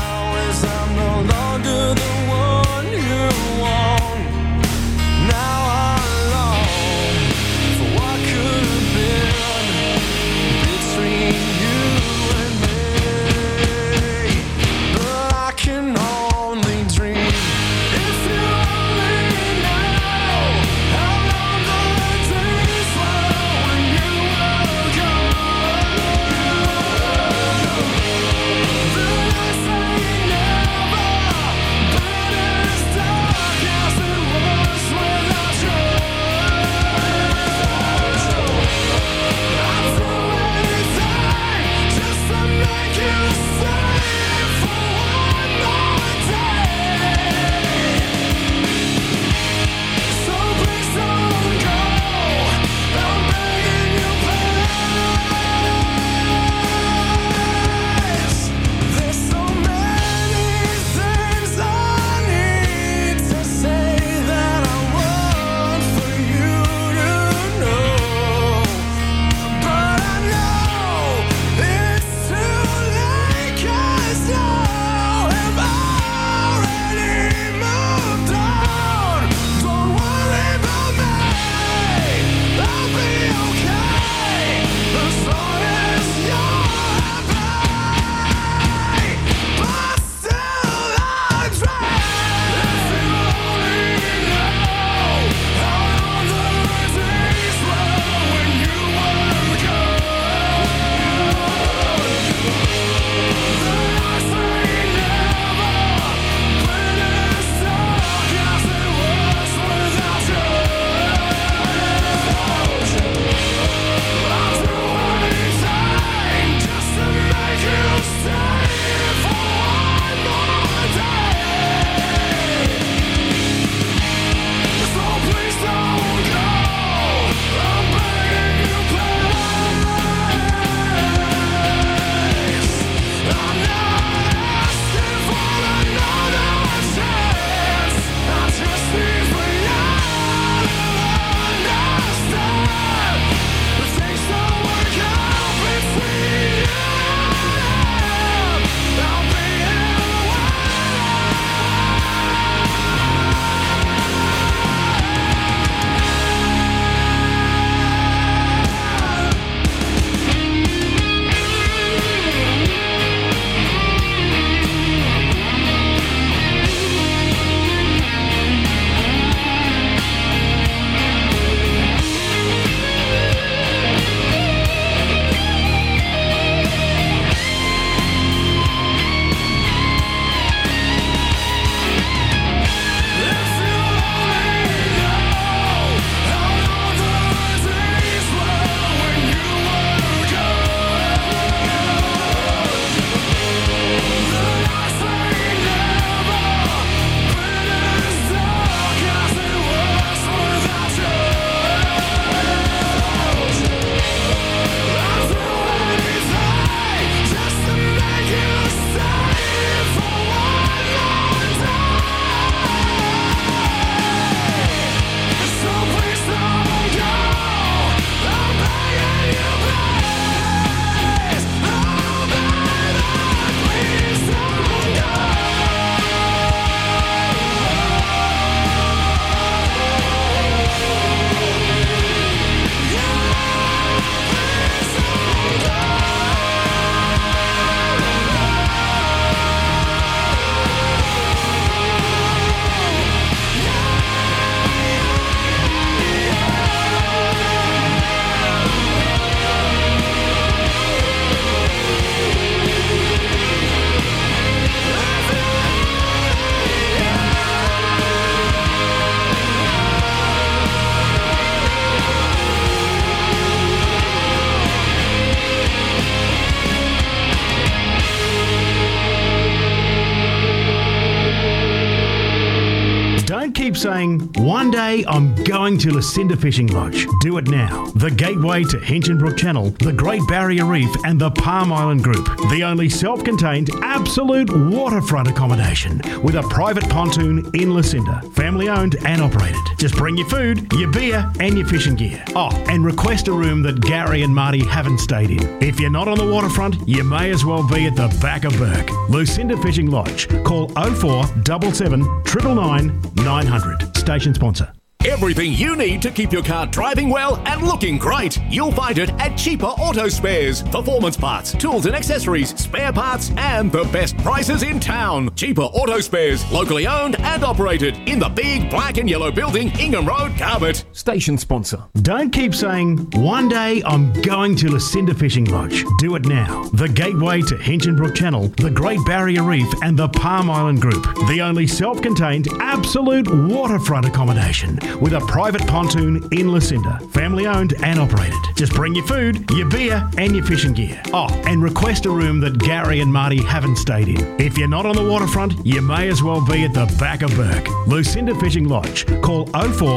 S8: saying, One day I'm going to Lucinda Fishing Lodge. Do it now. The gateway to Hinchinbrook Channel, the Great Barrier Reef, and the Palm Island Group. The only self contained, absolute waterfront accommodation with a private pontoon in Lucinda. Family owned and operated. Just bring your food, your beer, and your fishing gear. Oh, and request a room that Gary and Marty haven't stayed in. If you're not on the waterfront, you may as well be at the back of Burke. Lucinda Fishing Lodge. Call 04 77 999 900. Station sponsor.
S7: Everything you need to keep your car driving well and looking great. You'll find it at Cheaper Auto Spares. Performance parts, tools and accessories, spare parts, and the best prices in town. Cheaper Auto Spares, locally owned and operated in the big black and yellow building, Ingham Road, Carbet.
S8: Station sponsor. Don't keep saying, one day I'm going to Lucinda Fishing Lodge. Do it now. The gateway to Hinchinbrook Channel, the Great Barrier Reef, and the Palm Island Group. The only self contained, absolute waterfront accommodation with a private pontoon in Lucinda. Family owned and operated. Just bring your food, your beer, and your fishing gear. Oh, and request a room that Gary and Marty haven't stayed in. If you're not on the waterfront, you may as well be at the back of Burke. Lucinda Fishing Lodge. Call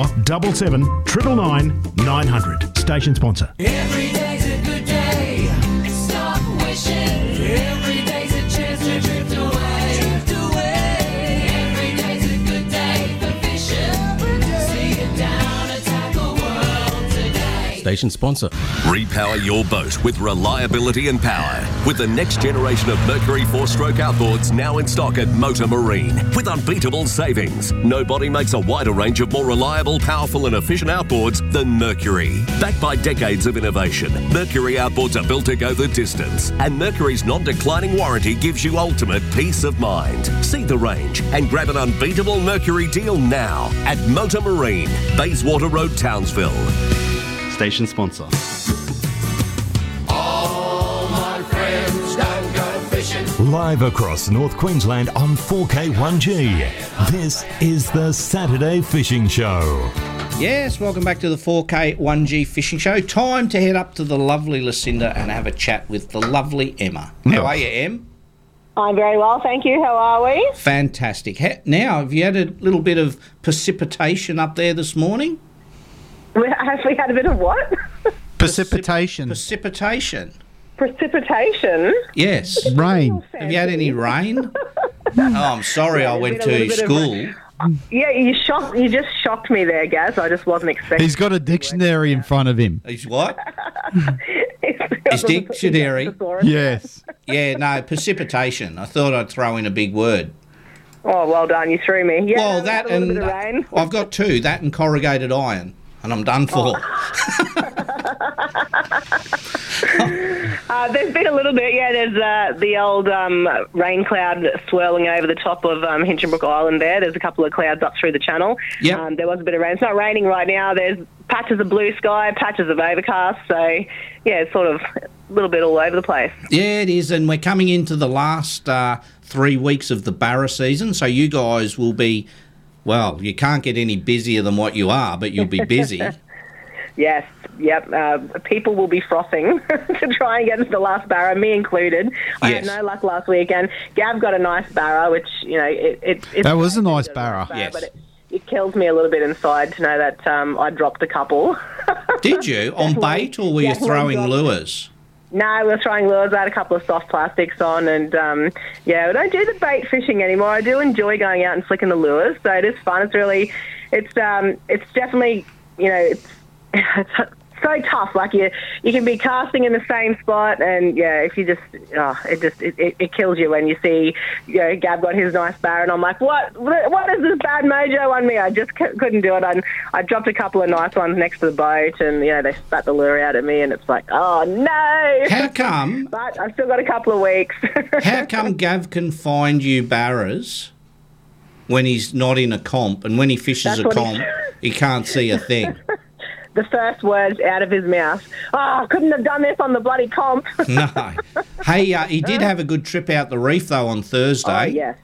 S8: 04 77 999 900. Station sponsor.
S1: Every day's a good day. Stop wishing. Every day's a chance to drift away. Drift away. Every day's a good day for fishing. See you down at Tackle World today.
S10: Station sponsor.
S13: Repower your boat with reliability and power with the next generation of Mercury four stroke outboards now in stock at Motor Marine with unbeatable savings. Nobody makes a wider range of more reliable, powerful, and efficient outboards than Mercury. Backed by decades of innovation, Mercury outboards are built to go the distance, and Mercury's non declining warranty gives you ultimate peace of mind. See the range and grab an unbeatable Mercury deal now at Motor Marine, Bayswater Road, Townsville.
S16: Station sponsor.
S15: All my friends don't go fishing.
S11: Live across North Queensland on 4K1G. This is the Saturday Fishing Show.
S3: Yes, welcome back to the 4K 1G Fishing Show. Time to head up to the lovely Lucinda and have a chat with the lovely Emma. How are you, Em?
S17: I'm very well, thank you. How are we?
S3: Fantastic. Ha- Now, have you had a little bit of precipitation up there this morning?
S17: We actually had a bit of what?
S3: Precipitation. Precipitation.
S17: Precipitation.
S3: Yes. Rain. Have you had any rain? oh, I'm sorry I went
S17: been a
S3: to
S17: little bit of
S3: school.
S17: Yeah, you shocked. You just shocked me there, Gaz. I just wasn't expecting.
S4: He's got a dictionary in front of him.
S3: Is what? Is dictionary.
S4: Yes.
S3: eh? Yeah, no, precipitation. I thought I'd throw in a big word.
S17: Oh, well done. You threw me. Yeah,
S3: well,
S17: we
S3: that
S17: had a little
S3: and
S17: bit of rain.
S3: I've got two, that and corrugated iron, and I'm done
S17: Oh.
S3: for.
S17: Uh, there's been a little bit, yeah. There's uh, the old um, rain cloud swirling over the top of um, Hinchinbrook Island. There, there's a couple of clouds up through the channel.
S18: Yep.
S17: Um, there was a bit of rain. It's not raining right now. There's patches of blue sky, patches of overcast. So, yeah, it's sort of a little bit all over the place.
S3: Yeah, it is, and we're coming into the last uh, three weeks of the barra season, so you guys will be, well, you can't get any busier than what you are, but you'll be busy.
S17: Yes, yep. Uh, people will be frothing to try and get to the last barra, me included. I had
S4: Yes.
S17: no luck last weekend. Gav got a nice barra, which you know it. it it's
S4: that was a nice barra.
S17: But it, it kills me a little bit inside to know that um, I dropped a couple.
S3: Did you on bait, or were you
S17: Definitely
S3: throwing
S17: dropped it.
S3: lures?
S17: No, we were throwing lures. I had a couple of soft plastics on, and um, yeah, we don't do the bait fishing anymore. I do enjoy going out and flicking the lures, so it is fun. It's really, it's um, it's definitely you know it's it's so tough. Like you you can be casting in the same spot, and yeah, if you just oh, it just it, it, it kills you when you see you know Gab got his nice bar, and I'm like, what what is this bad mojo on me? I just c- couldn't do it. I I dropped a couple of nice ones next to the boat, and you know they spat the lure out at me, and it's like, oh no.
S3: How come?
S17: But I've still got a couple of weeks.
S3: How come Gav can find you barras when he's not in a comp, and when he fishes
S17: That's
S3: a
S17: what he-
S3: comp, he can't see a thing?
S17: the first words out of his mouth. Oh, I couldn't have done this on the bloody comp.
S3: No. Hey, uh, he did have a good trip out the reef though on Thursday.
S17: Oh, yes.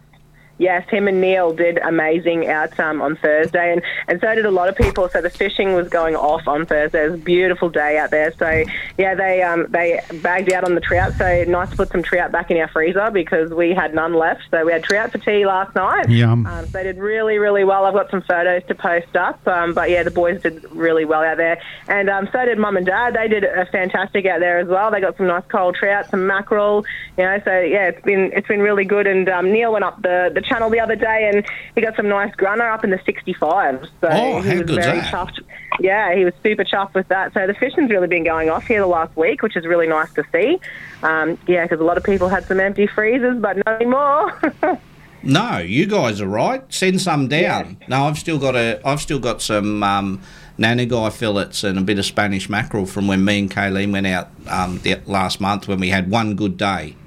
S17: Yes, him and Neil did amazing out um, on Thursday, and, and so did a lot of people. So the fishing was going off on Thursday. It was a beautiful day out there. So yeah, they um, they bagged out on the trout. So nice to put some trout back in our freezer because we had none left. So we had trout for tea last night.
S4: Yum.
S17: Um, they did really really well. I've got some photos to post up. Um, but yeah, the boys did really well out there, and um, so did mum and dad. They did a fantastic out there as well. They got some nice cold trout, some mackerel. You know, so yeah, it's been it's been really good. And um, Neil went up the, the channel the other day, and he got some nice grunner up in the 65s. So
S3: Oh, how
S17: he was
S3: good's
S17: very
S3: that?
S17: chuffed. Yeah, he was super chuffed with that. So the fishing's really been going off here the last week, which is really nice to see. Um, yeah, because a lot of people had some empty freezers, but not anymore.
S3: No, you guys are right. Send some down. No, I've still got a. I've still got some um, nanagai fillets and a bit of Spanish mackerel from when me and Kayleen went out um, the, last month when we had one good day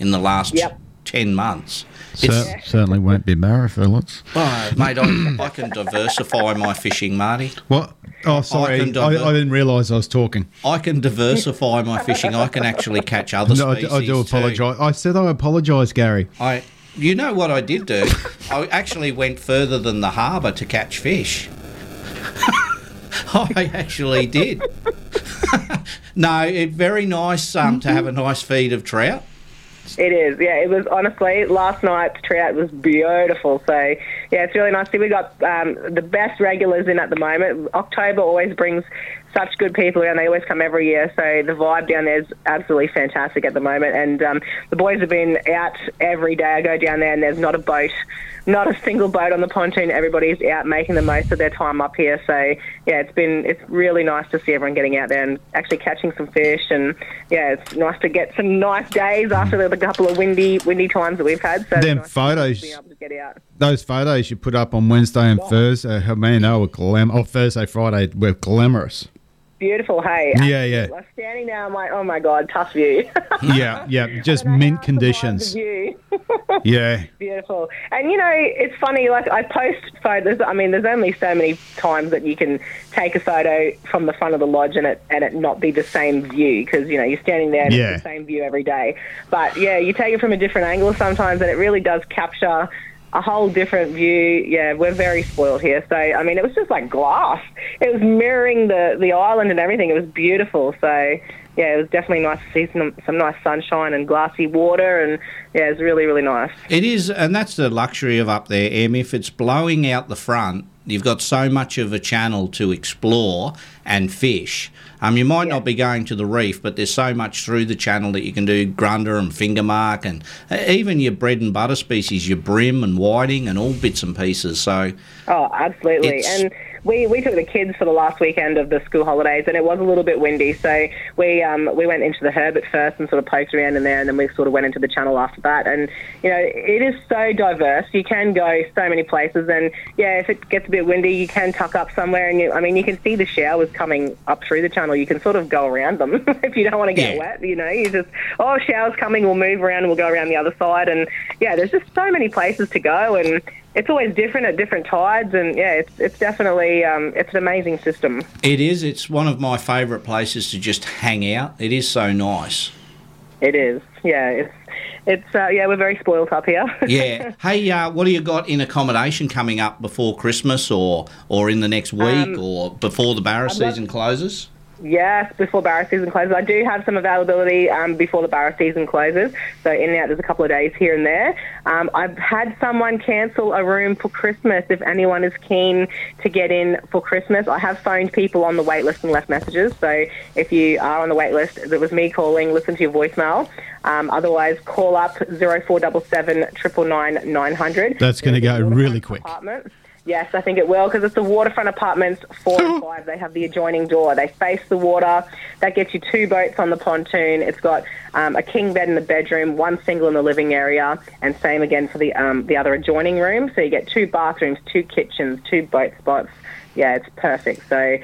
S3: in the last ten months.
S4: Cer- certainly won't be Mara Phillips.
S3: Oh, mate, I, I can diversify my fishing, Marty.
S4: What? Oh, sorry. I,
S3: can diver-
S4: I, didn't realise I was talking.
S3: I can diversify my fishing. I can actually catch other
S4: No, I, d-
S3: species.
S4: I do
S3: too.
S4: apologise. I said I apologise, Gary.
S3: I, you know what I did do? I actually went further than the harbour to catch fish. I actually did. no, it very nice um, to have a nice feed of trout.
S17: It is, yeah. It was honestly last night's trout was beautiful. So yeah, it's really nice. See, we got um, the best regulars in at the moment. October always brings such good people around. They always come every year. So the vibe down there is absolutely fantastic at the moment. And um, the boys have been out every day. I go down there and there's not a boat, not a single boat on the pontoon. Everybody's out making the most of their time up here. So yeah, it's been it's really nice to see everyone getting out there and actually catching some fish. And yeah, it's nice to get some nice days after the couple of windy windy times that we've had. So it's
S4: Them
S17: nice
S4: photos,
S17: to be able to get out.
S4: those photos you put up on Wednesday and Thursday, oh, man, they were glam. Oh, Thursday, Friday were glamorous.
S17: Beautiful, hey.
S4: Yeah, yeah.
S17: I'm standing there, I'm like, oh my god, tough view.
S4: yeah, yeah, just mint
S17: the
S4: conditions.
S17: view.
S4: Yeah.
S17: Beautiful. And you know, it's funny, like I post photos I mean, there's only so many times that you can take a photo from the front of the lodge and it and it not be the same view because, you know, you're standing there and
S1: Yeah.
S17: it's the same view every day. But yeah, you take it from a different angle sometimes and it really does capture a whole different view. Yeah, we're very spoiled here. So I mean it was just like glass. It was mirroring the, the island and everything. It was beautiful. So yeah, it was definitely nice to see some, some nice sunshine and glassy water and yeah, it was really, really nice.
S3: It is, and that's the luxury of up there, Em. If it's blowing out the front, you've got so much of a channel to explore and fish. Um, you might not be going to the reef, but there's so much through the channel that you can do grunder and finger mark, and uh, even your bread and butter species, your brim and whiting, and all bits and pieces. So,
S17: Oh, absolutely.
S3: It's-
S17: and we, we took the kids for the last weekend of the school holidays, and it was a little bit windy, so we um, we went into the Herbert first and sort of poked around in there, and then we sort of went into the Channel after that. And you know, it is so diverse. You can go so many places, and yeah, if it gets a bit windy, you can tuck up somewhere, and you I mean, you can see the showers coming up through the Channel. You can sort of go around them if you don't want to get
S1: Yeah.
S17: wet. You know, you just oh, showers coming, we'll move around, we'll go around the other side, and yeah, there's just so many places to go, and it's always different at different tides, and yeah, it's it's definitely um, it's an amazing system.
S3: it is. It's one of my favourite places to just hang out. It is so nice.
S17: It is, yeah, it's it's uh, yeah, we're very spoiled up here.
S3: Yeah. hey, uh, what do you got in accommodation coming up before Christmas, or or in the next week,
S17: Um,
S3: or before the barra
S17: I'd love-
S3: season closes?
S17: Yes, before barra season closes. I do have some availability um, before the barra season closes. So in and out, there's a couple of days here and there. Um, I've had someone cancel a room for Christmas. If anyone is keen to get in for Christmas, I have phoned people on the wait list and left messages. So if you are on the wait list, it was me calling. Listen to your voicemail. Um, otherwise, call up zero four double seven triple nine nine hundred.
S4: That's going to go really quick.
S17: Apartment. Yes, I think it will because it's the waterfront apartments four and five. They have the adjoining door. They face the water. That gets you two boats on the pontoon. It's got um, a king bed in the bedroom, one single in the living area, and same again for the um, the other adjoining room. So you get two bathrooms, two kitchens, two boat spots. Yeah, it's perfect. So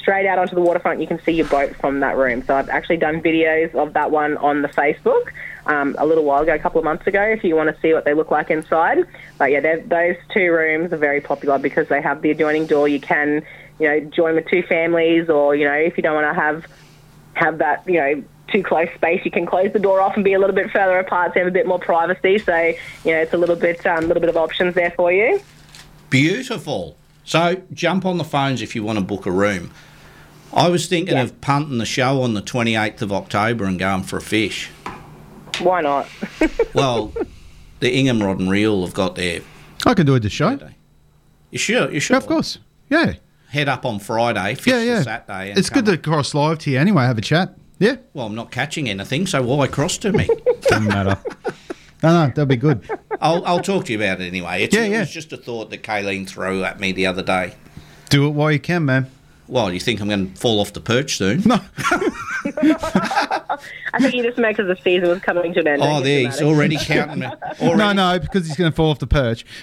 S17: straight out onto the waterfront, you can see your boat from that room. So I've actually done videos of that one on the Facebook um, a little while ago, a couple of months ago, if you want to see what they look like inside. But yeah, they're- those two rooms are very popular because they have the adjoining door. You can, you know, join with two families, or you know, if you don't want to have have that, you know, too close space, you can close the door off and be a little bit further apart to have a bit more privacy. So you know, it's a little bit, um, little bit of options there for you.
S3: Beautiful. So jump on the phones if you want to book a room. I was thinking of punting the show on the 28th of October and going for a fish.
S17: Why not?
S3: Well, the Ingham Rod and Reel have got their.
S4: I can do it this show.
S3: You sure? You sure? Of course.
S4: Yeah.
S3: Head up on Friday, fish
S4: Yeah, yeah.
S3: for Saturday. And
S4: It's good to cross live to you anyway. Have a chat. Yeah.
S3: Well, I'm not catching anything, so why cross to me?
S4: Doesn't matter. No, no, that'd be good.
S3: I'll, I'll talk to you about it anyway. It's,
S4: Yeah,
S3: it
S4: yeah.
S3: was just a thought that Kayleen threw at me the other day.
S4: Do it while you can, man.
S3: Well, you think I'm going to fall off the perch soon? No.
S17: I think you just meant because the season was coming to an end.
S3: Oh,
S17: Don't
S3: there,
S17: get
S3: he's
S17: dramatic.
S3: already counting me.
S4: No, no, because he's going to fall off the perch.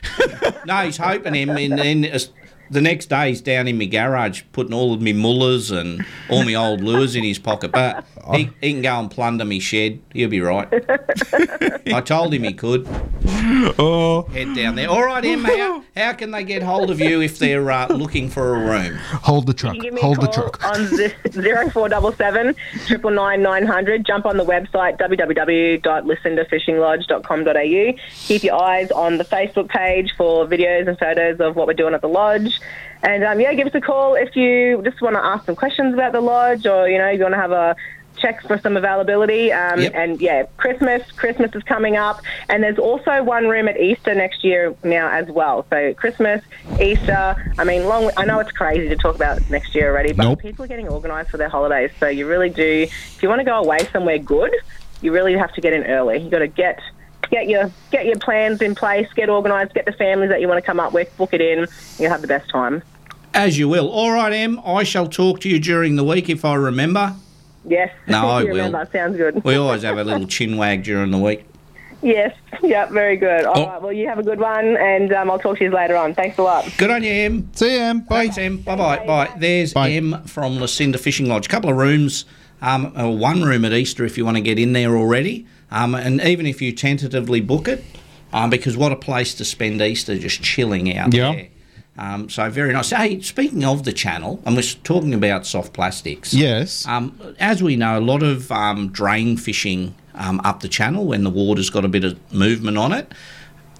S3: No, he's hoping him, and then as- the next day he's down in my garage putting all of my mullers and all my old lures in his pocket. But he, he can go and plunder me shed. He'll be right. I told him he could.
S4: Oh.
S3: Head down there. All right, Em, how, how can they get hold of you if they're uh, looking for a room?
S4: Hold the truck.
S17: You can give me a call on z- 0477 999 900. Jump on the website www.listentofishinglodge.com.au. Keep your eyes on the Facebook page for videos and photos of what we're doing at the lodge. And um, yeah, give us a call if you just want to ask some questions about the lodge or you know you want to have a check for some availability. Um,
S18: Yep.
S17: And yeah, Christmas, Christmas is coming up, and there's also one room at Easter next year now as well. So Christmas, Easter. I mean, long. I know it's crazy to talk about next year already, but
S18: Nope.
S17: people are getting organised for their holidays. So you really do. If you want to go away somewhere good, you really have to get in early. You got to get. Get your get your plans in place, get organised, get the families that you want to come up with, book it in, you'll have the best time.
S3: As you will. All right, Em, I shall talk to you during the week if I remember.
S17: Yes.
S3: No, I
S17: you
S3: will.
S17: remember, Sounds good.
S3: We always have a little chin wag during the week.
S17: Yes. Yep. Very good. All right.
S3: Oh.
S17: Well, you have a good one, and um, I'll talk to you later on. Thanks a lot.
S3: Good on you, Em.
S4: See you, Em. Bye.
S3: Thanks, Em. Bye bye. Bye. There's Em from Lucinda Fishing Lodge. couple of rooms, um, uh, one room at Easter if you want to get in there already. Um, and even if you tentatively book it, um, because what a place to spend Easter just chilling out
S4: Yeah.
S3: there. Um, so very nice. Hey, speaking of the channel, and we're talking about soft plastics.
S4: Yes.
S3: Um, as we know, a lot of um, drain fishing um, up the channel when the water's got a bit of movement on it.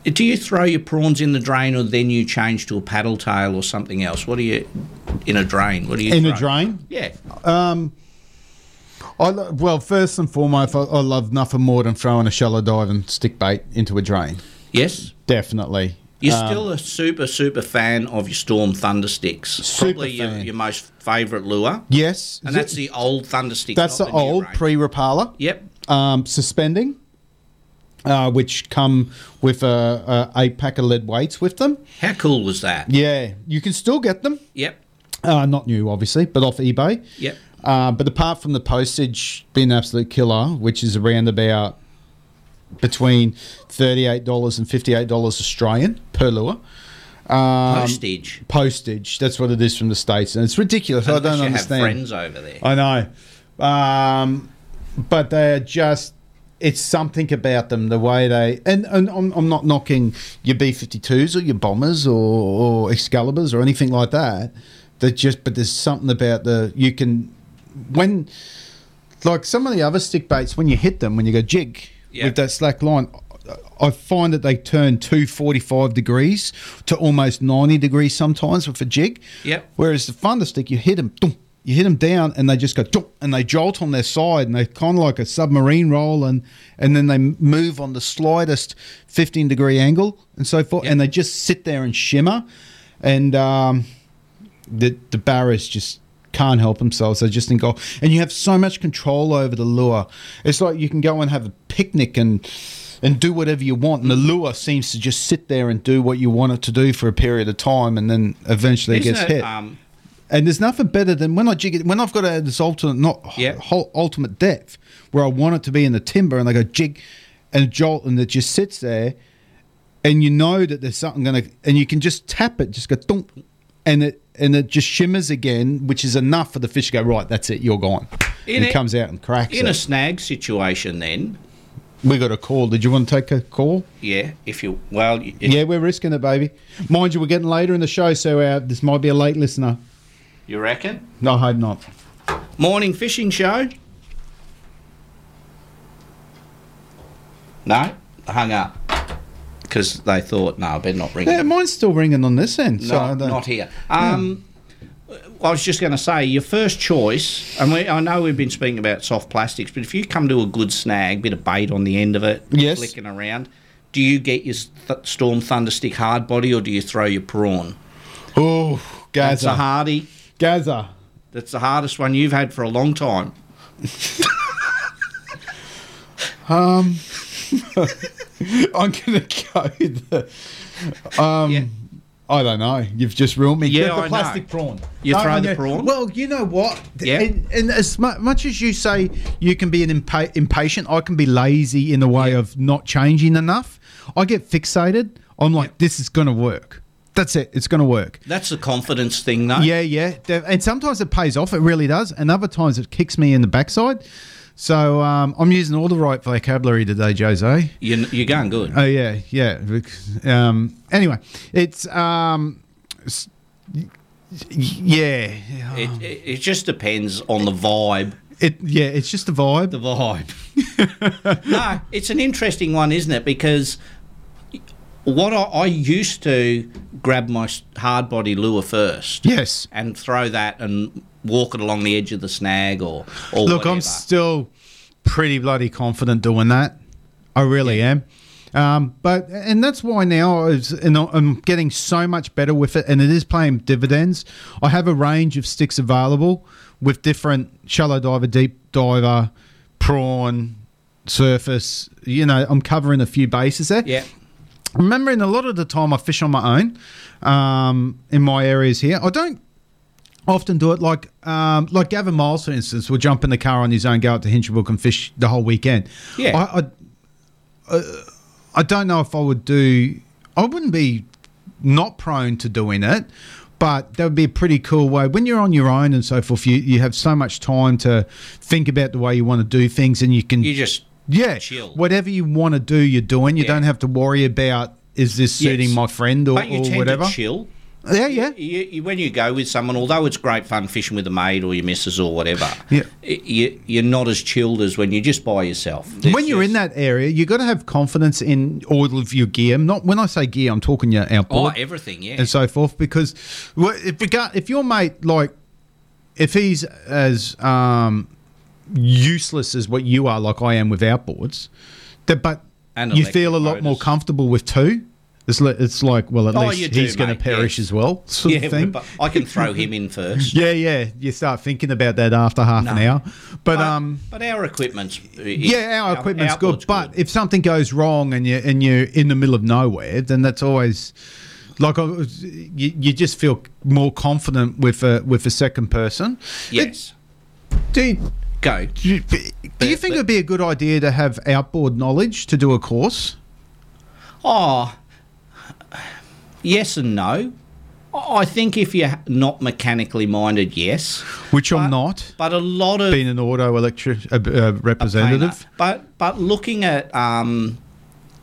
S3: Do you throw your prawns in the drain, or then you change to a paddle tail or something else? What do you in a drain? What do you
S4: In a
S3: throw?
S4: drain?
S3: Yeah.
S4: Um, I lo- well, first and foremost, I, I love nothing more than throwing a shallow dive and stick bait into a drain.
S3: Yes,
S4: definitely.
S3: You're
S4: Um,
S3: still a super super fan of your Storm Thunder Sticks. Probably your, your most favourite lure,
S4: yes,
S3: and that's the old Thunder Stick.
S4: that's
S3: not
S4: the
S3: new
S4: old
S3: range.
S4: pre-Rapala.
S3: Yep.
S4: Um, suspending, uh, which come with a, a eight pack of lead weights with them.
S3: How cool was that?
S4: Yeah, you can still get them.
S3: Yep.
S4: Uh, not new, obviously, but off eBay.
S3: Yep.
S4: Uh, but apart from the postage being an absolute killer, which is around about between thirty-eight dollars and fifty-eight dollars Australian per lure. Um,
S3: Postage.
S4: Postage. That's what it is from the states, and it's ridiculous. I
S3: Unless
S4: don't
S3: you
S4: understand.
S3: Have friends over there.
S4: I know. Um, but they are just. It's something about them, the way they. And, and I'm, I'm not knocking your B 52s or your bombers or, or Excaliburs or anything like that. That just. But there's something about the. You can. When. Like some of the other stick baits, when you hit them, when you go jig with that slack line, I find that they turn to 45 degrees to almost 90 degrees sometimes with a jig.
S3: Yep.
S4: Whereas the thunder stick, you hit them, dunk, you hit them down, and they just go dunk, and they jolt on their side, and they kind of like a submarine roll, and and then they m- move on the slightest fifteen degree angle and so forth, and they just sit there and shimmer, and um, the the barras just can't help themselves. They just engulf, and you have so much control over the lure. It's like you can go and have a picnic and and do whatever you want, and the lure seems to just sit there and do what you want it to do for a period of time, and then eventually it
S3: Isn't
S4: gets
S3: it,
S4: hit.
S3: um,
S4: and there's nothing better than when I jig it, when I've got a, this alternate not
S3: Yeah.
S4: whole ultimate depth where I want it to be in the timber, and I go jig and jolt, and it just sits there and you know that there's something gonna and you can just tap it just go thump, and it and it just shimmers again which is enough for the fish to go right that's it you're gone
S3: In
S4: and it,
S3: a-
S4: comes out and cracks
S3: In a
S4: it.
S3: snag situation, then
S4: we got a call did you want to take a call
S3: yeah. If you well, you-
S4: yeah we're risking it baby mind you we're getting later in the show so uh, this might be a late listener
S3: you reckon?
S4: no i hope not
S3: Morning fishing show. No, hung up because they thought, no, I better not ring.
S4: Yeah, mine's still ringing on this end. so I
S3: No,
S4: don't- Hmm.
S3: not here. Um, I was just going to say your first choice, and we, I know we've been speaking about soft plastics, but if you come to a good snag, bit of bait on the end of it,
S4: Yes.
S3: flicking around, do you get your th- storm thunder stick hard body or do you throw your prawn?
S4: Oh, Gaza.
S3: That's a hardy.
S4: Gaza.
S3: That's the hardest one you've had for a long time.
S4: Um, I'm gonna go. The, um, I don't know. You've just ruined me.
S3: Yeah,
S4: With the
S3: I know.
S4: plastic prawn.
S3: You
S4: No,
S3: throw
S4: I
S3: the
S4: know.
S3: prawn?
S4: Well, you know what? Th-
S3: Yeah.
S4: And, and as mu- much as you say you can be an impa- impatient, I can be lazy in the way of not changing enough. I get fixated. I'm like, this is gonna work. That's it. It's gonna work.
S3: That's a confidence thing, though.
S4: Yeah, yeah. De- And sometimes it pays off. It really does. And other times it kicks me in the backside. So um, I'm using all the right vocabulary today, Jose.
S3: You're, you're going good.
S4: Oh yeah, yeah. Um, anyway, it's um, s- y- yeah,
S3: It, it, it just depends on the vibe.
S4: It yeah, it's just the vibe.
S3: The vibe. no, it's an interesting one, isn't it? Because what I, I used to grab my s- hard body lure first.
S4: Yes.
S3: And throw that and walk it along the edge of the snag or, or
S4: Look, I'm still pretty bloody confident doing that. I really am. Um, but and that's why now I was, and I- I'm getting so much better with it, and it is paying dividends. I have a range of sticks available with different shallow diver, deep diver, prawn, surface. You know, I'm covering a few bases there.
S3: Yeah.
S4: Remembering a lot of the time I fish on my own um, in my areas here. I don't often do it like um, like Gavin Miles, for instance, will jump in the car on his own, go out to Hinchinbrook and fish the whole weekend.
S3: Yeah.
S4: I, I, I- uh, I don't know if I would do. I wouldn't be not prone to doing it, but that would be a pretty cool way. When you're on your own and so forth, you, you have so much time to think about the way you want to do things, and you can
S3: You just
S4: yeah
S3: chill.
S4: whatever you want to do, you're doing. You don't have to worry about is this suiting
S3: Yes.
S4: my friend or,
S3: but you
S4: or
S3: tend
S4: whatever.
S3: to chill.
S4: Yeah, yeah.
S3: You, you, when you go with someone, although it's great fun fishing with a mate or your missus or whatever,
S4: Yeah.
S3: i- you, you're not as chilled as when you're just by yourself.
S4: when you're in that area, you got to have confidence in all of your gear. Not when I say gear, I'm talking your
S3: Oh,
S4: outboard
S3: everything, yeah.
S4: and so forth. Because wha- if rega- if your mate like, if he's as um, useless as what you are, like I am with outboards, that but
S3: And
S4: you feel a lot more comfortable with two. It's, li- it's like well, at
S3: Oh, you
S4: least
S3: do,
S4: he's going
S3: mate,
S4: to perish as well, sort
S3: yeah,
S4: of thing.
S3: but I can throw him in first.
S4: Yeah, yeah. You start thinking about that after half an hour, but um.
S3: But our equipment's
S4: Yeah, our equipment's good, but if something goes wrong and you and you're in the middle of nowhere, then that's always like I was- you, you just feel more confident with a with a second person.
S3: Yes.
S4: do you,
S3: go.
S4: Do you, do you think it would be a good idea to have outboard knowledge to do a course? ah,
S3: Oh, yes and no. I I think if you're not mechanically minded, yes.
S4: Which I'm not.
S3: But a lot of
S4: being an auto electric uh, uh, representative.
S3: But but looking at um,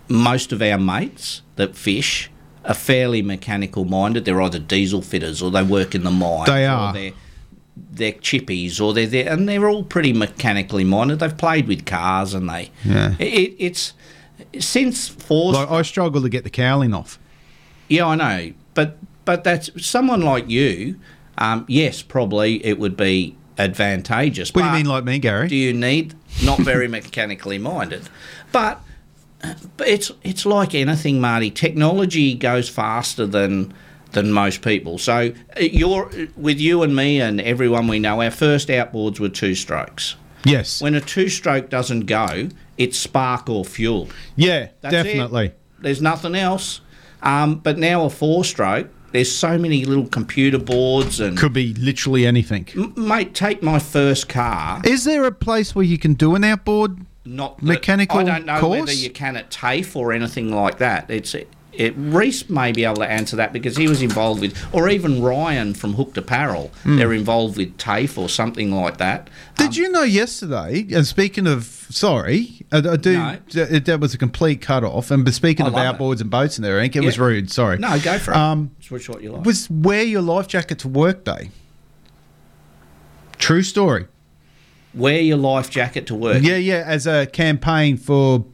S3: most of our mates that fish are fairly mechanical minded. They're either diesel fitters or they work in the mine.
S4: They
S3: Or
S4: are.
S3: they're, they're chippies or they're, they're and they're all pretty mechanically minded. They've played with cars and they.
S4: Yeah.
S3: It, it's since force.
S4: Like I struggle to get the cowling off.
S3: Yeah, I know, but but that's someone like you. Um, yes, probably it would be advantageous. What do you mean,
S4: like me, Gary?
S3: Do you need not very mechanically minded? But but it's it's like anything, Marty. Technology goes faster than than most people. So uh, you're with you and me and everyone we know. Our first outboards were two strokes.
S4: Yes.
S3: When a two stroke doesn't go, it's spark or fuel.
S4: Yeah,
S3: That's it.
S4: definitely.
S3: There's nothing else. Um, but now a four stroke, there's so many little computer boards and.
S4: Could be literally anything.
S3: M- mate, take my first car.
S4: Is there a place where you can do an outboard
S3: Not that-
S4: mechanical
S3: I don't know
S4: course?
S3: whether you can at TAFE or anything like that. It's it, Reese may be able to answer that because he was involved with, or even Ryan from Hooked Apparel.
S4: Mm.
S3: They're involved with TAFE or something like that.
S4: Did you know yesterday? And speaking of, sorry, I, I do.
S3: No.
S4: th- that was a complete cut off. And but speaking
S3: I
S4: of
S3: love
S4: outboards and boats eh? and everything, it was
S3: Yeah.
S4: rude. Sorry.
S3: No, go for it.
S4: Um,
S3: It's which what you like.
S4: was wear your life jacket to work day. True story.
S3: Wear your life jacket to work.
S4: Yeah, yeah. As a campaign for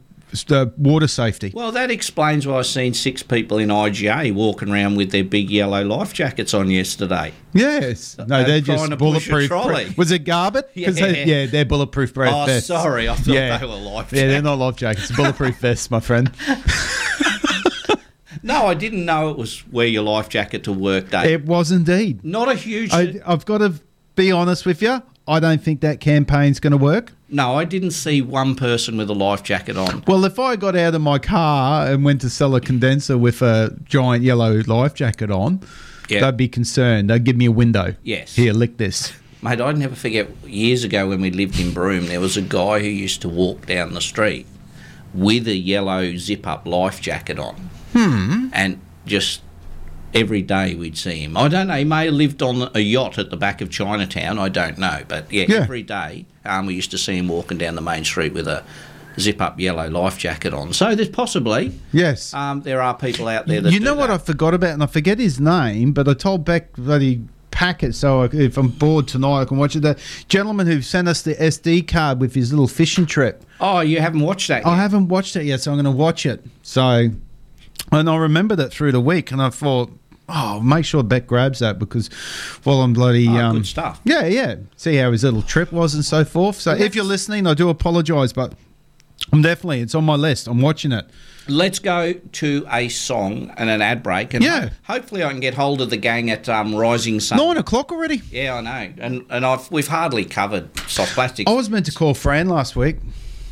S4: uh, water safety.
S3: Well, that explains why I've seen six people in IGA walking around with their big yellow life jackets on yesterday.
S4: Yes, no,
S3: they're
S4: they're
S3: trying
S4: just
S3: to push a
S4: bulletproof.
S3: trolley.
S4: Was it Garbutt? 'Cause
S3: Yeah.
S4: They, yeah, they're bulletproof vests.
S3: Oh, sorry, I thought they were life
S4: Yeah, they're not life jackets. Bulletproof vests, my friend.
S3: No, I didn't know it was wear your life jacket to work day.
S4: It was indeed.
S3: Not a huge.
S4: I, I've got to be honest with you. I don't think that campaign's going to work.
S3: no, I didn't see one person with a life jacket on.
S4: Well, if I got out of my car and went to sell a condenser with a giant yellow life jacket on,
S3: Yeah.
S4: they'd be concerned. They'd give me a window.
S3: Yes.
S4: Here, lick this.
S3: Mate, I'd never forget years ago when we lived in Broome, there was a guy who used to walk down the street with a yellow zip up life jacket on.
S1: Hmm.
S3: And just every day we'd see him. I don't know, he may have lived on a yacht at the back of Chinatown, I don't know. But yeah,
S1: Yeah.
S3: every day um, we used to see him walking down the main street with a zip up yellow life jacket on. So there's possibly,
S4: Yes.
S3: um, there are people out there that.
S4: you know what I forgot about, and I forget his name, but I told back bloody packet so I, if I'm bored tonight I can watch it. The gentleman who sent us the SD card with his little fishing trip.
S3: Oh, you haven't watched that.
S4: I haven't watched it yet, so I'm going to watch it. So, and I remembered it through the week, and I thought. Oh, make sure Beck grabs that because while I'm bloody um,
S3: Oh, good stuff.
S4: Yeah, yeah. See how his little trip was and so forth. So if you're listening, I do apologise, but I'm definitely it's on my list. I'm watching it.
S3: Let's go to a song and an ad break. And
S4: Yeah.
S3: ho- hopefully, I can get hold of the gang at um, Rising Sun.
S4: Nine o'clock already.
S3: Yeah, I know. And and I've we've hardly covered soft plastics.
S4: I was meant to call Fran last week.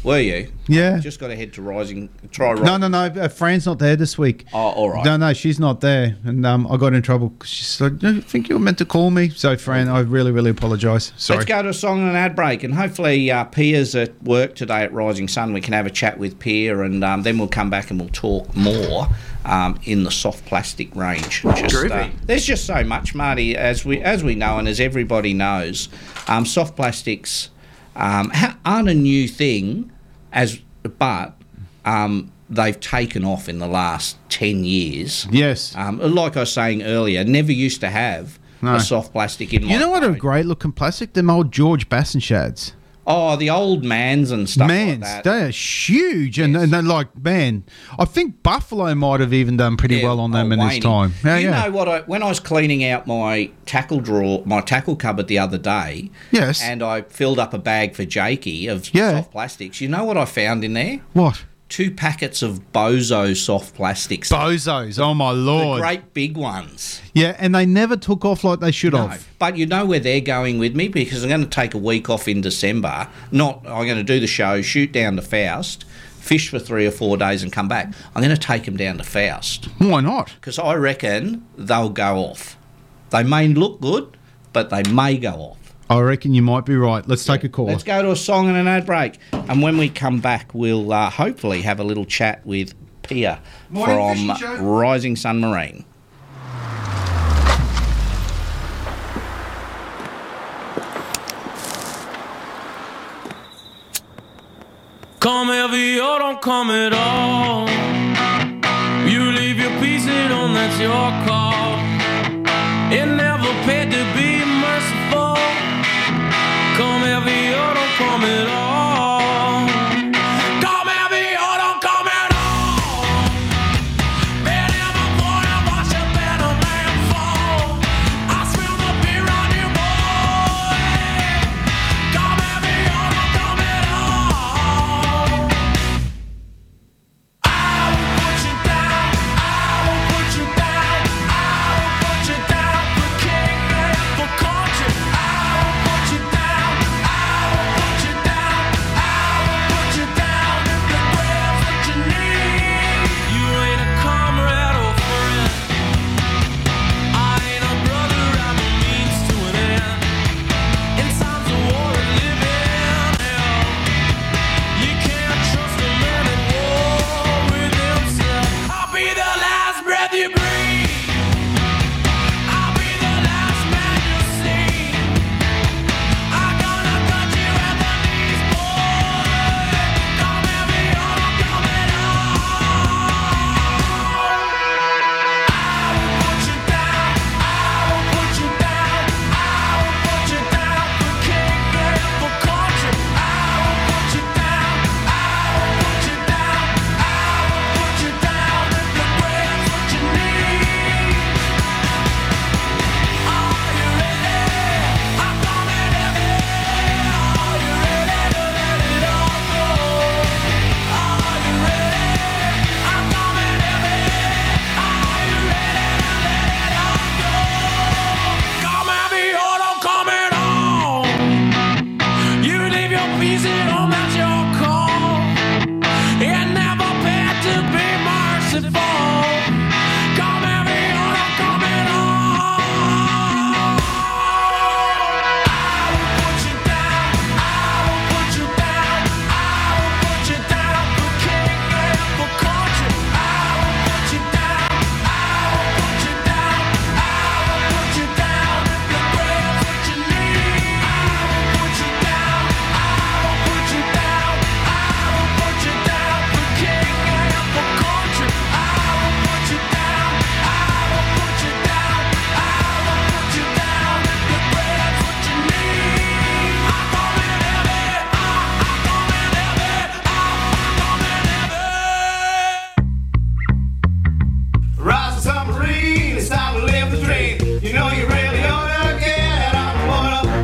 S3: Were you?
S4: Oh. Yeah.
S3: Just got to head to Rising. Try Rising.
S4: No, no, no. Uh, Fran's not there this week.
S3: Oh, all right.
S4: No, no, she's not there, and um, I got in trouble. 'cause She said, "I think you were meant to call me." So, Fran, I really, really apologise. Sorry.
S3: Let's go to a song and an ad break, and hopefully, uh, Pia's at work today at Rising Sun. We can have a chat with Pia, and um, then we'll come back and we'll talk more um, in the soft plastic range. Just, uh,
S1: Groovy.
S3: there's just so much, Marty, as we as we know and as everybody knows, um, soft plastics um, ha- aren't a new thing, as but um, they've taken off in the last ten years.
S4: Yes,
S3: um, like I was saying earlier, never used to have
S4: No.
S3: a soft plastic in my
S4: You know what a great looking plastic? Them old George Basson shads.
S3: Oh, the old mans and stuff
S4: Man's,
S3: like that.
S4: they are huge, and, and they're like, man, I think Buffalo might have even done pretty well on them in his
S3: oh, Wayne.
S4: time. Yeah,
S3: you
S4: yeah.
S3: know what? I, when I was cleaning out my tackle drawer, my tackle cupboard the other day,
S4: Yes.
S3: and I filled up a bag for Jakey of soft plastics. You know what I found in there?
S4: What?
S3: Two packets of Bozo soft plastics.
S4: Bozos, oh my lord!
S3: The great big ones.
S4: yeah, and they never took off like they should have.
S3: But you know where they're going with me because I'm going to take a week off in December. Not I'm going to do the show, shoot down to Faust, fish for three or four days, and come back. I'm going to take them down to Faust.
S4: Why not?
S3: Because I reckon they'll go off. They may look good, but they may go off.
S4: I reckon you might be right. Let's take a call.
S3: Let's go to a song and an ad break. And when we come back, we'll uh, hopefully have a little chat with Pia
S4: Morning, Fishing
S3: from
S4: Show.
S3: Rising Sun Marine.
S15: Come heavy or don't come at all. You leave your piece at home, that's your call. It never paid to be merciful. Come heavy or don't come at all. Come heavy or don't come at all. I will put you down.
S1: oh, oh,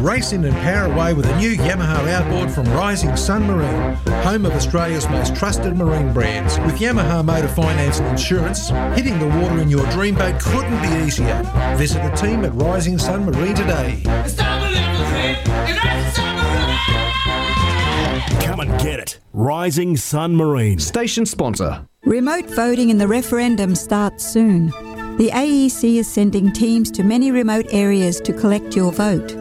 S9: Race in and power away with a new Yamaha outboard from Rising Sun Marine, home of Australia's most trusted marine brands. With Yamaha Motor Finance and Insurance, hitting the water in your dream boat couldn't be easier. Visit the team at Rising Sun Marine today.
S7: Come and get it. Rising Sun Marine.
S5: Station sponsor.
S18: Remote voting in the referendum starts soon. The AEC is sending teams to many remote areas to collect your vote.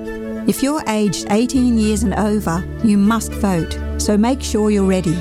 S18: If you're aged 18 years and over, you must vote, so make sure you're ready.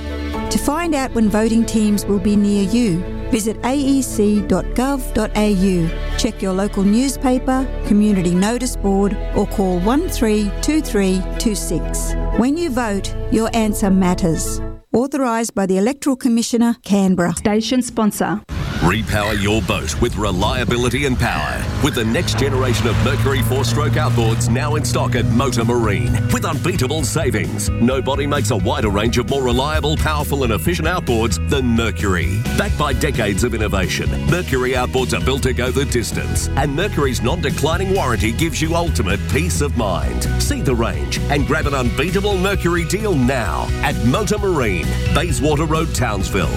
S18: To find out when voting teams will be near you, visit E aec.gov.au, check your local newspaper, community notice board, or call 132326. When you vote, your answer matters. Authorised by the Electoral Commissioner, Canberra. Station sponsor.
S13: Repower your boat with reliability and power with the next generation of Mercury four stroke outboards now in stock at Motor Marine with unbeatable savings. Nobody makes a wider range of more reliable, powerful, and efficient outboards than Mercury. Backed by decades of innovation, Mercury outboards are built to go the distance, and Mercury's non declining warranty gives you ultimate peace of mind. See the range and grab an unbeatable Mercury deal now at Motor Marine, Bayswater Road, Townsville.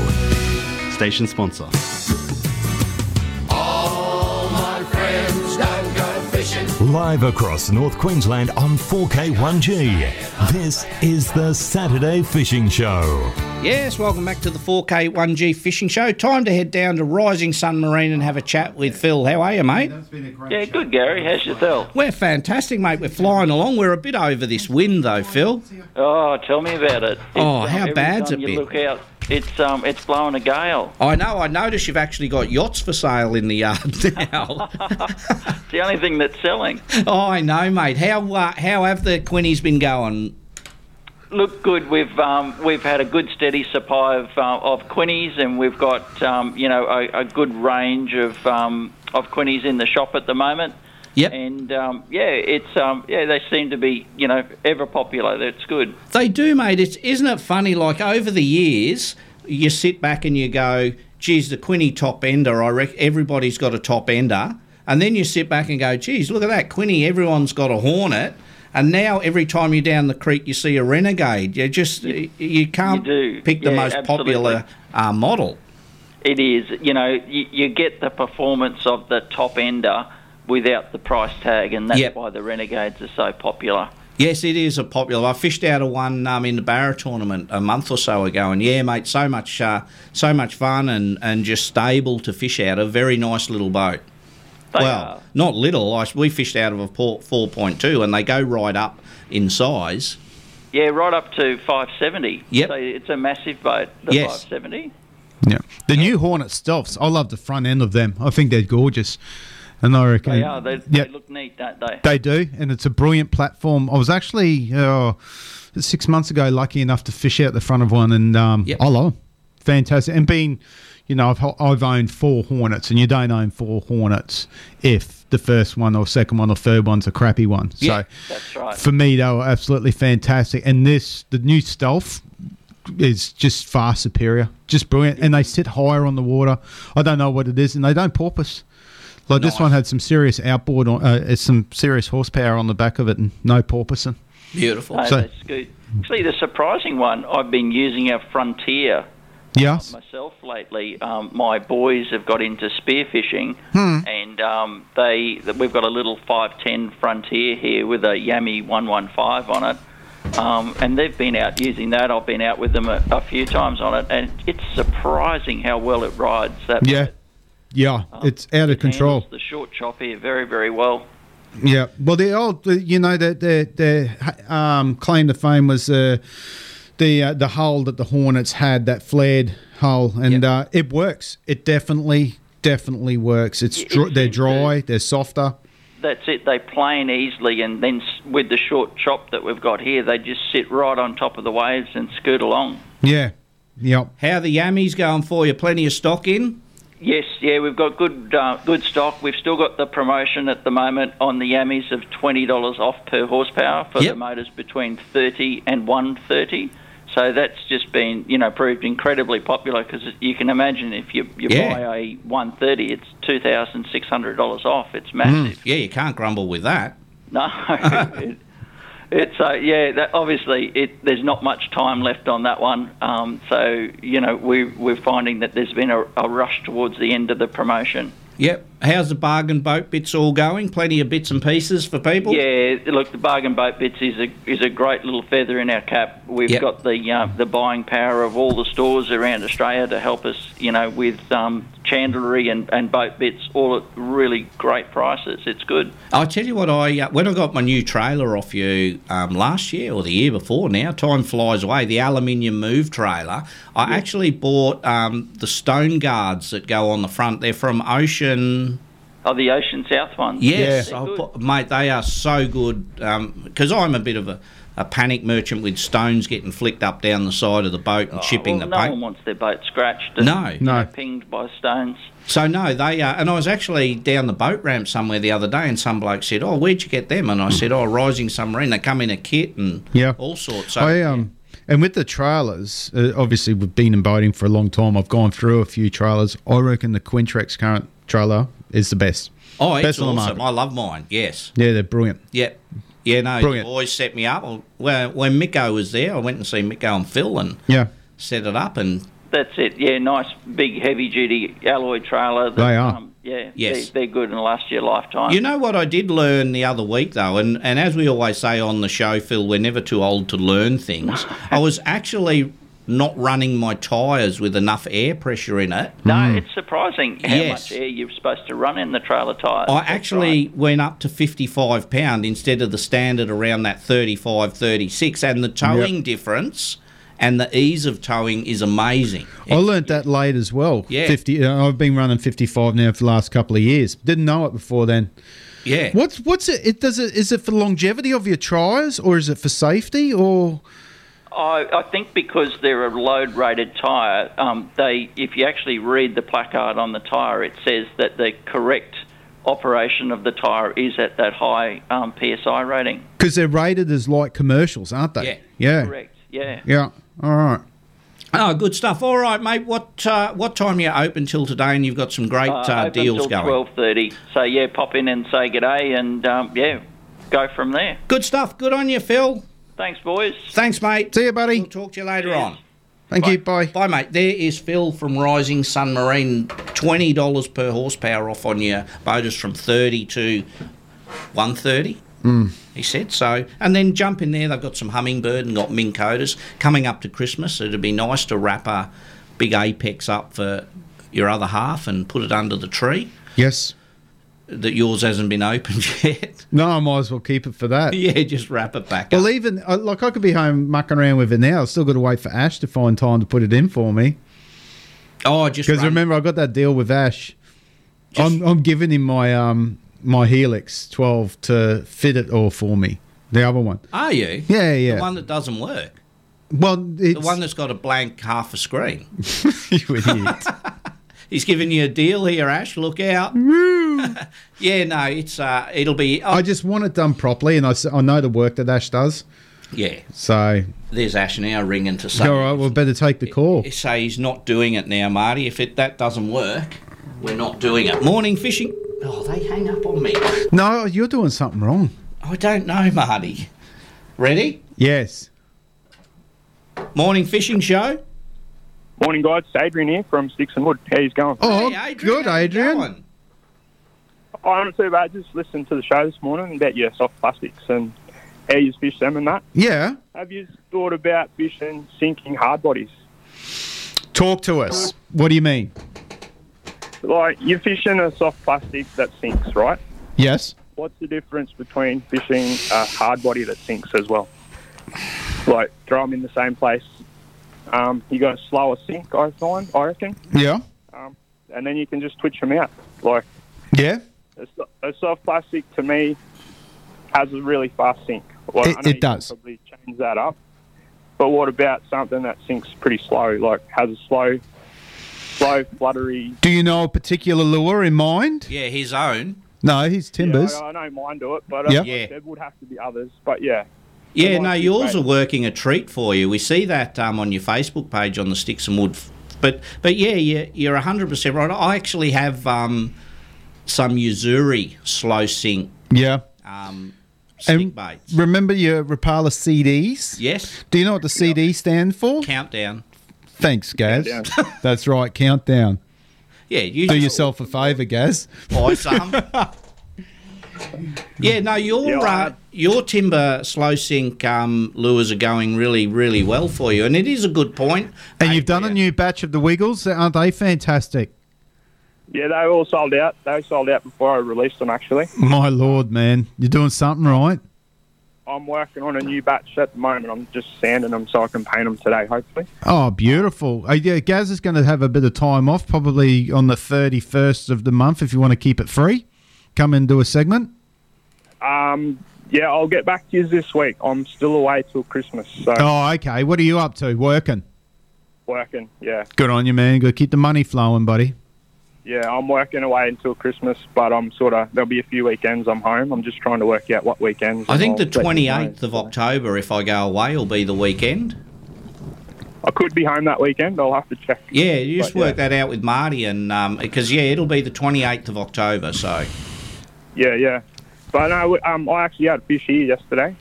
S16: Station sponsor.
S15: All my friends don't go fishing.
S11: Live across North Queensland on 4K1G, this is the Saturday Fishing Show.
S3: Yes, welcome back to the 4K 1G Fishing Show. Time to head down to Rising Sun Marine and have a chat with Phil. How are you, mate?
S19: Yeah, good, Gary. How's yourself?
S3: We're fantastic, mate. We're flying along. We're a bit over this wind, though, Phil.
S19: Oh, tell me about it. It's,
S3: Oh, how
S19: every
S3: bad's
S19: time
S3: it
S19: you
S3: been?
S19: Look out. It's um, it's blowing a gale.
S3: I know. I notice you've actually got yachts for sale in the yard now.
S19: It's the only thing that's selling.
S3: oh, I know, mate. How uh, how have the quinnies been going?
S19: Look good. We've um, we've had a good steady supply of uh, of quinnies, and we've got um, you know a, a good range of um, of quinnies in the shop at the moment.
S3: Yep.
S19: And um, yeah, it's um, yeah they seem to be you know ever popular. That's good.
S3: They do, mate. It's isn't it funny? Like over the years, you sit back and you go, "Geez, the Quinny top ender." I reckon everybody's got a top ender, and then you sit back and go, "Geez, look at that Quinny. Everyone's got a Hornet." And now every time you're down the creek, you see a Renegade. You just you can't
S19: do.
S3: Um, pick the
S19: Yeah,
S3: most popular uh, model.
S19: It is, you know, you, you get the performance of the top ender without the price tag, and that's
S3: Yep.
S19: why the Renegades are so popular.
S3: Yes, it is a popular. I fished out of one um, in the Barra tournament a month or so ago, and yeah, mate, so much, uh, so much fun and, and just stable to fish out of. Very nice little boat. well, not little. I, we fished out of a four point two, and they go right up in size.
S19: Yeah, right up to 570.
S3: Yep.
S19: So it's a massive boat, the
S4: Yes.
S19: 570.
S4: Yeah. The new Hornet Stoffs, I love the front end of them. I think they're gorgeous. And I reckon.
S19: They are. They,
S4: Yeah.
S19: they look neat, don't they?
S4: They do, and it's a brilliant platform. I was actually uh, six months ago lucky enough to fish out the front of one, and um, I love them. Fantastic. And being, you know, I've, ho- I've owned four Hornets, and you don't own four Hornets if the first one or second one or third one's a crappy one.
S20: Yeah,
S4: so
S20: that's right.
S4: for me, they were absolutely fantastic. And this, the new Stealth is just far superior, just brilliant. And they sit higher on the water. I don't know what it is, and they don't porpoise. Like this one had some serious outboard, on, uh, it's some serious horsepower on the back of it, and no porpoising.
S3: Beautiful.
S19: No,
S4: So-
S19: Oh, that's good. Actually, the surprising one, I've been using a Frontier
S4: Yes.
S19: myself lately. Um, my boys have got into spearfishing,
S4: Hmm.
S19: and um, they th- we've got a little 510 Frontier here with a Yami 115 on it. Um, and they've been out using that. I've been out with them a, a few times on it, and it's surprising how well it rides. That
S4: Yeah. Yeah. it's out of control.
S19: the short chop here very, very well.
S4: Yeah, well, they all, you know, their their, their um, claim to fame was uh, the uh, the hull that the Hornets had, that flared hull, and uh, it works. It definitely, definitely works. It's dr- they're dry, they're softer.
S19: That's it. They plane easily, and then s- with the short chop that we've got here, they just sit right on top of the waves and scoot along.
S4: Yeah. Yep.
S3: How the yammies going for you? Plenty of stock in.
S19: Yes, yeah, we've got good uh, good stock. We've still got the promotion at the moment on the Yammies of twenty dollars off per horsepower for the motors between thirty and one thirty. So that's just been you know proved incredibly popular because you can imagine if you, you
S3: Yeah.
S19: buy a one thirty, it's two thousand
S3: Hmm.
S19: six hundred dollars off. It's massive.
S3: Mm, yeah, you can't grumble with that.
S19: No, it, It's uh, yeah. That, obviously, it, there's not much time left on that one. Um, so you know, we we're finding that there's been a, a rush towards the end of the promotion.
S3: Yep. How's the bargain boat bits all going? Plenty of bits and pieces for people.
S19: Yeah, look, the bargain boat bits is a is a great little feather in our cap. We've
S3: Yep.
S19: got the uh, the buying power of all the stores around Australia to help us, you know, with um, chandlery and, and boat bits, all at really great prices. It's good.
S3: I'll tell you what, I uh, when I got my new trailer off you um, last year or the year before now, time flies away, the aluminium move trailer, I actually bought um, the stone guards that go on the front. They're from Ocean.
S19: Oh, the Ocean South one.
S3: Yes,
S19: They're
S3: I
S19: good.
S3: bu- mate, they are so good because I'm a bit of a, a panic merchant with stones getting flicked up down the side of the boat and chipping
S19: Uh, Oh, well,
S3: the
S19: no
S3: paint.
S19: one wants their boat scratched. and
S3: No. No.
S19: Pinged by stones.
S3: So no, they uh, and I was actually down the boat ramp somewhere the other day, and some bloke said, "Oh, where'd you get them?" And I said, "Oh, Rising Submarine. They come in a kit and
S4: Yeah.
S3: all sorts." eh? So
S4: I um, and with the trailers, uh, obviously we've been in boating for a long time. I've gone through a few trailers. I reckon the Quintrex current trailer is the best.
S3: oh, it's
S4: best on the
S3: awesome.
S4: market.
S3: I love mine. Yes.
S4: Yeah, they're brilliant.
S3: Yep. Yeah. No.
S4: Brilliant.
S3: The boys set me up. Well, when Miko was there, I went and see Miko and Phil and
S4: Yeah.
S3: set it up and
S19: That's it. Yeah, nice big heavy duty alloy trailer. um,
S3: They are.
S19: yeah.
S3: Yes.
S19: They, they're good and last your lifetime.
S3: You know what I did learn the other week though, and, and as we always say on the show, Phil, we're never too old to learn things. I was actually not running my tyres with enough air pressure in it.
S19: No,
S4: Hmm.
S19: it's surprising how
S3: Yes.
S19: much air you're supposed to run in the trailer tyre.
S3: I actually went up to 55 pound instead of the standard around that 35, 36, and the towing difference and the ease of towing is amazing.
S4: I learnt that late as well.
S3: Yeah.
S4: fifty. uh, I've been running fifty-five now for the last couple of years. Didn't know it before then.
S3: Yeah.
S4: What's what's it? It does it. Is it for longevity of your tires, or is it for safety, or
S19: I, I think because they're a load rated tyre, um, they if you actually read the placard on the tyre, it says that the correct operation of the tyre is at that high um, psi rating.
S4: because they're rated as light commercials, aren't they? Yeah.
S19: Correct. Yeah.
S4: Yeah. All right.
S3: Oh, good stuff. All right, mate. What uh, what time are you open till today? And you've got some great uh,
S19: open
S3: deals
S19: till
S3: going.
S19: Twelve thirty. So yeah, pop in and say good day, and um, yeah, go from there.
S3: Good stuff. Good on you, Phil.
S19: Thanks, boys.
S3: Thanks, mate.
S4: See you, buddy.
S3: We'll talk to you later on.
S4: Thank you. Bye.
S3: Bye, mate. There is Phil from Rising Sun Marine. Twenty dollars per horsepower off on your boaters from thirty to one thirty.
S4: Mm.
S3: He said so, and then jump in there. They've got some hummingbird and got mink odors coming up to Christmas. It'd be nice to wrap a big apex up for your other half and put it under the tree.
S4: Yes.
S3: That yours hasn't been opened yet.
S4: No, I might as well keep it for that.
S3: yeah, just wrap it back up.
S4: Uh, Well, even uh, like I could be home mucking around with it now. I've still got to wait for Ash to find time to put it in for me.
S3: Oh, just
S4: because remember I got that deal with Ash. I'm I'm giving him my um my Helix 12 to fit it all for me. The other one.
S3: Are you?
S4: Yeah, yeah.
S3: The one that doesn't work.
S4: Well,
S3: the one that's got a blank half a screen.
S4: you idiot.
S3: He's giving you a deal here, Ash. Look out. yeah, no, it's uh, it'll be. Oh,
S4: I just want it done properly, and I, s- I know the work that Ash does.
S3: yeah,
S4: So,
S3: there's Ash now ringing to say.
S4: all right, we'll better take the call.
S3: Say he's not doing it now, Marty. If it that doesn't work, we're not doing it. Morning fishing. Oh, they hang up on me.
S4: No, you're doing something wrong.
S3: I don't know, Marty. Ready?
S4: Yes.
S3: Morning fishing show.
S20: Morning, guys. It's Adrian here from Sticks and Wood. How's going?
S4: Oh,
S3: good, Adrian.
S20: Honestly, mate, I just listened to the show this morning about your soft plastics and how you fish them and that.
S4: Yeah.
S20: Have you thought about fishing sinking hard bodies?
S4: Talk to us. What do you mean?
S20: Like, you're fishing a soft plastic that sinks, right?
S4: Yes.
S20: What's the difference between fishing a hard body that sinks as well? Like, throw them in the same place. Um, you got a slower sink, I find, I reckon,
S4: Yeah.
S20: and then you can just twitch them out. Like,
S4: Yeah.
S20: a so- a soft plastic to me has a really fast sink. Well,
S4: It-
S20: I know
S4: it
S20: you can
S4: does.
S20: Probably change that up. But what about something that sinks pretty slow, like has a slow, slow fluttery?
S4: Do you know a particular lure in mind?
S3: Yeah, his own.
S4: No, he's Timbers.
S20: Yeah, I, I don't mind do it, but uh,
S4: Yeah.
S20: like, there would have to be others. But yeah,
S3: Yeah, no, yours are working a treat for you. We see that um, on your Facebook page on the Sticks and Wood. f- But but yeah, you're, you're 100% right. I actually have um, some Yuzuri slow sink
S4: Yeah.
S3: um, stick bait.
S4: Remember your Rapala CDs?
S3: Yes.
S4: Do you know what the CD stand for?
S3: Countdown.
S4: Thanks, Gaz.
S3: Countdown.
S4: That's right, countdown.
S3: Yeah, you
S4: do yourself a favour, Gaz.
S3: Buy some. yeah, no, your uh, your timber slow sink um, lures are going really, really well for you, and it is a good point.
S4: And you've done a new batch of the Wiggles, aren't they fantastic?
S20: Yeah, they all sold out. They sold out before I released them, actually.
S4: My lord, man, you're doing something right.
S20: I'm working on a new batch at the moment. I'm just sanding them so I can paint them today, hopefully.
S4: Oh, beautiful. Uh, yeah, Gaz is going to have a bit of time off, probably on the 31st of the month, if you want to keep it free. Come and do a segment.
S20: Um, yeah, I'll get back to you this week. I'm still away till Christmas, so
S4: Oh, okay. What are you up to? Working.
S20: working. Yeah,
S4: Good on you, man. Go keep the money flowing, buddy.
S20: yeah, I'm working away until Christmas, but I'm sort of there'll be a few weekends I'm home. I'm just trying to work out what weekends.
S3: I think
S20: I'll
S3: the
S20: let Oh, you
S3: twenty
S20: know.
S3: eighth of October, if I go away, will be the weekend.
S20: I could be home that weekend. I'll have to check.
S3: Yeah, you just
S20: But, yeah.
S3: work that out with Marty, and because yeah, it'll be the twenty eighth of October. So
S20: Yeah, yeah. But no, we- um, I actually had fish here yesterday.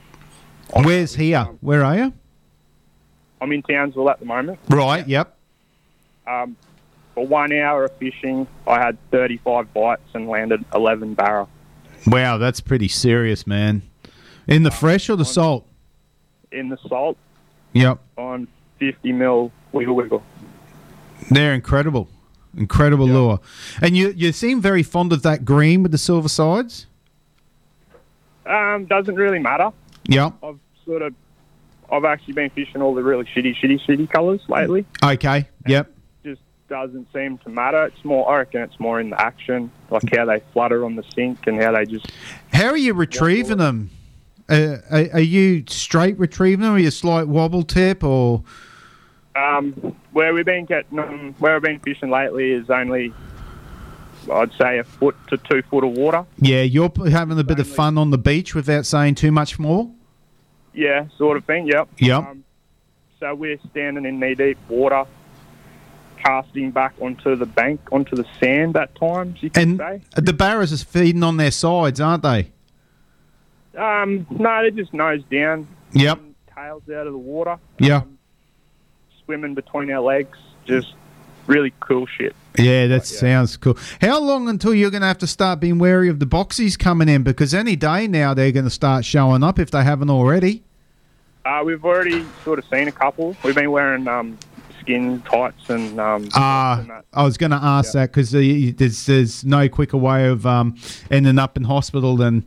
S4: Where's here? Where are you?
S20: I'm in Townsville at the moment.
S4: Right, yep.
S20: Um, for one hour of fishing, I had 35 bites and landed 11 barra
S4: Wow, that's pretty serious, man. In the fresh or the salt?
S20: in the salt
S4: Yep.
S20: on 50 mil wiggle wiggle.
S4: They're incredible. Incredible lure. And you you seem very fond of that green with the silver sides?
S20: Um, doesn't really matter.
S4: Yep.
S20: I've sort of, I've actually been fishing all the really shitty, shitty, shitty colours lately.
S4: Okay. Yep.
S20: Just doesn't seem to matter. It's more, I reckon, it's more in the action, like how they flutter on the sink and how they just
S4: How are you retrieving them? Uh, are, are you straight retrieving them? Are you slight wobble tip or
S20: Um, where we've been getting them, where I've been fishing lately is only, I'd say, a foot to two foot of water.
S4: yeah? You're p- having a bit of fun on the beach without saying too much more.
S20: Yeah, sort of thing. Yep. Um,
S4: Yep.
S20: So we're standing in knee deep water, casting back onto the bank, onto the sand at times. You
S4: and
S20: can say.
S4: the barras are feeding on their sides, aren't they?
S20: Um, no, they're just nose down,
S4: Yep.
S20: tails out of the water,
S4: Yeah.
S20: swimming between our legs. Just really cool shit.
S4: Yeah, that sounds cool. How long until you're going to have to start being wary of the boxies coming in? Because any day now they're going to start showing up if they haven't already.
S20: Uh, we've already sort of seen a couple. We've been wearing um, skin tights and um,
S4: Ah, I was going to ask that 'cause that because there's, there's no quicker way of um, ending up in hospital than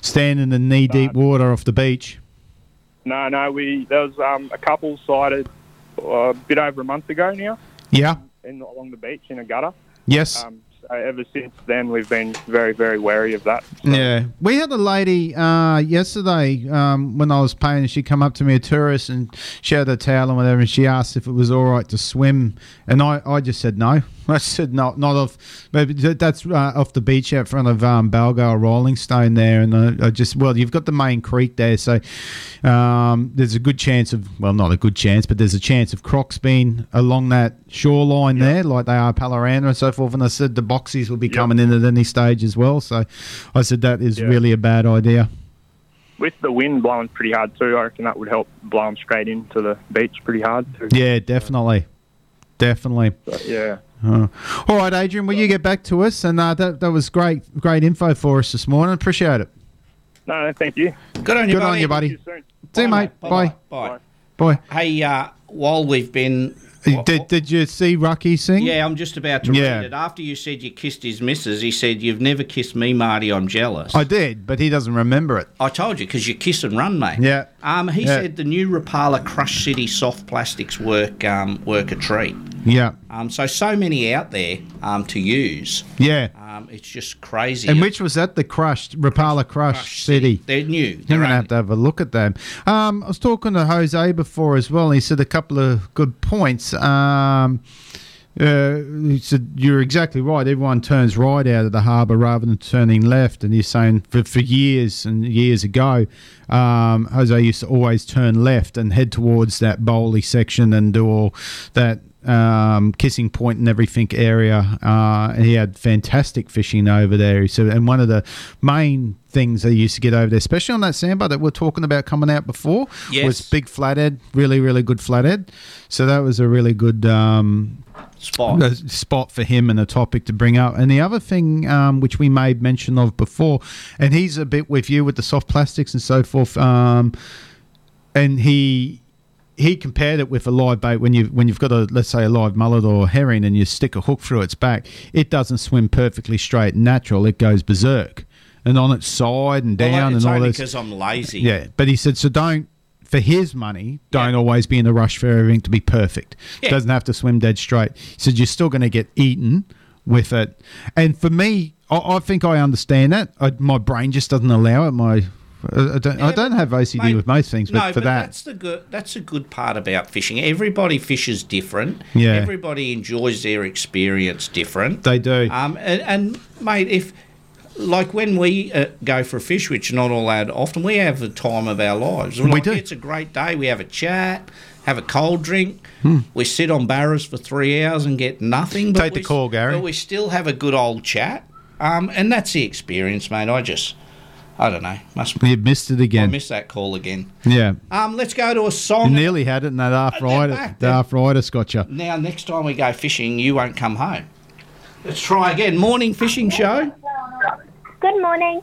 S4: standing in knee deep water off the beach.
S20: No, no, we there was um, a couple sighted uh, a bit over a month ago now,
S4: Yeah.
S20: in along the beach in a gutter.
S4: Yes.
S20: Um, so ever since then, we've been very, very wary of that.
S4: Yeah, we had a lady uh, yesterday um, when I was painting. She come up to me, a tourist, and she had a towel and whatever, and she asked if it was all right to swim, and I, I just said no. I said no, not off. Maybe th- that's uh, off the beach out front of um, Balgo Rolling Stone there, and I, I just well, you've got the main creek there, so um, there's a good chance of well, not a good chance, but there's a chance of crocs being along that shoreline there, like they are Palaranda and so forth. And I said the boxies will be coming in at any stage as well. So I said that is really a bad idea.
S20: With the wind blowing pretty hard too, I reckon that would help blow them straight into the beach pretty hard too.
S4: Yeah, definitely, definitely.
S20: But yeah.
S4: Uh, all right, Adrian, will you get back to us? And uh, that that was great, great info for us this morning. Appreciate it.
S20: No, no, thank you.
S3: Good on you,
S4: Good on
S3: buddy.
S4: you, buddy. See you, mate. Bye.
S3: bye.
S4: Bye.
S3: Hey, uh, while we've been
S4: Did, did you see Rocky sing?
S3: Yeah, I'm just about to
S4: Yeah.
S3: read it. After you said you kissed his missus, he said, You've never kissed me, Marty, I'm jealous.
S4: I did, but he doesn't remember it.
S3: I told you, because you kiss and run, mate.
S4: Yeah.
S3: Um, he
S4: Yeah.
S3: said the new Rapala Crush City soft plastics work um, work a treat.
S4: Yeah.
S3: Um, so, so many out there um, to use.
S4: Yeah.
S3: Um, it's just crazy.
S4: And which was that? The crushed Rapala Crush, City.
S3: They're new.
S4: You're going to have to have a look at them. Um, I was talking to Jose before as well, and he said a couple of good points. Um, uh, he said, You're exactly right. Everyone turns right out of the harbour rather than turning left. And he's saying for, for years and years ago, um, Jose used to always turn left and head towards that bowley section and do all that. um, Kissing Point and everything area. Uh, and he had fantastic fishing over there. So, and one of the main things they used to get over there, especially on that sandbar that we are talking about coming out before,
S3: Yes.
S4: was big flathead, really, really good flathead. So that was a really good um,
S3: spot
S4: spot for him and a topic to bring up. And the other thing um, which we made mention of before, and he's a bit with you with the soft plastics and so forth. Um, and he he compared it with a live bait when you when you've got a let's say a live mullet or herring and you stick a hook through its back, it doesn't swim perfectly straight and natural. It goes berserk and on its side and down
S3: Well, it's
S4: and all
S3: only
S4: this.
S3: because I'm lazy.
S4: Yeah, but he said so. Don't for his money. Don't always be in a rush for everything to be perfect.
S3: Yeah.
S4: Doesn't have to swim dead straight. He said you're still going to get eaten with it. And for me, I, I think I understand that. I, my brain just doesn't allow it. My I I don't. I don't have OCD with most things, but
S3: no,
S4: for
S3: but
S4: that,
S3: that's the good. That's a good part about fishing. Everybody fishes different.
S4: Yeah.
S3: Everybody enjoys their experience different.
S4: They do.
S3: Um, and, and mate, if like when we uh, go for a fish, which not all that often, we have the time of our lives.
S4: We
S3: Like,
S4: do.
S3: It's a great day. We have a chat, have a cold drink.
S4: Hmm.
S3: We sit on barrows for three hours and get nothing. But Take the call, Gary. But we still have a good old chat. Um, and that's the experience, mate. I just, I don't know. Must
S4: you missed it
S3: I
S4: again.
S3: missed that call again.
S4: yeah.
S3: Um, let's go to a
S4: You
S3: song.
S4: nearly had it, and that arthritis, the arthritis got you.
S3: Now, next time we go fishing, you won't come home. Let's try again. Morning fishing show.
S21: Good morning.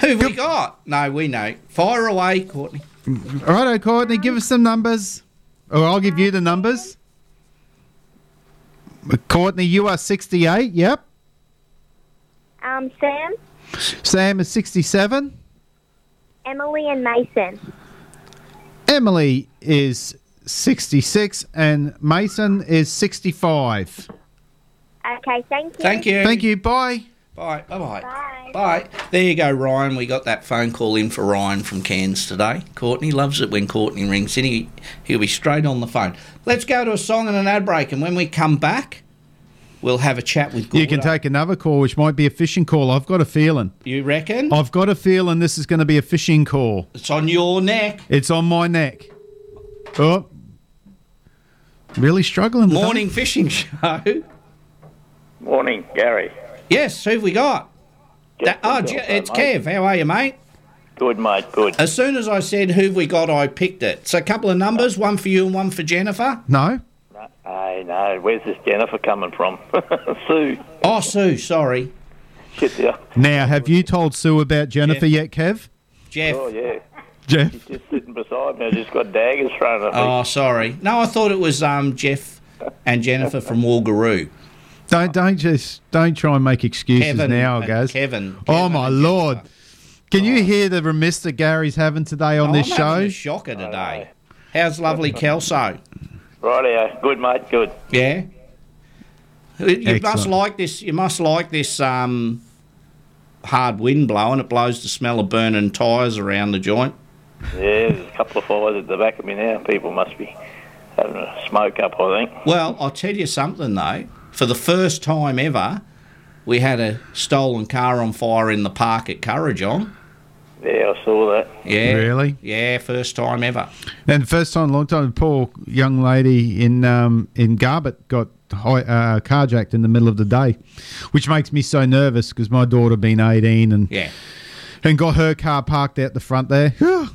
S3: Who've we got? No, we know. Fire away, Courtney.
S4: All right, oh, Courtney, give us some numbers, or I'll give you the numbers. Courtney, you are 68. Yep.
S21: Um, Sam,
S4: Sam is 67.
S21: Emily, and Mason.
S4: Emily is 66 and Mason is 65.
S21: Okay, thank you.
S3: Thank you.
S4: Thank you. Bye.
S3: Bye. Bye. Bye. Bye. There you go, Ryan. We got that phone call in for Ryan from Cairns today. Courtney loves it when Courtney rings in. He, he'll be straight on the phone. Let's go to a song and an ad break, and when we come back, we'll have a chat with.
S4: You can take another call, which might be a fishing call. I've got a feeling.
S3: You reckon?
S4: I've got a feeling this is going to be a fishing call.
S3: It's on your neck.
S4: It's on my neck. Oh. Really struggling. today.
S3: Morning fishing show.
S22: Morning, Gary.
S3: Yes, who've we got?
S22: Just
S3: oh,
S22: yourself,
S3: Je-
S22: though,
S3: it's
S22: mate.
S3: Kev. How are you, mate?
S22: Good, mate. Good.
S3: As soon as I said who've we got, I picked it. So a couple of numbers, one for you and one for Jennifer.
S4: No.
S22: I know. Where's this Jennifer coming from? Sue.
S3: Oh, Sue, sorry.
S22: Shit, yeah.
S4: Now, have you told Sue about Jennifer yet, Kev?
S3: Jeff.
S22: Oh, yeah.
S4: Jeff.
S22: She's just sitting beside me. I just got daggers thrown at me.
S3: Oh, sorry. No, I thought it was um, Jeff and Jennifer from Walgaroo.
S4: Don't don't just don't try and make excuses
S3: Kevin
S4: now,
S3: and
S4: guys.
S3: Kevin.
S4: Oh my lord! Can you hear the remiss that Gary's having today on
S3: Oh,
S4: this
S3: I'm
S4: show?
S3: having a shocker today. How's lovely Kelso?
S22: Rightio. Good, mate. Good.
S3: Yeah. You must
S22: Excellent.
S3: like this. You must like this um, hard wind blowing. It blows the smell of burning tyres around the joint.
S22: Yeah, there's a couple of fires at the back of me now. People must be having a smoke up, I think.
S3: Well, I'll tell you something though. For the first time ever, we had a stolen car on fire in the park at Currajong.
S22: Yeah, I saw that.
S3: Yeah.
S4: Really?
S3: Yeah, first time ever.
S4: And first time, in a long time, poor young lady in um, in Garbutt got hi- uh, carjacked in the middle of the day, which makes me so nervous because my daughter been eighteen and
S3: yeah,
S4: and got her car parked out the front there.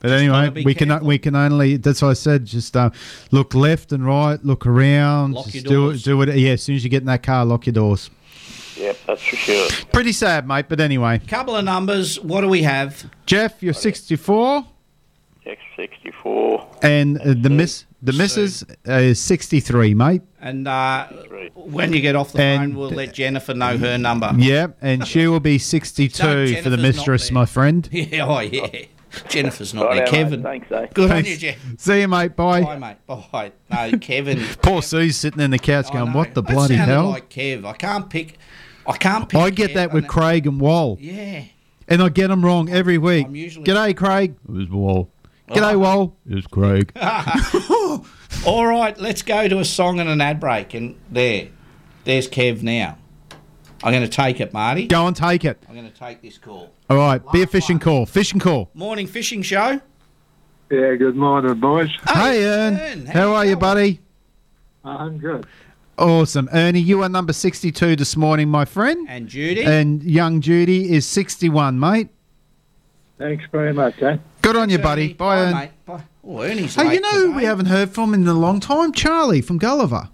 S4: But anyway,
S3: be
S4: we can we can only. That's what I said. Just uh, look left and right, look around.
S22: Lock
S4: just
S22: your
S4: do
S22: doors.
S4: it. Do it. Yeah, as soon as you get in that car, lock your doors.
S22: Yep, that's for sure.
S4: Pretty sad, mate. But anyway,
S3: Couple of numbers. What do we have?
S4: Jeff, you're 64,
S22: X64.
S4: and uh, the miss the missus uh, is 63, mate.
S3: And uh, when you get off the phone, we'll let Jennifer know her number.
S4: Yeah, and she will be 62 for the
S3: Jennifer's not
S4: mistress, my friend.
S3: Yeah, oh yeah. Jennifer's not
S4: Righto,
S3: there.
S4: mate.
S3: Kevin.
S22: Thanks, eh?
S3: Good on
S4: Thanks.
S3: you, Jeff.
S4: See you, mate. Bye.
S3: Bye, mate. Bye. No, Kevin.
S4: Poor Sue's sitting in the couch going, "What the
S3: That
S4: bloody
S3: sounded
S4: hell?"
S3: Like Kev, I can't pick. I can't pick.
S4: I get
S3: Kev
S4: that
S3: on
S4: with Craig and Wall.
S3: Yeah.
S4: And I get them wrong every week. G'day, Craig. It was Wall.
S3: Oh.
S4: G'day, Wall. It was Craig.
S3: All right, let's go to a song and an ad break. And there, there's Kev now. I'm going to take it, Marty.
S4: Go and take it.
S3: I'm going to take this call.
S4: All right, be a fishing call. Fishing call.
S3: Morning fishing show. Ah.
S14: Yeah, good morning, boys.
S4: Hey, Ern. How are you, buddy?
S14: I'm good.
S4: Awesome. Ernie, you are number 62 this morning, my friend.
S3: And Judy.
S4: And young Judy is 61, mate.
S14: Thanks very much, eh?
S4: Good on you, buddy. Bye, Ern.
S3: Bye. Oh, Ernie's
S4: Hey,
S3: late
S4: you know who we haven't heard from in a long time? Charlie from Gulliver.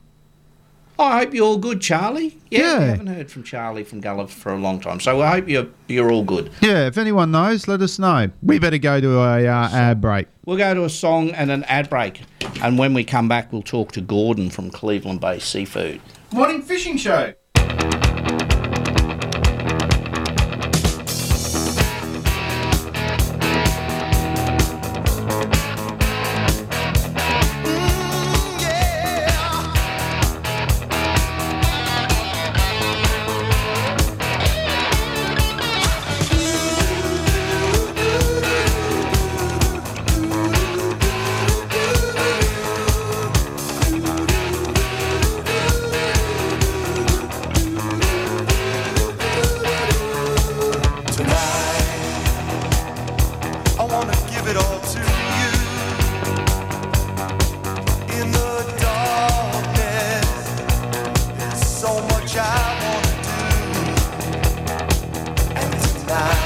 S3: I hope you're all good, Charlie. Yeah,
S4: Yeah.
S3: we haven't heard from Charlie from Gulliver for a long time, so I hope you're you're all good.
S4: Yeah, if anyone knows, let us know. We better go to a uh, ad break.
S3: We'll go to a song and an ad break, and when we come back, we'll talk to Gordon from Cleveland Bay Seafood.
S4: Morning fishing show.
S1: Tonight, I wanna give it all to you. In the darkness, there's so much I wanna do. And tonight,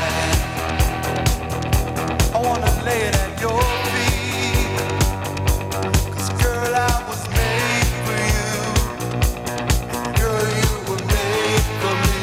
S1: I wanna lay it at your feet. 'Cause girl, I was made for you, and girl, you were made for me.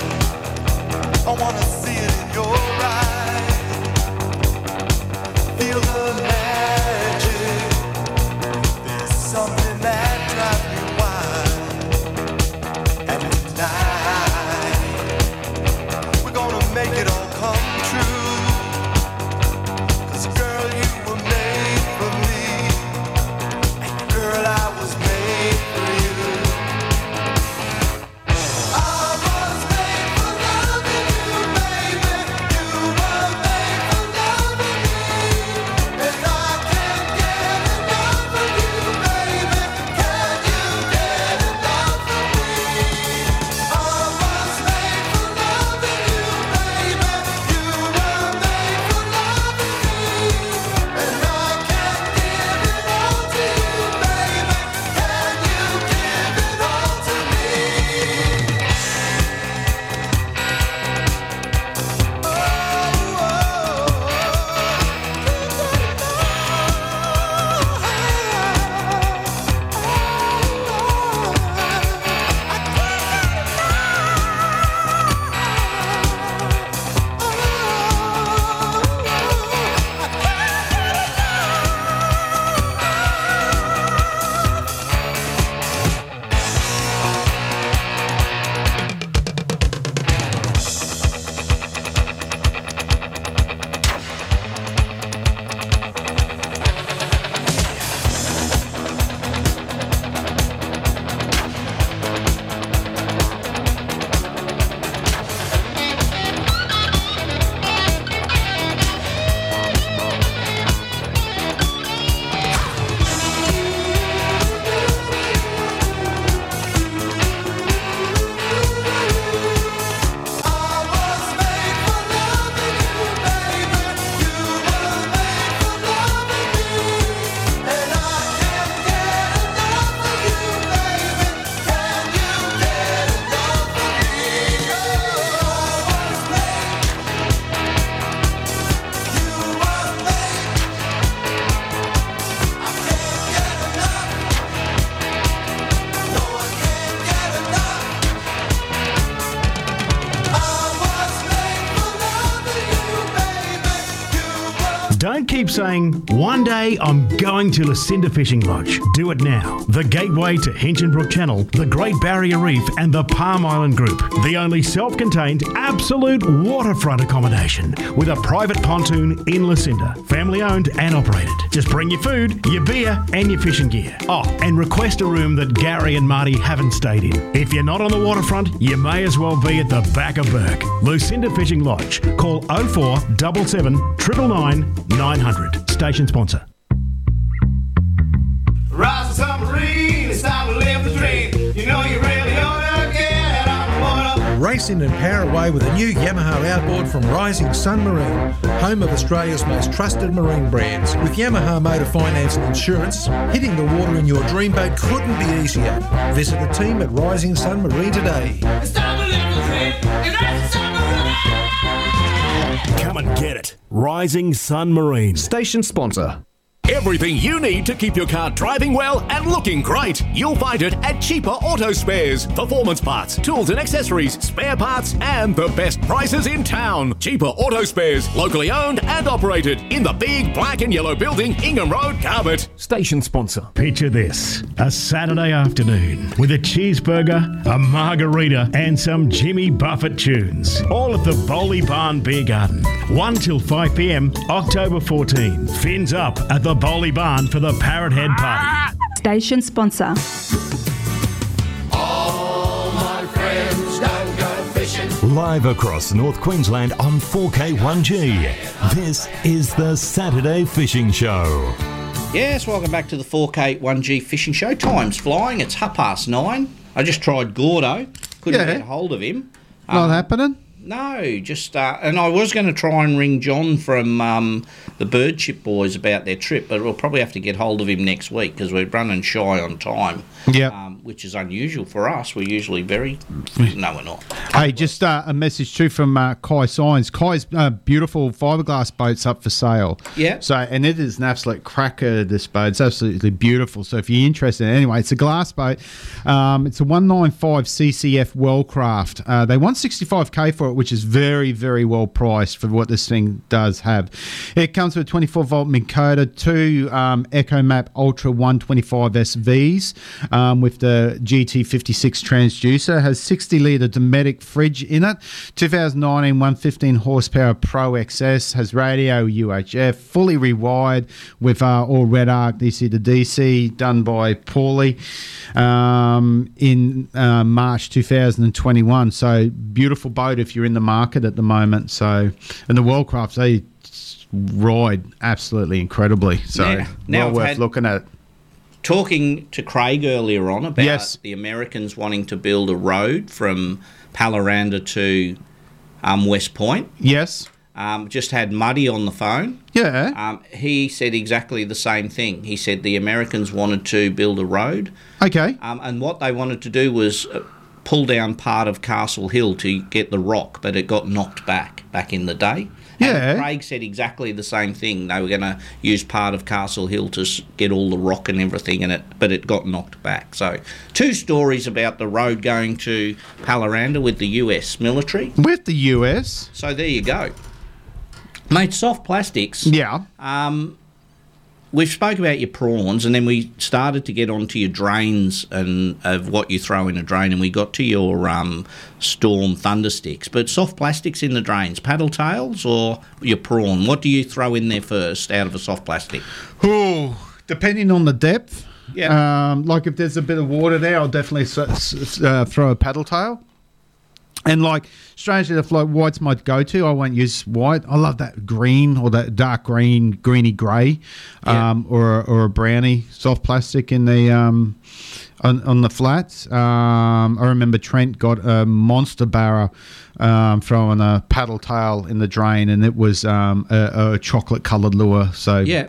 S1: I wanna see it in your eyes. Feel the magic. There's something that drives me wild. And tonight, we're gonna make it all come true. 'Cause girl, you were made for me. And girl, I was made for you. I
S8: keep saying, One day I'm going to Lucinda Fishing Lodge. Do it now. The gateway to Hinchinbrook Channel, the Great Barrier Reef, and the Palm Island Group. The only self contained, absolute waterfront accommodation with a private pontoon in Lucinda. Family owned and operated. Just bring your food, your beer, and your fishing gear. Oh, and request a room that Gary and Marty haven't stayed in. If you're not on the waterfront, you may as well be at the back of Burke. Lucinda Fishing Lodge. Call 0477 999 900. Station sponsor.
S15: Rise to submarine, it's time to live the dream. You know you really ought to get on board.
S9: Race in and power away with a new Yamaha outboard from Rising Sun Marine, home of Australia's most trusted marine brands. With Yamaha Motor Finance and Insurance, hitting the water in your dream boat couldn't be easier. Visit the team at Rising Sun Marine today.
S15: It's time to live the dream, and that's submarine.
S7: Come and get it. Rising Sun Marine. Station sponsor. Everything you need to keep your car driving well and looking great. You'll find it at cheaper auto spares, performance parts, tools and accessories, spare parts, and the best prices in town. Cheaper auto spares, locally owned and operated in the big black and yellow building, Ingham Road, Carbet.
S8: Station sponsor. Picture this a Saturday afternoon with a cheeseburger, a margarita, and some Jimmy Buffett tunes. All at the Bowley Barn Beer Garden. 1 till 5 pm, October 14. Fins up at the Bowley Barn for the Parrot Head Party.
S12: Station sponsor.
S15: All my friends don't go fishing.
S11: Live across North Queensland on 4K1G. This is the Saturday Fishing Show.
S3: Yes, welcome back to the 4K 1G Fishing Show. Time's flying. It's half past nine. I just tried Gordo. Couldn't
S4: Yeah.
S3: get hold of him.
S4: Not happening?
S3: No, just uh, and I was going to try and ring John from um, the Bird Chip Boys about their trip, but we'll probably have to get hold of him next week because we're running shy on time.
S4: Yeah.
S3: um, which is unusual for us. We're usually very no, we're not.
S4: Hey, just uh, a message too from uh, Kai Signs. Kai's uh, beautiful fiberglass boat's up for sale.
S3: Yeah.
S4: So, and it is an absolute cracker. This boat, it's absolutely beautiful. So, if you're interested, anyway, it's a glass boat. Um, it's a 195 CCF Wellcraft. Uh, they want 65k for it, which is very, very well priced for what this thing does have. It comes with a 24 volt Minkota, two um, EchoMap Ultra 125 SVs um, with the GT56 transducer. Has 60 litre Dometic fridge in it. 2019 115 horsepower Pro XS. Has radio UHF, fully rewired with uh, all red arc DC to DC, done by Paulie um, in uh, March 2021. So beautiful boat if you're in the market at the moment. So and the Worldcraft they ride absolutely incredibly. So
S3: Now- now I've
S4: well worth
S3: had-
S4: looking at.
S3: Talking to Craig earlier on about
S4: Yes.
S3: the Americans wanting to build a road from Palaranda to um, West Point.
S4: Yes.
S3: Um, just had Muddy on the phone.
S4: Yeah.
S3: Um, he said exactly the same thing. He said the Americans wanted to build a road,
S4: Okay.
S3: um, and what they wanted to do was uh, pull down part of Castle Hill to get the rock, but it got knocked back back in the day.
S4: Yeah.
S3: And Craig said exactly the same thing. They were going to use part of Castle Hill to s- get all the rock and everything in it, but it got knocked back. So, two stories about the road going to Palaranda with the US military.
S4: With the US.
S3: So, there you go. Mate, soft plastics.
S4: Yeah.
S3: Um, we've spoke about your prawns, and then we started to get onto your drains and of what you throw in a drain, and we got to your um, storm thunder sticks. But soft plastics in the drains, paddle tails or your prawn? What do you throw in there first out of a soft plastic?
S4: Oh, depending on the depth. Yeah. Um, like if there's a bit of water there, I'll definitely s- s- uh, throw a paddle tail. And like, strangely enough, like white's my go-to. I won't use white. I love that green or that dark green, greeny grey, um, or a- or a brownie soft plastic in the um, on, on the flats. Um, I remember Trent got a monster barra um, throwing a paddle tail in the drain, and it was um, a, a chocolate coloured lure. So
S3: Yeah.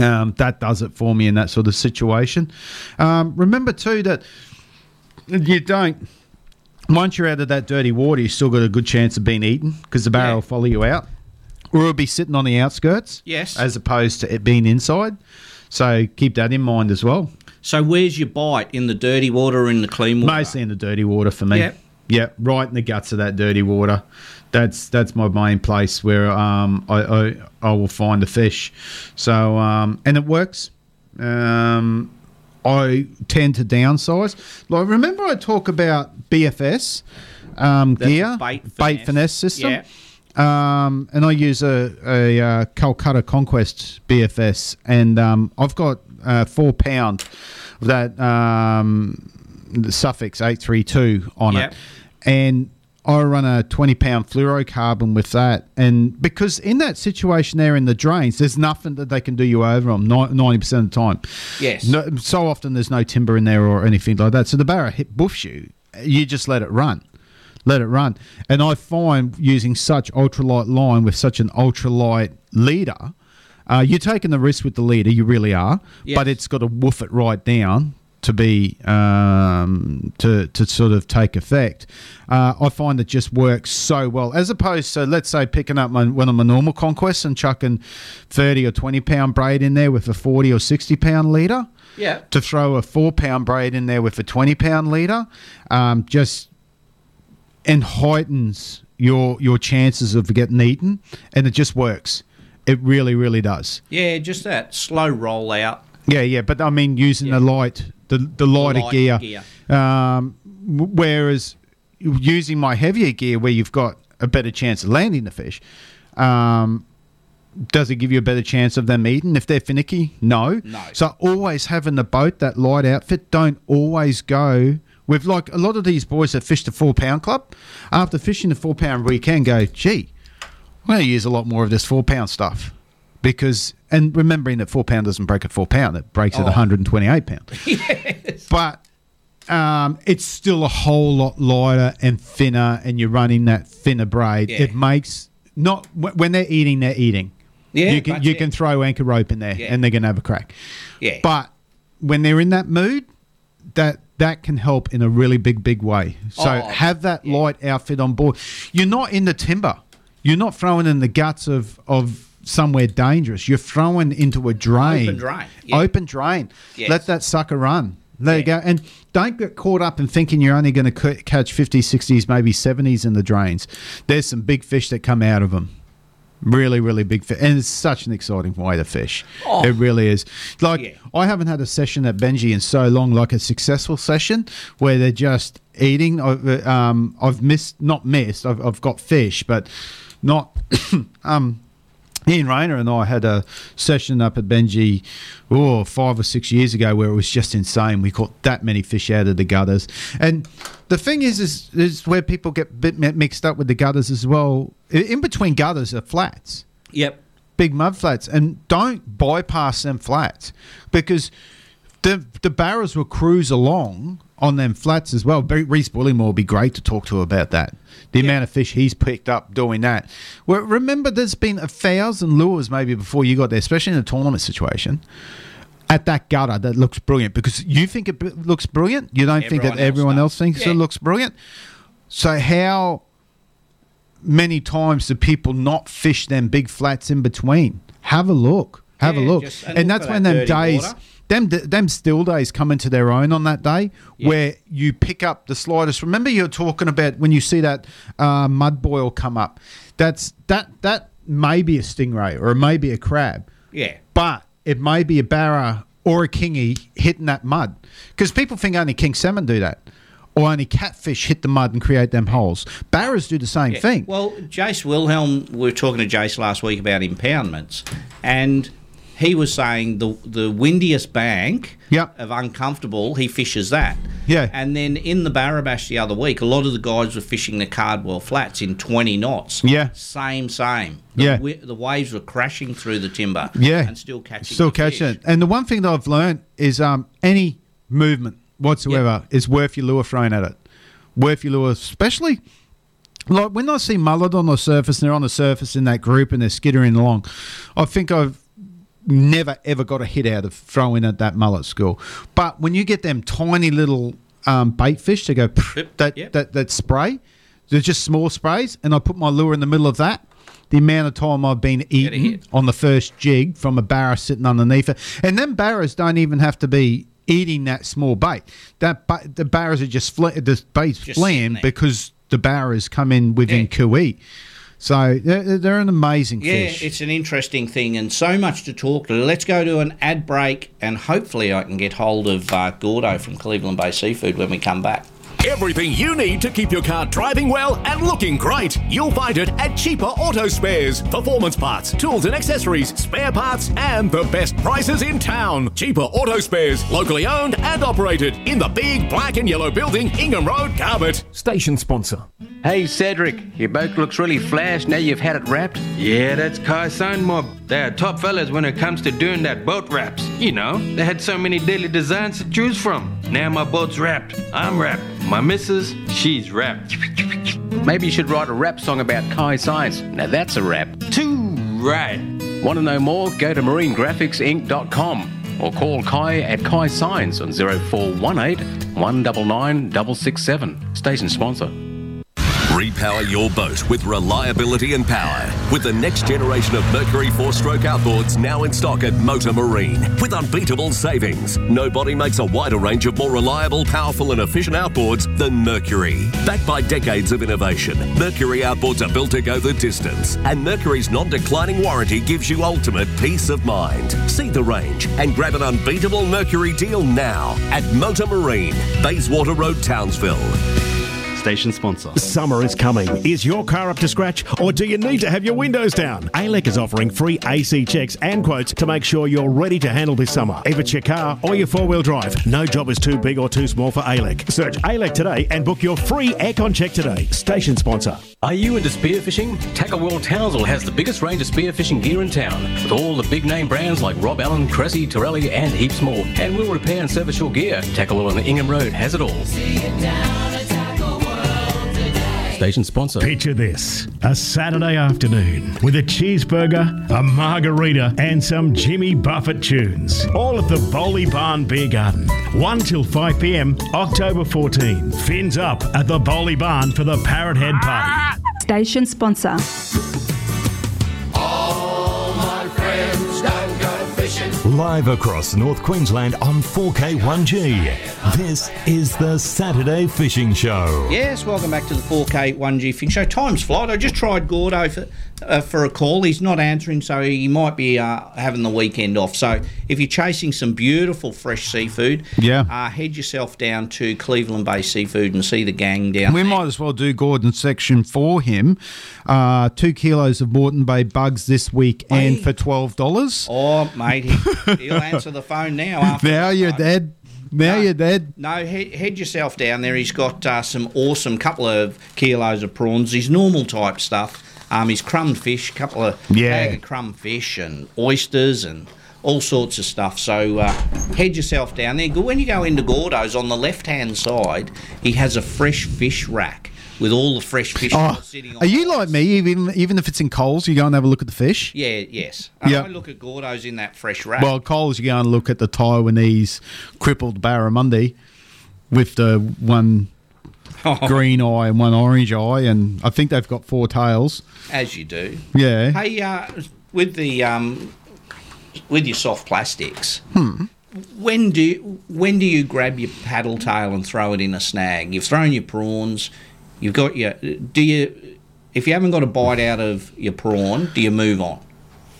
S4: um, that does it for me in that sort of situation. Um, remember too that you don't. Once you're out of that dirty water, you still got a good chance of being eaten because the barrel will follow you out, or it'll be sitting on the outskirts.
S3: Yes.
S4: as opposed to it being inside. So keep that in mind as well.
S3: So where's your bite in the dirty water or in the clean water?
S4: Mostly in the dirty water for me.
S3: Yep.
S4: Yeah, right in the guts of that dirty water. that's that's my main place where um, I, I I will find the fish. So um, and it works. Um, I tend to downsize. Like remember I talk about BFS um,
S3: That's
S4: gear
S3: bait finesse.
S4: system.
S3: Yeah.
S4: Um, and I use a, a uh, Calcutta Conquest BFS, and um, I've got uh, four pound of that um, the suffix eight three two on
S3: Yep.
S4: it, and I run a twenty pound fluorocarbon with that, and because in that situation there in the drains, there's nothing that they can do you over on ninety percent of the time.
S3: Yes.
S4: No, so often there's no timber in there or anything like that. So the barra hit buffs you. You just let it run. Let it run. And I find using such ultralight line with such an ultralight leader, uh, you're taking the risk with the leader, you really are,
S3: Yes.
S4: but it's got to woof it right down to be um, to, to sort of take effect. Uh, I find it just works so well as opposed to let's say picking up my, one of my normal conquests and chucking 30 or 20 pound braid in there with a 40 or 60 pound leader
S3: Yeah.
S4: to throw a four pound braid in there with a 20 pound leader um, just and heightens your your chances of getting eaten and it just works it really really does
S3: Yeah, just that slow roll out.
S4: yeah yeah but i mean using the light the, the lighter
S3: lighter
S4: gear,
S3: gear.
S4: Um, w- whereas using my heavier gear where you've got a better chance of landing the fish um, does it give you a better chance of them eating if they're finicky? No. No. So always having the boat, that light outfit, don't always go with like a lot of these boys that fish the four pound club. After fishing the four pound weekend, go, gee, I'm going to use a lot more of this four pound stuff because, and remembering that four pound doesn't break a four pound, it breaks at
S3: Oh.
S4: 128 pound. But um, it's still a whole lot lighter and thinner, and you're running that thinner braid.
S3: Yeah.
S4: It makes not wh- when they're eating, they're eating.
S3: Yeah,
S4: you can
S3: that's
S4: you
S3: it.
S4: can throw anchor rope in there,
S3: Yeah.
S4: and they're gonna have a crack.
S3: Yeah.
S4: But when they're in that mood, that that can help in a really big big way. So
S3: Oh,
S4: have that light outfit on board. You're not in the timber. You're not throwing in the guts of of somewhere dangerous. You're throwing into a drain.
S3: Open drain, yeah.
S4: Open drain.
S3: Yes.
S4: Let that sucker run. There you go. And don't get caught up in thinking you're only going to c- catch 50s, 60s, maybe 70s in the drains. There's some big fish that come out of them. Really, really big fish. And it's such an exciting way to fish.
S3: Oh.
S4: It really is. Like, I haven't had a session at Benji in so long, like a successful session where they're just eating. I've, um, I've missed, not missed, I've, I've got fish, but not. um, Ian Rayner and I had a session up at Benji, oh, five or six years ago, where it was just insane. We caught that many fish out of the gutters, and the thing is, is, is where people get bit mi- mixed up with the gutters as well. I- In between gutters are flats,
S3: Yep.
S4: big mud flats, and don't bypass them flats because the the barrows will cruise along on them flats as well. Be- Reese Bullimore will be great to talk to about that. The amount of fish he's picked up doing that. Well, remember, there's been a thousand lures maybe before you got there, especially in a tournament situation. At that gutter that looks brilliant because you think it b- looks brilliant. You don't think
S3: Everyone
S4: that
S3: else
S4: everyone else thinks it looks brilliant. So how many times do people not fish them big flats in between? Have a look. Have a
S3: Yeah,
S4: look.
S3: just- and
S4: And,
S3: look
S4: that's
S3: for
S4: when
S3: that
S4: them
S3: dirty
S4: days,
S3: water.
S4: them d- them still days come into their own on that day where you pick up the slightest. Remember, you're talking about when you see that uh, mud boil come up. That's that that may be a stingray or it may be a crab.
S3: Yeah.
S4: But it may be a barra or a kingy hitting that mud. Because people think only king salmon do that. Or only catfish hit the mud and create them holes. Barras do the same
S3: Yeah.
S4: thing.
S3: Well, Jace Wilhelm, we were talking to Jace last week about impoundments, and he was saying the the windiest bank of uncomfortable, he fishes that.
S4: Yeah.
S3: And then in the Barabash the other week, a lot of the guys were fishing the Cardwell Flats in 20 knots.
S4: Yeah.
S3: Same, same.
S4: Yeah.
S3: The, wi- the waves were crashing through the timber.
S4: Yeah.
S3: And still catching.
S4: Still
S3: the fish.
S4: catching it. And the one thing that I've learned is um, any movement whatsoever is worth your lure thrown at it. Worth your lure, especially like when I see mullet on the surface and they're on the surface in that group and they're skittering along. I think I've never ever got a hit out of throwing at that mullet school. But when you get them tiny little um, bait fish to go that, that that spray, they're just small sprays, and I put my lure in the middle of that. The amount of time I've been eaten on the first jig from a barra sitting underneath it, and then barras don't even have to be eating that small bait. That ba- the barras are just fl- the bait's
S3: Just sitting
S4: fleeing
S3: there.
S4: because the barras come in within Kui. So they're, they're an amazing
S3: Yeah,
S4: fish.
S3: it's an interesting thing and so much to talk to. Let's go to an ad break and hopefully I can get hold of uh, Gordo from Cleveland Bay Seafood when we come back.
S7: Everything you need to keep your car driving well and looking great, you'll find it at Cheaper Auto Spares. Performance parts, tools and accessories, spare parts, and the best prices in town. Cheaper Auto Spares, locally owned and operated in the big black and yellow building, Ingham Road, Carbet.
S5: Station sponsor.
S12: Hey Cedric, your boat looks really flash now you've had it wrapped. Yeah, that's Kai Sign Mob. They are top fellas when it comes to doing that boat wraps. You know, they had so many daily designs to choose from. Now my boat's wrapped. I'm wrapped. My missus, she's wrapped.
S10: Maybe you should write a rap song about Kai Science. Now that's a rap. Too right. Want to know more? Go to marinegraphicsinc.com or call Kai at Kai Science on 0418 199 667. Station sponsor.
S13: Repower your boat with reliability and power with the next generation of Mercury four stroke outboards now in stock at Motor Marine with unbeatable savings. Nobody makes a wider range of more reliable, powerful, and efficient outboards than Mercury. Backed by decades of innovation, Mercury outboards are built to go the distance, and Mercury's non declining warranty gives you ultimate peace of mind. See the range and grab an unbeatable Mercury deal now at Motor Marine, Bayswater Road, Townsville.
S16: Station sponsor.
S12: Summer is coming. Is your car up to scratch or do you need to have your windows down? ALEC is offering free AC checks and quotes to make sure you're ready to handle this summer. If it's your car or your four wheel drive, no job is too big or too small for ALEC. Search ALEC today and book your free aircon check today. Station sponsor.
S10: Are you into spearfishing? Tackle World Townsville has the biggest range of spearfishing gear in town, with all the big name brands like Rob Allen, Cressy, Torelli, and heaps more. And we'll repair and service your gear. Tackle World on Ingham Road has it all. Station sponsor.
S8: Picture this a Saturday afternoon with a cheeseburger, a margarita, and some Jimmy Buffett tunes. All at the Bowley Barn Beer Garden. 1 till 5 pm, October 14. Fins up at the Bowley Barn for the Parrot Head Party.
S14: Station sponsor.
S1: All my friends don't go fishing.
S11: Live across North Queensland on 4K1G. This is the Saturday Fishing Show.
S3: Yes, welcome back to the 4K 1G Fin Show. Time's flight. I just tried Gordo for, uh, for a call. He's not answering, so he might be uh, having the weekend off. So if you're chasing some beautiful fresh seafood,
S4: Yeah.
S3: uh, head yourself down to Cleveland Bay Seafood and see the gang down
S4: We might as well do Gordon's section for him. Uh, two kilos of Moreton Bay bugs this week, and for twelve dollars.
S3: Oh, mate, he, he'll answer the phone now. After
S4: Now you're dead. Now you're dead.
S3: No, head, head yourself down there. He's got uh, some awesome couple of kilos of prawns, his normal type stuff. Um, his crumbed fish, couple of
S4: Yeah.
S3: bag of crumb fish and oysters and all sorts of stuff. So uh, head yourself down there. Go- When you go into Gordo's, on the left hand side, he has a fresh fish rack with all the fresh fish
S4: Oh,
S3: sitting on.
S4: are you like me? Even even if it's in Coles, you go and have a look at the fish.
S3: Yeah, yes. And
S4: Yeah.
S3: I look at Gordo's in that fresh rack.
S4: Well, Coles, you go and look at the Taiwanese crippled barramundi with the one green eye and one orange eye, and I think they've got four tails.
S3: as you do.
S4: Yeah.
S3: Hey, uh, with the um, with your soft plastics,
S4: Hmm.
S3: when do you, when do you grab your paddle tail and throw it in a snag? You've thrown your prawns. You've got your. Do you? If you haven't got a bite out of your prawn, do you move on?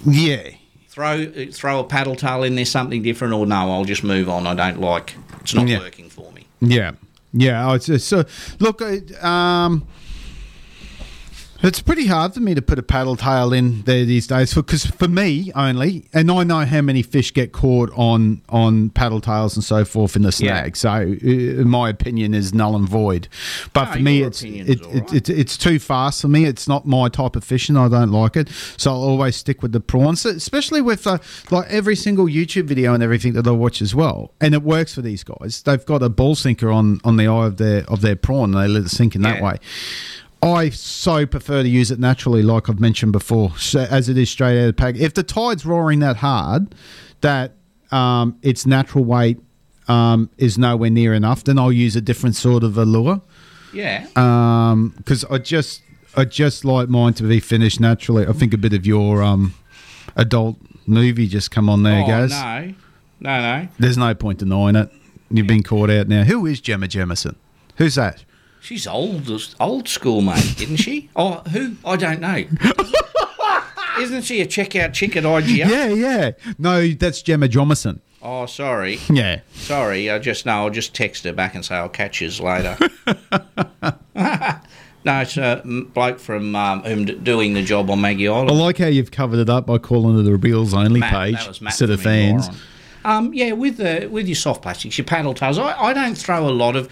S4: Yeah.
S3: Throw throw a paddle tail in there, something different, or no? I'll just move on. I don't like. It's not
S4: Yeah.
S3: working for me.
S4: Yeah, yeah. Oh, it's, it's, so look, uh, um, it's pretty hard for me to put a paddle tail in there these days because for me only, and I know how many fish get caught on on paddle tails and so forth in the snag. So uh, my opinion is null and void. But
S3: No,
S4: for me,
S3: your
S4: it's it,
S3: opinion's
S4: it, it, it's too fast for me. It's not my type of fishing. I don't like it, so I'll always stick with the prawns, especially with uh, like every single YouTube video and everything that I watch as well. And it works for these guys. They've got a ball sinker on on the eye of their of their prawn, and they let it sink in that
S3: Yeah.
S4: way. I so prefer to use it naturally, like I've mentioned before, so as it is straight out of the pack. If the tide's roaring that hard that um, its natural weight um, is nowhere near enough, then I'll use a different sort of a lure.
S3: Yeah.
S4: Um, because I just I just like mine to be finished naturally. I think a bit of your um adult movie just come on there,
S3: oh
S4: guys.
S3: no, no, no.
S4: There's no point denying it. You've been caught out now. Who is Gemma Jemison? Who's that?
S3: She's old, as- old school, mate, isn't she? Oh, who? I don't know. Isn't she a checkout chick at IGA?
S4: Yeah, yeah. No, that's Gemma Jomison.
S3: Oh, sorry.
S4: Yeah.
S3: Sorry, I just no. I'll just text her back and say I'll catch you later. no, it's a m- bloke from um, who d- doing the job on Maggie
S4: I
S3: Island.
S4: like how you've covered it up by calling it the Reveals Only
S3: Matt, that was
S4: page
S3: Matt
S4: to the
S3: for me,
S4: fans.
S3: moron. Um, yeah, with the with your soft plastics, your paddle tails. I, I don't throw a lot of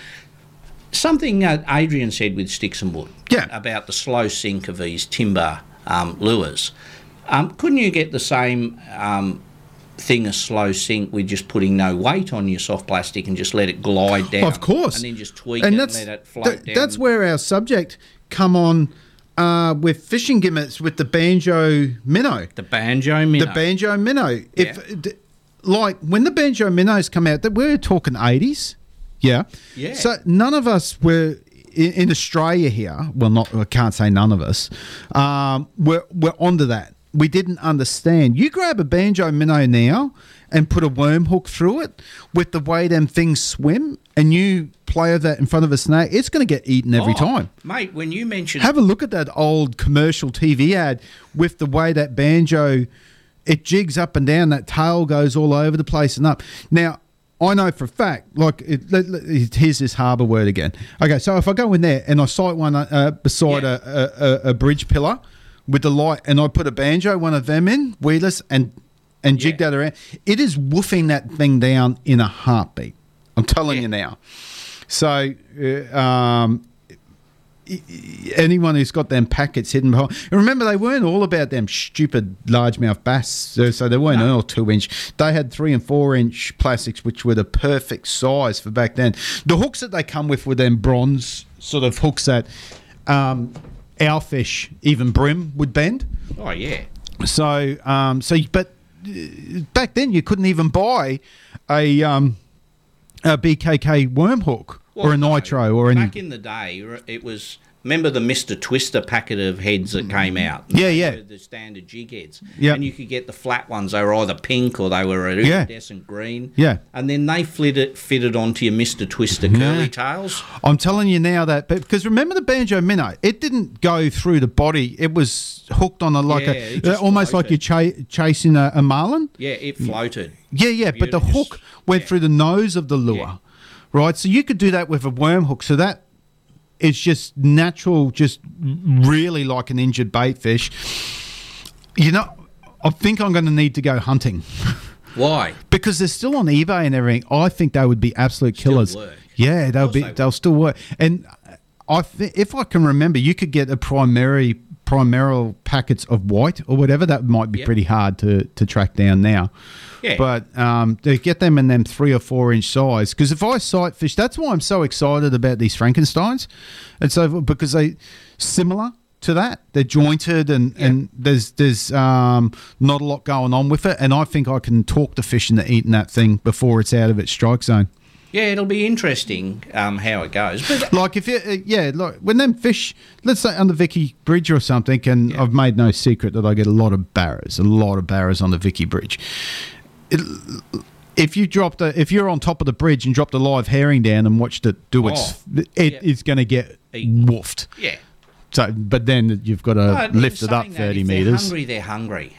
S3: something uh, Adrian said with sticks and wood. Yeah. About the slow sink of these timber um, lures. Um, couldn't you get the same um, thing a slow sink with just putting no weight on your soft plastic and just let it glide down?
S4: Of course.
S3: And then just tweak it and let it float
S4: tha-
S3: down.
S4: That's where our subject come on uh, with fishing gimmicks with the banjo minnow.
S3: The banjo minnow.
S4: The banjo minnow. If d- like when the banjo minnows come out, that we're talking eighties. Yeah.
S3: Yeah.
S4: So none of us were in, in Australia here. Well, not I can't say none of us. Um, we're we're onto that. We didn't understand. You grab a banjo minnow now and put a worm hook through it with the way them things swim, and you play with that in front of a snake. It's going to get eaten every
S3: Oh,
S4: time.
S3: mate. When you mentioned
S4: Have a look at that old commercial TV ad with the way that banjo it jigs up and down. That tail goes all over the place and up. Now I know for a fact. Like it, let- let- here's this harbour word again. Okay, so if I go in there and I sight one uh, beside a, a, a, a bridge pillar with the light, and I put a banjo, one of them in weedless and and jig that around, it is woofing that thing down in a heartbeat. I'm telling you now. So. uh, Um, anyone who's got them packets hidden behind. And remember, they weren't all about them stupid largemouth bass, so so they weren't all two inch. They had three and four inch plastics, which were the perfect size for back then. The hooks that they come with were them bronze sort of hooks that um, our fish, even brim, would bend.
S3: Oh yeah.
S4: So, um, so but uh, back then you couldn't even buy a um, a BKK worm hook or a nitro or any
S3: Back in the day, r- it was. Remember the Mister Twister packet of heads that came out?
S4: Mm. Yeah,
S3: They
S4: yeah.
S3: were The standard jig heads.
S4: Yep.
S3: And you could get the flat ones. They were either pink or they were
S4: Yeah.
S3: iridescent green.
S4: Yeah.
S3: And then they flitted, fitted onto your Mister Twister curly
S4: Yeah.
S3: tails.
S4: I'm telling you now that but because remember the banjo minnow, it didn't go through the body. It was hooked on a like
S3: Yeah,
S4: a uh,
S3: it just
S4: almost like you're cha- chasing a, a marlin.
S3: Yeah, it floated.
S4: Yeah, yeah, but the hook went through the nose of the lure, right? So you could do that with a worm hook. So that is just natural, just really like an injured bait fish. You know, I think I'm going to need to go hunting
S3: Why?
S4: because they're still on eBay and everything. I think they would be absolute killers. Yeah, they'll be. They will still work. And I, thi- if I can remember, you could get a primary primeral packets of white or whatever. That might be
S3: Yep.
S4: pretty hard to to track down now.
S3: Yeah.
S4: But um, they get them in them three or four inch size because if I sight fish, that's why I'm so excited about these Frankenstein's, and so because they similar to that they're jointed and, and there's there's um, not a lot going on with it and I think I can talk the fish into eating that thing before it's out of its strike zone.
S3: Yeah, it'll be interesting um, how it goes. But
S4: like if you, uh, yeah, like when them fish, let's say on the Vicky Bridge or something, and I've made no secret that I get a lot of barrows, a lot of barrows on the Vicky Bridge. It, if you dropped a, if you're on top of the bridge and dropped a live herring down and watched it do its,
S3: Oh.
S4: it is going to get woofed.
S3: Yeah.
S4: So, but then you've got to
S3: But in
S4: lift it uh, up
S3: saying that,
S4: thirty
S3: if they're
S4: meters.
S3: Hungry, they're hungry.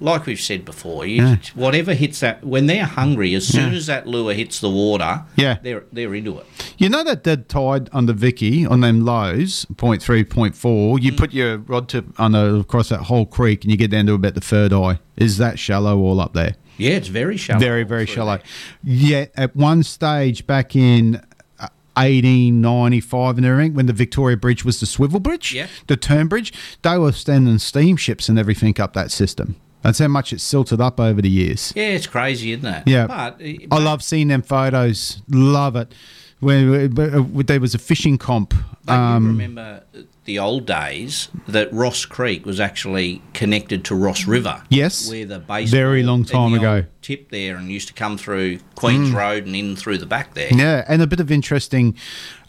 S3: Like we've said before, you,
S4: Yeah.
S3: whatever hits that when they're hungry, as soon
S4: Yeah.
S3: as that lure hits the water,
S4: Yeah.
S3: they're they're into it.
S4: You know that dead tide under Vicky on them lows, point three, point four.
S3: Mm.
S4: You put your rod tip under across that whole creek, and you get down to about the third eye. Is that shallow all up there?
S3: Yeah, it's very shallow.
S4: Very, very shallow. Yet at one stage back in uh, 1895 and everything, when the Victoria Bridge was the swivel bridge,
S3: Yeah.
S4: the turn bridge, they were sending steamships and everything up that system. That's how much it's silted up over the years.
S3: Yeah, it's crazy, isn't it?
S4: Yeah,
S3: But uh,
S4: I love seeing them photos. Love it. When, when- when there was a fishing comp, um,
S3: remember the old days that Ross Creek was actually connected to Ross River.
S4: Yes.
S3: Where the base
S4: very long time ago.
S3: tip there and used to come through Queen's
S4: Mm.
S3: Road and in through the back there.
S4: Yeah, and a bit of interesting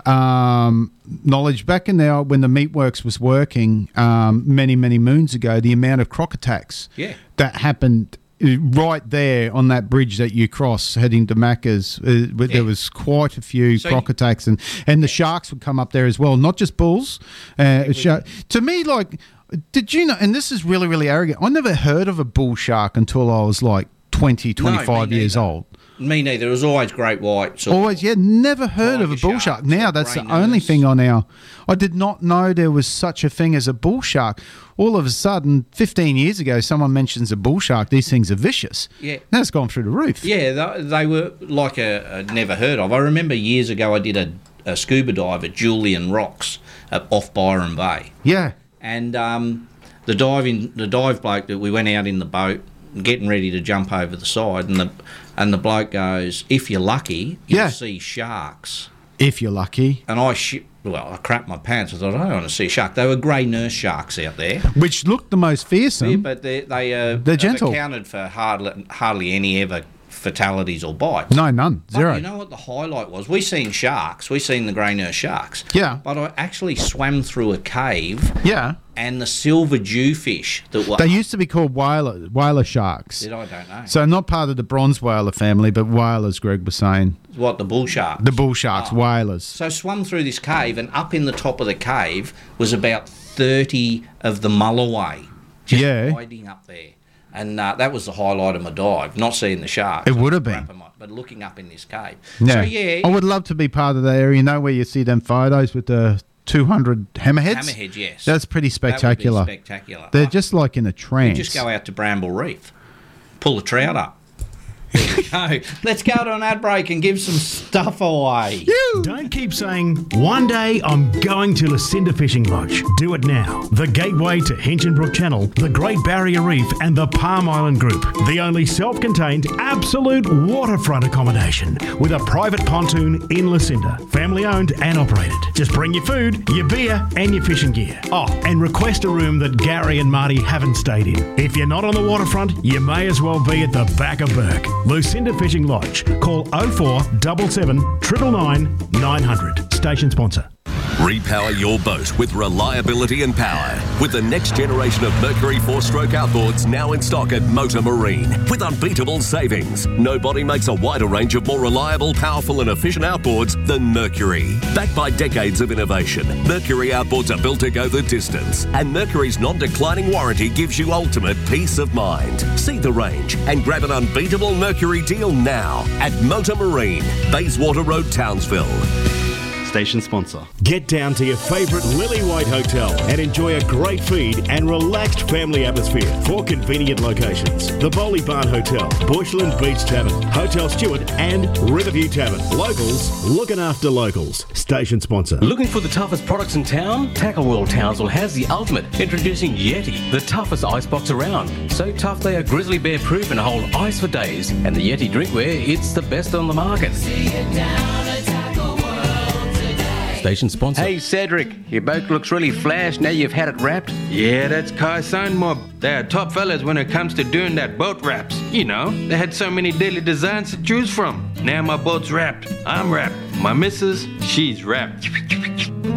S4: um, knowledge. Back in there, when the Meatworks was working um, many, many moons ago, the amount of croc attacks
S3: Yeah.
S4: that happened uh, right there on that bridge that you cross heading to Macca's, uh, where there was quite a few
S3: So
S4: croc attacks, and, and the sharks would come up there as well, not just bulls. Uh, shar to me, like, did you know? And this is really, really arrogant. I never heard of a bull shark until I was like 20,
S3: No, me
S4: 25 years
S3: neither.
S4: old.
S3: Me neither. It was always great white. So
S4: Always, yeah, never heard of a bull shark. Now that's the only thing on our. I did not know there was such a thing as a bull shark. All of a sudden, 15 years ago, someone mentions a bull shark. These things are vicious.
S3: Yeah.
S4: Now it's gone through the roof.
S3: Yeah, they, they were like a, a never heard of. I remember years ago I did a, a scuba dive at Julian Rocks up off Byron Bay,
S4: Yeah.
S3: and um, the diving the dive bloke that we went out in the boat getting ready to jump over the side, and the and the bloke goes, "If you're lucky, you'll
S4: Yeah.
S3: see sharks."
S4: If you're lucky.
S3: And I sh- well, I crapped my pants. I thought I don't want to see a shark. They were grey nurse sharks out there.
S4: Which looked the most fearsome.
S3: Yeah, but they they uh,
S4: They're
S3: have
S4: gentle.
S3: accounted for hardly hardly any ever fatalities or bites.
S4: No, none.
S3: But
S4: Zero.
S3: you know what the highlight was? We seen sharks. We seen the grey nurse sharks.
S4: Yeah.
S3: But I actually swam through a cave.
S4: Yeah.
S3: And the silver jewfish that were
S4: They used to be called whaler, whaler sharks.
S3: Did I don't know.
S4: So not part of the bronze whaler family, but whalers, Greg was saying.
S3: what the bull shark.
S4: The bull sharks,
S3: Oh,
S4: whalers.
S3: So I swum through this cave, and up in the top of the cave was about thirty of the mulloway just
S4: Yeah.
S3: hiding up there, and uh, that was the highlight of my dive. Not seeing the sharks.
S4: It would have been.
S3: Wrapping my- But looking up in this cave.
S4: Yeah.
S3: So yeah.
S4: I would love to be part of that area. You know where you see them photos with the 200 hammerheads?
S3: Hammerhead, yes.
S4: That's pretty
S3: That would be
S4: spectacular.
S3: spectacular.
S4: They're just like in a
S3: You
S4: trance.
S3: just go out to Bramble Reef, pull a trout up. There we go. Let's go to an ad break and give some stuff away.
S8: Don't keep saying, one day I'm going to Lucinda Fishing Lodge. Do it now. The gateway to Hinchinbrook Channel, the Great Barrier Reef, and the Palm Island Group. The only self contained, absolute waterfront accommodation with a private pontoon in Lucinda. Family owned and operated. Just bring your food, your beer, and your fishing gear. Oh, and request a room that Gary and Marty haven't stayed in. If you're not on the waterfront, you may as well be at the back of Burke. Lucinda Fishing Lodge. Call 0477 999 900. Station sponsor.
S13: Repower your boat with reliability and power with the next generation of Mercury four stroke outboards now in stock at Motor Marine with unbeatable savings. Nobody makes a wider range of more reliable, powerful, and efficient outboards than Mercury. Backed by decades of innovation, Mercury outboards are built to go the distance, and Mercury's non declining warranty gives you ultimate peace of mind. See the range and grab an unbeatable Mercury deal now at Motor Marine, Bayswater Road, Townsville.
S16: Station sponsor.
S12: Get down to your favourite Lily White Hotel and enjoy a great feed and relaxed family atmosphere. Four convenient locations the Bowley Barn Hotel, Bushland Beach Tavern, Hotel Stewart, and Riverview Tavern. Locals looking after locals. Station sponsor.
S10: Looking for the toughest products in town? Tackle World Townsville has the ultimate. Introducing Yeti, the toughest icebox around. So tough they are grizzly bear proof and hold ice for days. And the Yeti drinkware, it's the best on the market. Station sponsor.
S2: Hey Cedric, your boat looks really flash now you've had it wrapped. Yeah, that's Kai Sign Mob. They are top fellas when it comes to doing that boat wraps. You know, they had so many deadly designs to choose from. Now my boat's wrapped. I'm wrapped. My missus, she's wrapped.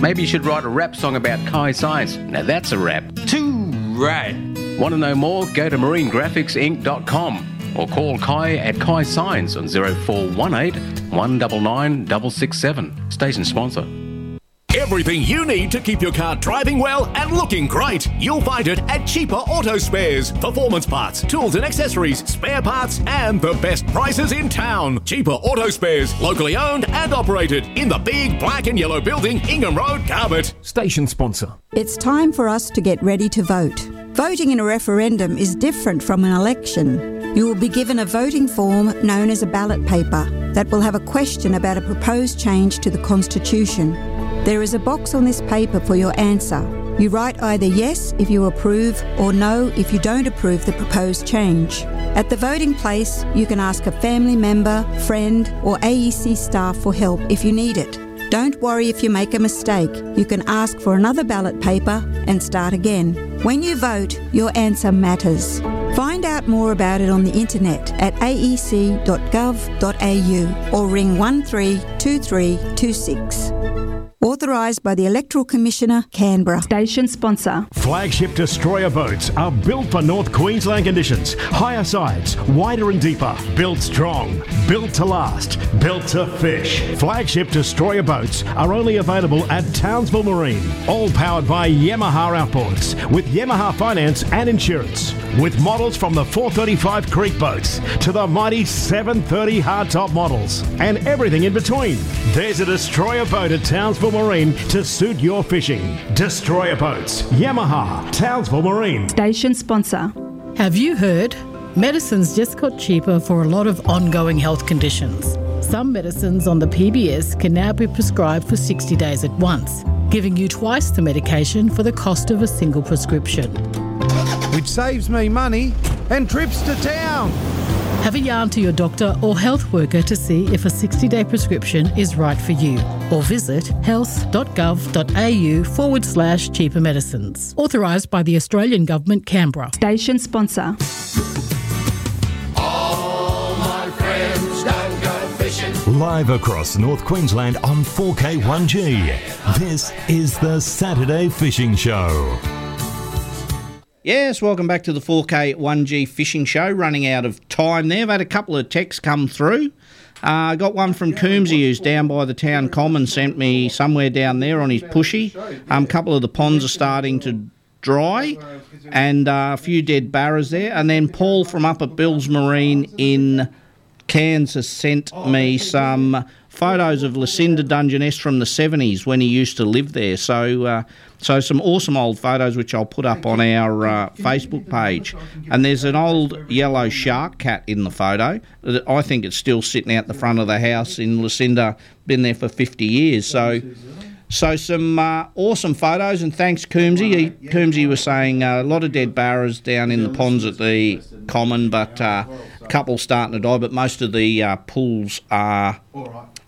S10: Maybe you should write a rap song about Kai Science. Now that's a rap. Too right. Want to know more? Go to marinegraphicsinc.com or call Kai at Kai Science on 0418 199 667. Station sponsor.
S7: Everything you need to keep your car driving well and looking great, you'll find it at Cheaper Auto Spares. Performance parts, tools and accessories, spare parts, and the best prices in town. Cheaper Auto Spares, locally owned and operated in the big black and yellow building, Ingham Road, Garbutt.
S5: Station sponsor.
S18: It's time for us to get ready to vote. Voting in a referendum is different from an election. You will be given a voting form known as a ballot paper that will have a question about a proposed change to the Constitution. There is a box on this paper for your answer. You write either yes if you approve or no if you don't approve the proposed change. At the voting place, you can ask a family member, friend, or AEC staff for help if you need it. Don't worry if you make a mistake. You can ask for another ballot paper and start again. When you vote, your answer matters. Find out more about it on the internet at aec.gov.au or ring 132326. Authorised by the Electoral Commissioner, Canberra. Station sponsor.
S8: Flagship destroyer boats are built for North Queensland conditions. Higher sides, wider and deeper. Built strong, built to last, built to fish. Flagship destroyer boats are only available at Townsville Marine. All powered by Yamaha outboards with Yamaha finance and insurance. With models from the 435 Creek boats to the mighty 730 hardtop models and everything in between. There's a destroyer boat at Townsville Marine to suit your fishing. Destroyer boats, Yamaha, Townsville Marine.
S14: Station sponsor. Have you heard? Medicines just got cheaper for a lot of ongoing health conditions. Some medicines on the PBS can now be prescribed for 60 days at once, giving you twice the medication for the cost of a single prescription.
S9: Which saves me money and trips to town.
S14: Have a yarn to your doctor or health worker to see if a 60 day prescription is right for you. Or visit health.gov.au forward slash cheaper medicines. Authorised by the Australian Government, Canberra. Station sponsor.
S15: All my friends don't go fishing.
S11: Live across North Queensland on 4K1G. This is the Saturday Fishing Show.
S3: Yes, welcome back to the 4K 1G Fishing Show. Running out of time there. I've had a couple of texts come through. I uh, got one from Coombsy, who's down by the town common, sent me somewhere down there on his pushy. A um, couple of the ponds are starting to dry, and uh, a few dead barras there. And then Paul from up at Bill's Marine in Kansas sent me some photos of Lucinda Dungeness from the 70s when he used to live there. So, uh, so some awesome old photos which I'll put up on our uh, Facebook page. And there's an old yellow shark cat in the photo. that I think it's still sitting out the front of the house in Lucinda. Been there for 50 years. So. So some uh, awesome photos, and thanks Coombsy. He, Coombsy was saying uh, a lot of dead barras down in the ponds at the common, but uh, a couple starting to die. But most of the uh, pools are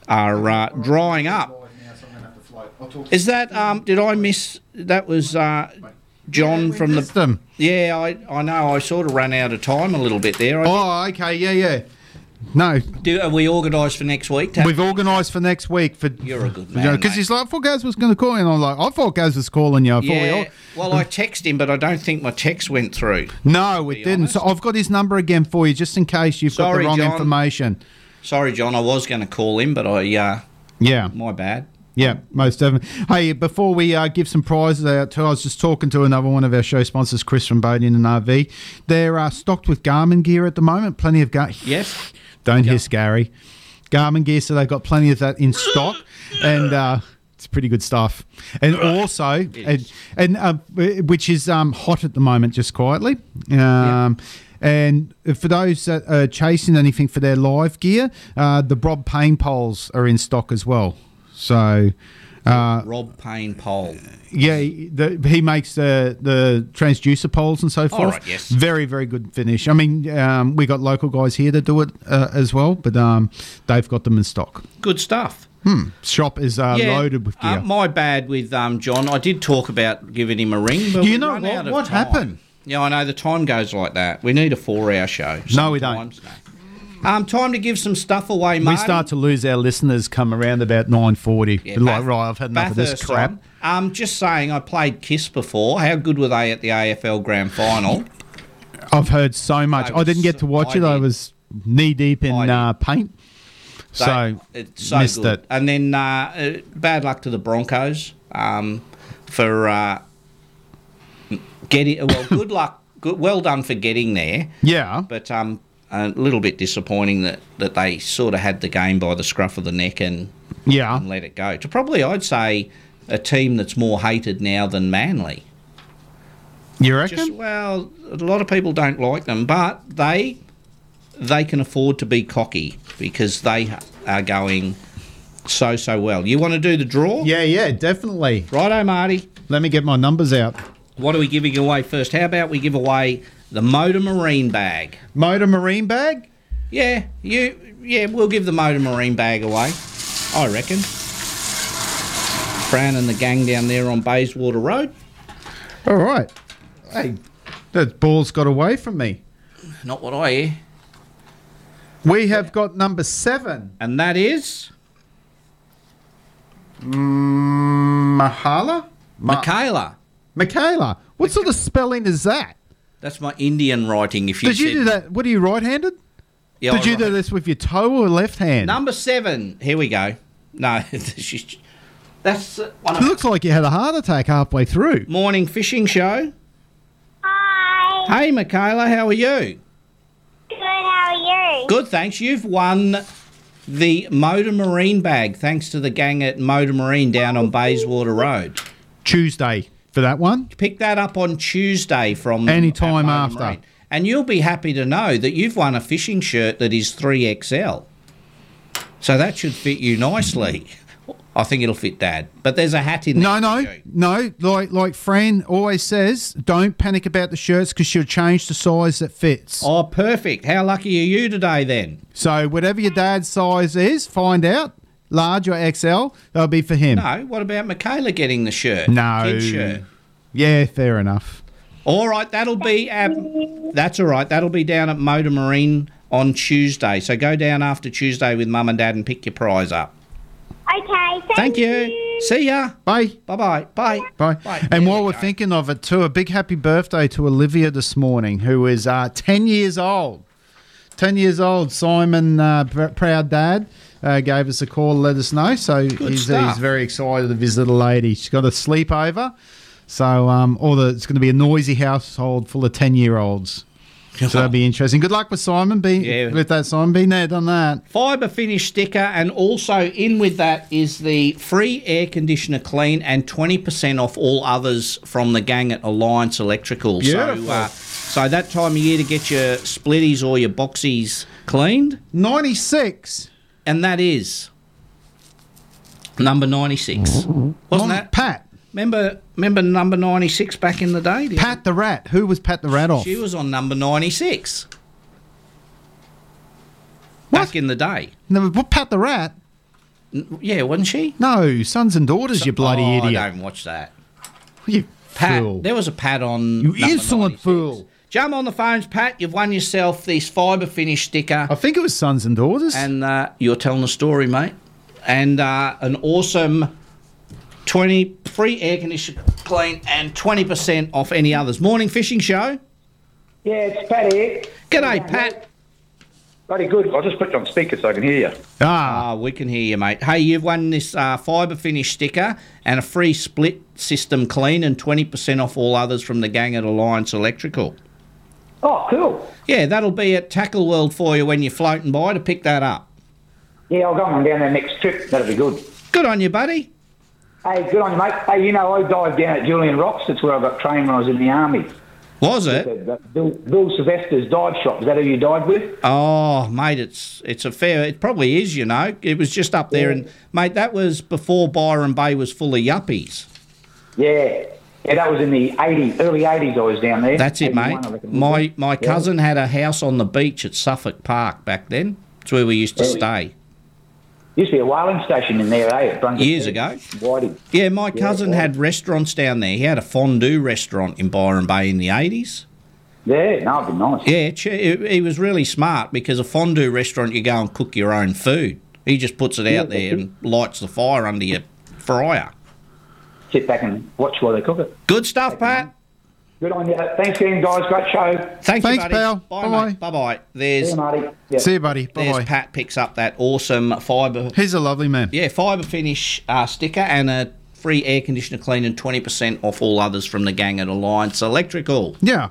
S3: are uh, drying up. Is that um? Did I miss? That was uh, John from the. Yeah, I I know. I sort of ran out of time a little bit there. I
S4: Oh, okay. Yeah, yeah. No.
S3: Do, are we organised for next week? Tab?
S4: We've organised for next week for
S3: You're a good
S4: you
S3: man.
S4: know, because
S3: mate.
S4: he's like, I thought Gaz was going to call you, and I'm like, I thought Gaz was calling you. I thought we all-
S3: yeah. Well, I texted him, but I don't think my text went through.
S4: No, it didn't. So I've got his number again for you, just in case you've got
S3: Sorry,
S4: the wrong
S3: John.
S4: information.
S3: Sorry, John. I was going to call him, but I. Uh,
S4: Yeah.
S3: My bad.
S4: Yeah, most definitely. Hey, before we uh, give some prizes out too, I was just talking to another one of our show sponsors, Chris from Bodian and RV. They're uh, stocked with Garmin gear at the moment. Plenty of Garmin.
S3: Yes.
S4: Don't hiss, Gary. Garmin gear, so they've got plenty of that in stock, and uh, it's pretty good stuff. And also, and, and uh, which is um, hot at the moment, just quietly. Um, And for those that are chasing anything for their live gear, uh, the Rob Payne poles are in stock as well. So. Uh,
S3: Rob Payne Pole.
S4: yeah, the, he makes the the transducer poles and so forth.
S3: right, yes.
S4: Very, very good finish. I mean, um, we got local guys here that do it uh, as well, but um, they've got them in stock.
S3: Good stuff.
S4: Hmm. Shop is uh,
S3: Yeah,
S4: loaded with
S3: uh,
S4: gear.
S3: my bad with um, John. I did talk about giving him a ring. But
S4: Do you
S3: we
S4: know
S3: run
S4: what-
S3: out of
S4: what
S3: time.
S4: happened?
S3: Yeah, I know the time goes like that. We need a four-hour show.
S4: No, we don't.
S3: Um, time to give some stuff away,
S4: We
S3: Marty.
S4: start to lose our listeners come around about nine forty.
S3: Yeah,
S4: like,
S3: Bath-
S4: right, I've had enough of this
S3: Bathurst
S4: crap.
S3: on. Um, just saying, I played Kiss before. How good were they at the AFL Grand Final?
S4: I've heard so much. I didn't get to watch
S3: I
S4: it. I was knee deep in uh, paint,
S3: They-
S4: so,
S3: it's so
S4: missed
S3: good.
S4: it.
S3: And then uh, uh, bad luck to the Broncos um, for uh, getting. Well, good luck. Good, well done for getting there.
S4: Yeah.
S3: But um, a little bit disappointing that, that they sort of had the game by the scruff of the neck and
S4: yeah
S3: and let it go. To probably, I'd say, a team that's more hated now than Manly.
S4: You
S3: reckon? well, a lot of people don't like them, but they they can afford to be cocky because they are going so so well. You want to do the draw?
S4: Yeah, yeah, definitely.
S3: Righto, Marty.
S4: Let me get my numbers out.
S3: What are we giving away first? How about we give away the Motor Marine bag?
S4: Motor Marine bag?
S3: Yeah, you. Yeah, we'll give the Motor Marine bag away. I reckon. Fran and the gang down there on Bayswater Road.
S4: All right. Hey, that ball's got away from me.
S3: Not what I hear.
S4: We have got number seven.
S3: And that is?
S4: Mm, Mahala? Ma-
S3: Michaela.
S4: Michaela. What sort of spelling is that?
S3: That's my Indian writing. If you
S4: Did you
S3: said-
S4: do that? What are you right handed?
S3: Yeah,
S4: Did
S3: I
S4: you do this with your toe or left hand?
S3: Number seven. Here we go. No, she's. That's uh, one
S4: It
S3: of
S4: looks like you had a heart attack halfway through.
S3: morning fishing show. Hi. Hey, Michaela, how are you?
S21: Good, how are you?
S3: Good, thanks. You've won the Motor Marine bag, thanks to the gang at Motor Marine down on Bayswater Road.
S4: Tuesday for that one.
S3: Pick that up on Tuesday from
S4: Anytime
S3: at Motor
S4: after.
S3: Marine. and you'll be happy to know that you've won a fishing shirt that is three XL. So that should fit you nicely. I think it'll fit Dad, but there's a hat in there.
S4: No, no, no. Like like Fran always says, don't panic about the shirts because she'll change the size that fits.
S3: Oh, perfect. How lucky are you today then?
S4: So whatever your dad's size is, find out large or XL. That'll be for him.
S3: No, what about Michaela getting the shirt?
S4: No.
S3: Kid shirt.
S4: Yeah, fair enough.
S3: All right, that'll be at, that's all right. That'll be down at Motor Marine on Tuesday. So go down after Tuesday with Mum and Dad and pick your prize up.
S21: Okay, thank,
S3: Thank you. See ya.
S4: Bye.
S3: Bye-bye. Bye.
S4: Bye. And while we're thinking of it too, a big happy birthday to Olivia this morning, who is uh, ten years old. Ten years old. Simon, uh, pr- proud dad, uh, gave us a call, let us know. So he's, he's
S3: stuff.
S4: very excited of his little lady. She's got a sleepover, so um, all the it's going to be a noisy household full of ten year olds. So that'll be interesting. Good luck with Simon. Being with that Simon, been there, done that.
S3: Fibre finish sticker, and also in with that is the free air conditioner clean and 20% off all others from the gang at Alliance Electrical.
S4: Beautiful.
S3: So, uh, so that time of year to get your splitties or your boxies cleaned.
S4: 96.
S3: And that is number 96. Wasn't that?
S4: Pat.
S3: Remember, remember number 96 back in the day? dear?
S4: Pat the Rat. Who was Pat the Rat off?
S3: She was on number 96. Back in the day.
S4: No, but Pat the Rat.
S3: Yeah, wasn't she?
S4: No, sons and daughters. you bloody
S3: Oh,
S4: idiot.
S3: I don't watch that.
S4: You
S3: Pat,
S4: fool.
S3: there was a Pat on. You
S4: insolent fool.
S3: Jump on the phones, Pat. You've won yourself this fibre finish sticker.
S4: I think it was sons and daughters.
S3: And uh, you're telling the story, mate. And uh, an awesome 20 free air conditioner clean and 20% off any others. Morning fishing show.
S17: Yeah, it's Pat here.
S3: G'day, Pat.
S17: Bloody good. I'll just put you on speaker so I can hear you.
S3: Ah, we can hear you, mate. Hey, you've won this uh, fibre finish sticker and a free split system clean and 20% off all others from the gang at Alliance Electrical.
S17: Oh, cool.
S3: Yeah, that'll be at Tackle World for you when you're floating by to pick that up.
S17: Yeah, I'll go on down there next trip. That'll be good.
S3: Good on you, buddy.
S17: Hey, good on you, mate. Hey, you know, I dived down at Julian Rocks. That's where I got trained when I was in the army.
S3: Was it?
S17: Bill, Bill Sylvester's dive shop. Is that who you died with?
S3: Oh, mate, it's it's a fair. It probably is, you know. It was just up there, and mate, that was before Byron Bay was full of yuppies.
S17: Yeah. Yeah, that was in the 80s, early 80s I was down there.
S3: That's it,
S17: 81,
S3: mate.
S17: I reckon.
S3: My my
S17: Yeah.
S3: cousin had a house on the beach at Suffolk Park back then. It's where we used to
S17: Really?
S3: stay.
S17: Used to be a whaling station in there, eh? At Brunswick
S3: Years
S17: Beach.
S3: ago.
S17: Whiting.
S3: Yeah, my
S17: Yeah,
S3: cousin
S17: yeah.
S3: had restaurants down there. He had a fondue restaurant in Byron Bay in the eighties.
S17: Yeah, no, it'd be nice.
S3: Yeah, che- he he was really smart because a fondue restaurant, you go and cook your own food. He just puts it
S17: Yeah,
S3: out there
S17: that's
S3: and lights the fire under your fryer.
S17: Sit back and watch while they cook it.
S3: Good stuff, Pat.
S17: Good on you. Thanks again, guys. Great show.
S3: Thanks, you, buddy. Bye, bye. Bye, bye. There's
S17: See you, Marty. Yeah.
S4: See you, buddy.
S3: There's
S4: Bye-bye.
S3: Pat picks up that awesome fibre.
S4: He's a lovely man.
S3: Yeah, fibre finish uh, sticker and a free air conditioner clean and twenty percent off all others from the gang at Alliance Electrical.
S4: Yeah.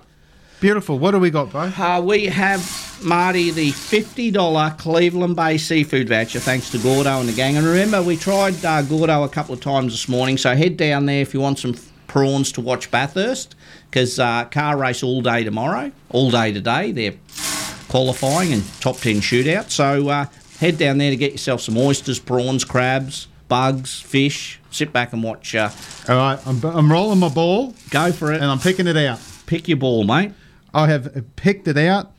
S4: Beautiful. What do we got, Bo?
S3: Uh, we have, Marty, the $50 Cleveland Bay seafood voucher, thanks to Gordo and the gang. And remember, we tried uh, Gordo a couple of times this morning, so head down there if you want some prawns to watch Bathurst, because uh, car race all day tomorrow, all day today. They're qualifying and top 10 shootout. So uh, head down there to get yourself some oysters, prawns, crabs, bugs, fish. Sit back and watch. Uh,
S4: All right, I'm, I'm rolling my ball.
S3: Go for it.
S4: And I'm picking it out.
S3: Pick your ball, mate.
S4: I have picked it out.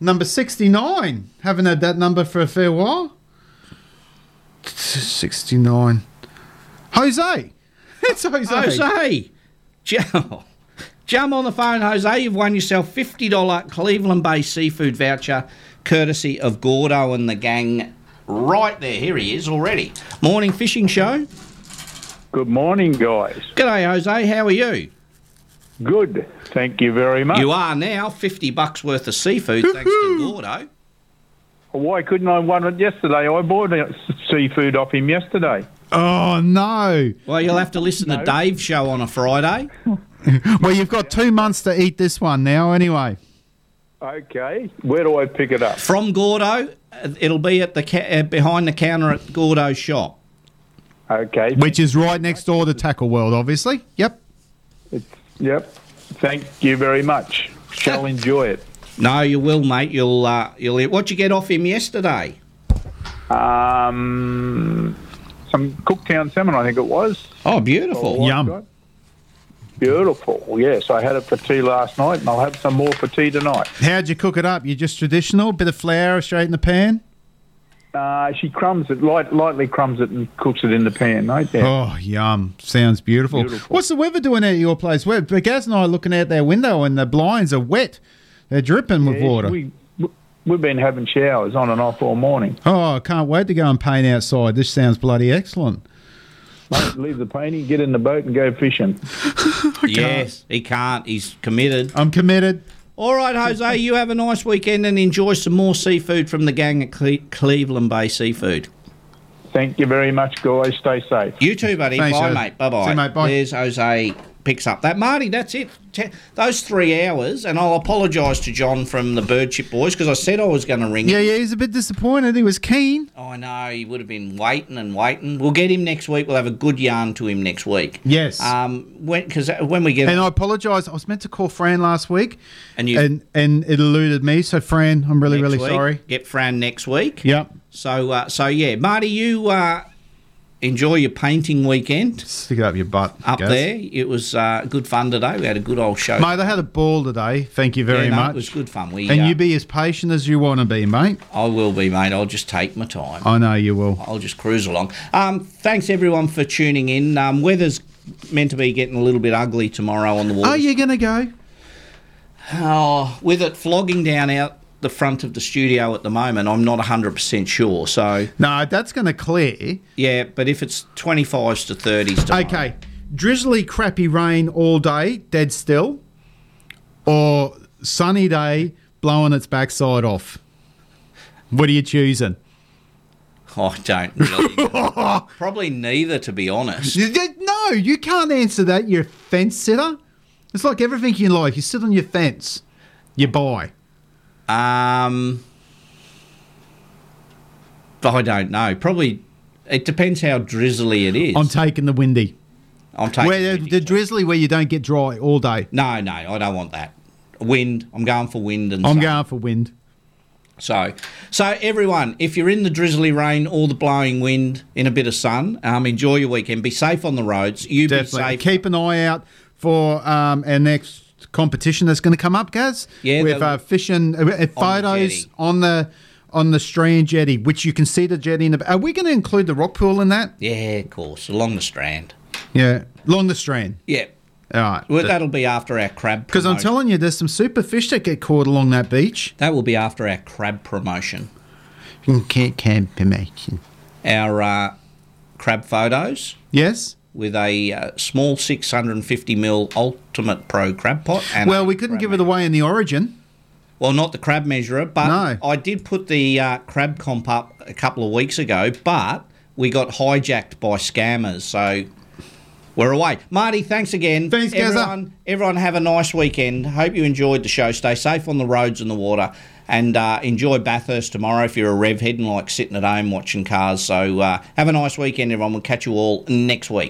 S4: Number 69. Haven't had that number for a fair while. 69. Jose. It's Jose.
S3: Jose, jump, jump on the phone, Jose. You've won yourself fifty dollar Cleveland Bay seafood voucher, courtesy of Gordo and the gang right there. Here he is already. Morning fishing show.
S19: Good morning, guys.
S3: G'day, Jose. How are you?
S19: Good. Thank you very much.
S3: You are now fifty bucks worth of seafood thanks to Gordo.
S19: Why couldn't I won it yesterday? I bought uh, s- seafood off him yesterday.
S4: Oh no!
S3: Well, you'll have to listen to Dave's show on a Friday.
S4: well, you've got two months to eat this one now, anyway.
S19: Okay. Where do I pick it up?
S3: From Gordo, uh, it'll be at the ca- uh, behind the counter at Gordo's shop.
S19: Okay.
S4: Which is right next door to Tackle World, obviously. Yep.
S19: Yep. Thank you very much. Shall enjoy it.
S3: No, you will, mate. You'll uh, you'll. eat- What'd you get off him yesterday?
S19: Um, some Cooktown salmon, I think it was.
S3: Oh, beautiful. Yum.
S19: Beautiful. Yes, I had it for tea last night, and I'll have some more for tea tonight.
S4: How'd you cook it up? You just traditional, bit of flour straight in the pan.
S19: Uh, she crumbs it light, lightly, crumbs it, and cooks it in the pan. Right there.
S4: Oh, yum! Sounds beautiful.
S19: Beautiful.
S4: What's the weather doing out at your place? Well, but Gaz and I are looking out their window, and the blinds are wet. They're dripping with
S19: Yeah,
S4: water.
S19: We, we- we've been having showers on and off all morning.
S4: Oh, I can't wait to go and paint outside. This sounds bloody excellent.
S19: Mate, leave the painting, get in the boat, and go fishing.
S3: yes, he can't. He's committed.
S4: I'm committed.
S3: All right, Jose. You have a nice weekend and enjoy some more seafood from the gang at Cle- Cleveland Bay Seafood.
S19: Thank you very much, guys. Stay safe.
S3: You too, buddy.
S19: Thanks,
S3: bye,
S19: Jose.
S3: mate. Bye, bye.
S19: See you, mate. Bye.
S3: There's Jose. Picks up that Marty. That's it. Te- those three hours, and I'll apologise to John from the Birdship Boys because I said I was going to ring
S4: Yeah,
S3: him.
S4: yeah. He's a bit disappointed. He was keen.
S3: I know he would have been waiting and waiting. We'll get him next week. We'll have a good yarn to him next week.
S4: Yes.
S3: Um. When because when we get
S4: And I apologise. I was meant to call Fran last week,
S3: And you-
S4: and, and it eluded me. So Fran, I'm really
S3: next
S4: really
S3: week,
S4: sorry.
S3: Get Fran next week.
S4: Yep.
S3: So uh, so yeah, Marty, you uh, enjoy your painting weekend
S4: Stick it up your butt
S3: up
S4: Gaz.
S3: there. It was uh, good fun today. We had a good old show.
S4: mate. I had a ball today. Thank you very
S3: Oh. Yeah, no,
S4: much.
S3: It was good fun. We
S4: and
S3: uh,
S4: you be as patient as you want to be, mate.
S3: I will be, mate. I'll just take my time.
S4: I know you will.
S3: I'll just cruise along. Um, thanks everyone for tuning in. Um, weather's meant to be getting a little bit ugly tomorrow on the water.
S4: Are you going to go?
S3: Oh, with it flogging down out the front of the studio at the moment, I'm not 100% sure. So
S4: No, that's going to clear.
S3: yeah, but if it's 25s to 30s tomorrow,
S4: Okay. Drizzly, crappy rain all day, dead still, or sunny day, blowing its backside off. What are you choosing?
S3: I don't really. Probably neither, to be honest.
S4: You- you- No, you can't answer that. You're a fence sitter. It's like everything in life. You sit on your fence, you buy.
S3: Um, I don't know. Probably it depends how drizzly it is.
S4: I'm taking the windy.
S3: I'm taking
S4: where the, the drizzly where you don't get dry all day.
S3: No, no, I don't want that. Wind. I'm going for wind and.
S4: I'm
S3: sun.
S4: going for wind.
S3: So, so everyone, if you're in the drizzly rain or the blowing wind, in a bit of sun, um, enjoy your weekend. Be safe on the roads. You
S4: Definitely.
S3: be safe.
S4: Keep an eye out for um, our next competition that's going to come up, Gaz.
S3: Yeah,
S4: with
S3: the-
S4: uh, fishing uh, uh, photos
S3: jetty.
S4: on the on the Strand jetty, which you can see the jetty. In the, are we going to include the rock pool in that?
S3: Yeah, of course, along the strand.
S4: Yeah, along the Strand.
S3: Yeah.
S4: All right.
S3: Well, that'll be after our crab.
S4: Because I'm telling you, there's some super fish that get caught along that beach.
S3: That will be after our crab promotion.
S4: Can't camp promotion.
S3: Our uh, crab photos.
S4: Yes.
S3: With a uh, small 650 mil Ultimate Pro crab pot. And
S4: Well, we couldn't give it away in the origin.
S3: Well, not the crab measurer, but I did put the uh, crab comp up a couple of weeks ago, but we got hijacked by scammers, so we're away. Marty, thanks again. Thanks,
S4: Gazza.
S3: everyone. Everyone, have a nice weekend. Hope you enjoyed the show. Stay safe on the roads and the water, and uh, enjoy Bathurst tomorrow if you're a rev head and like sitting at home watching cars. So uh, have a nice weekend, everyone. We'll catch you all next week.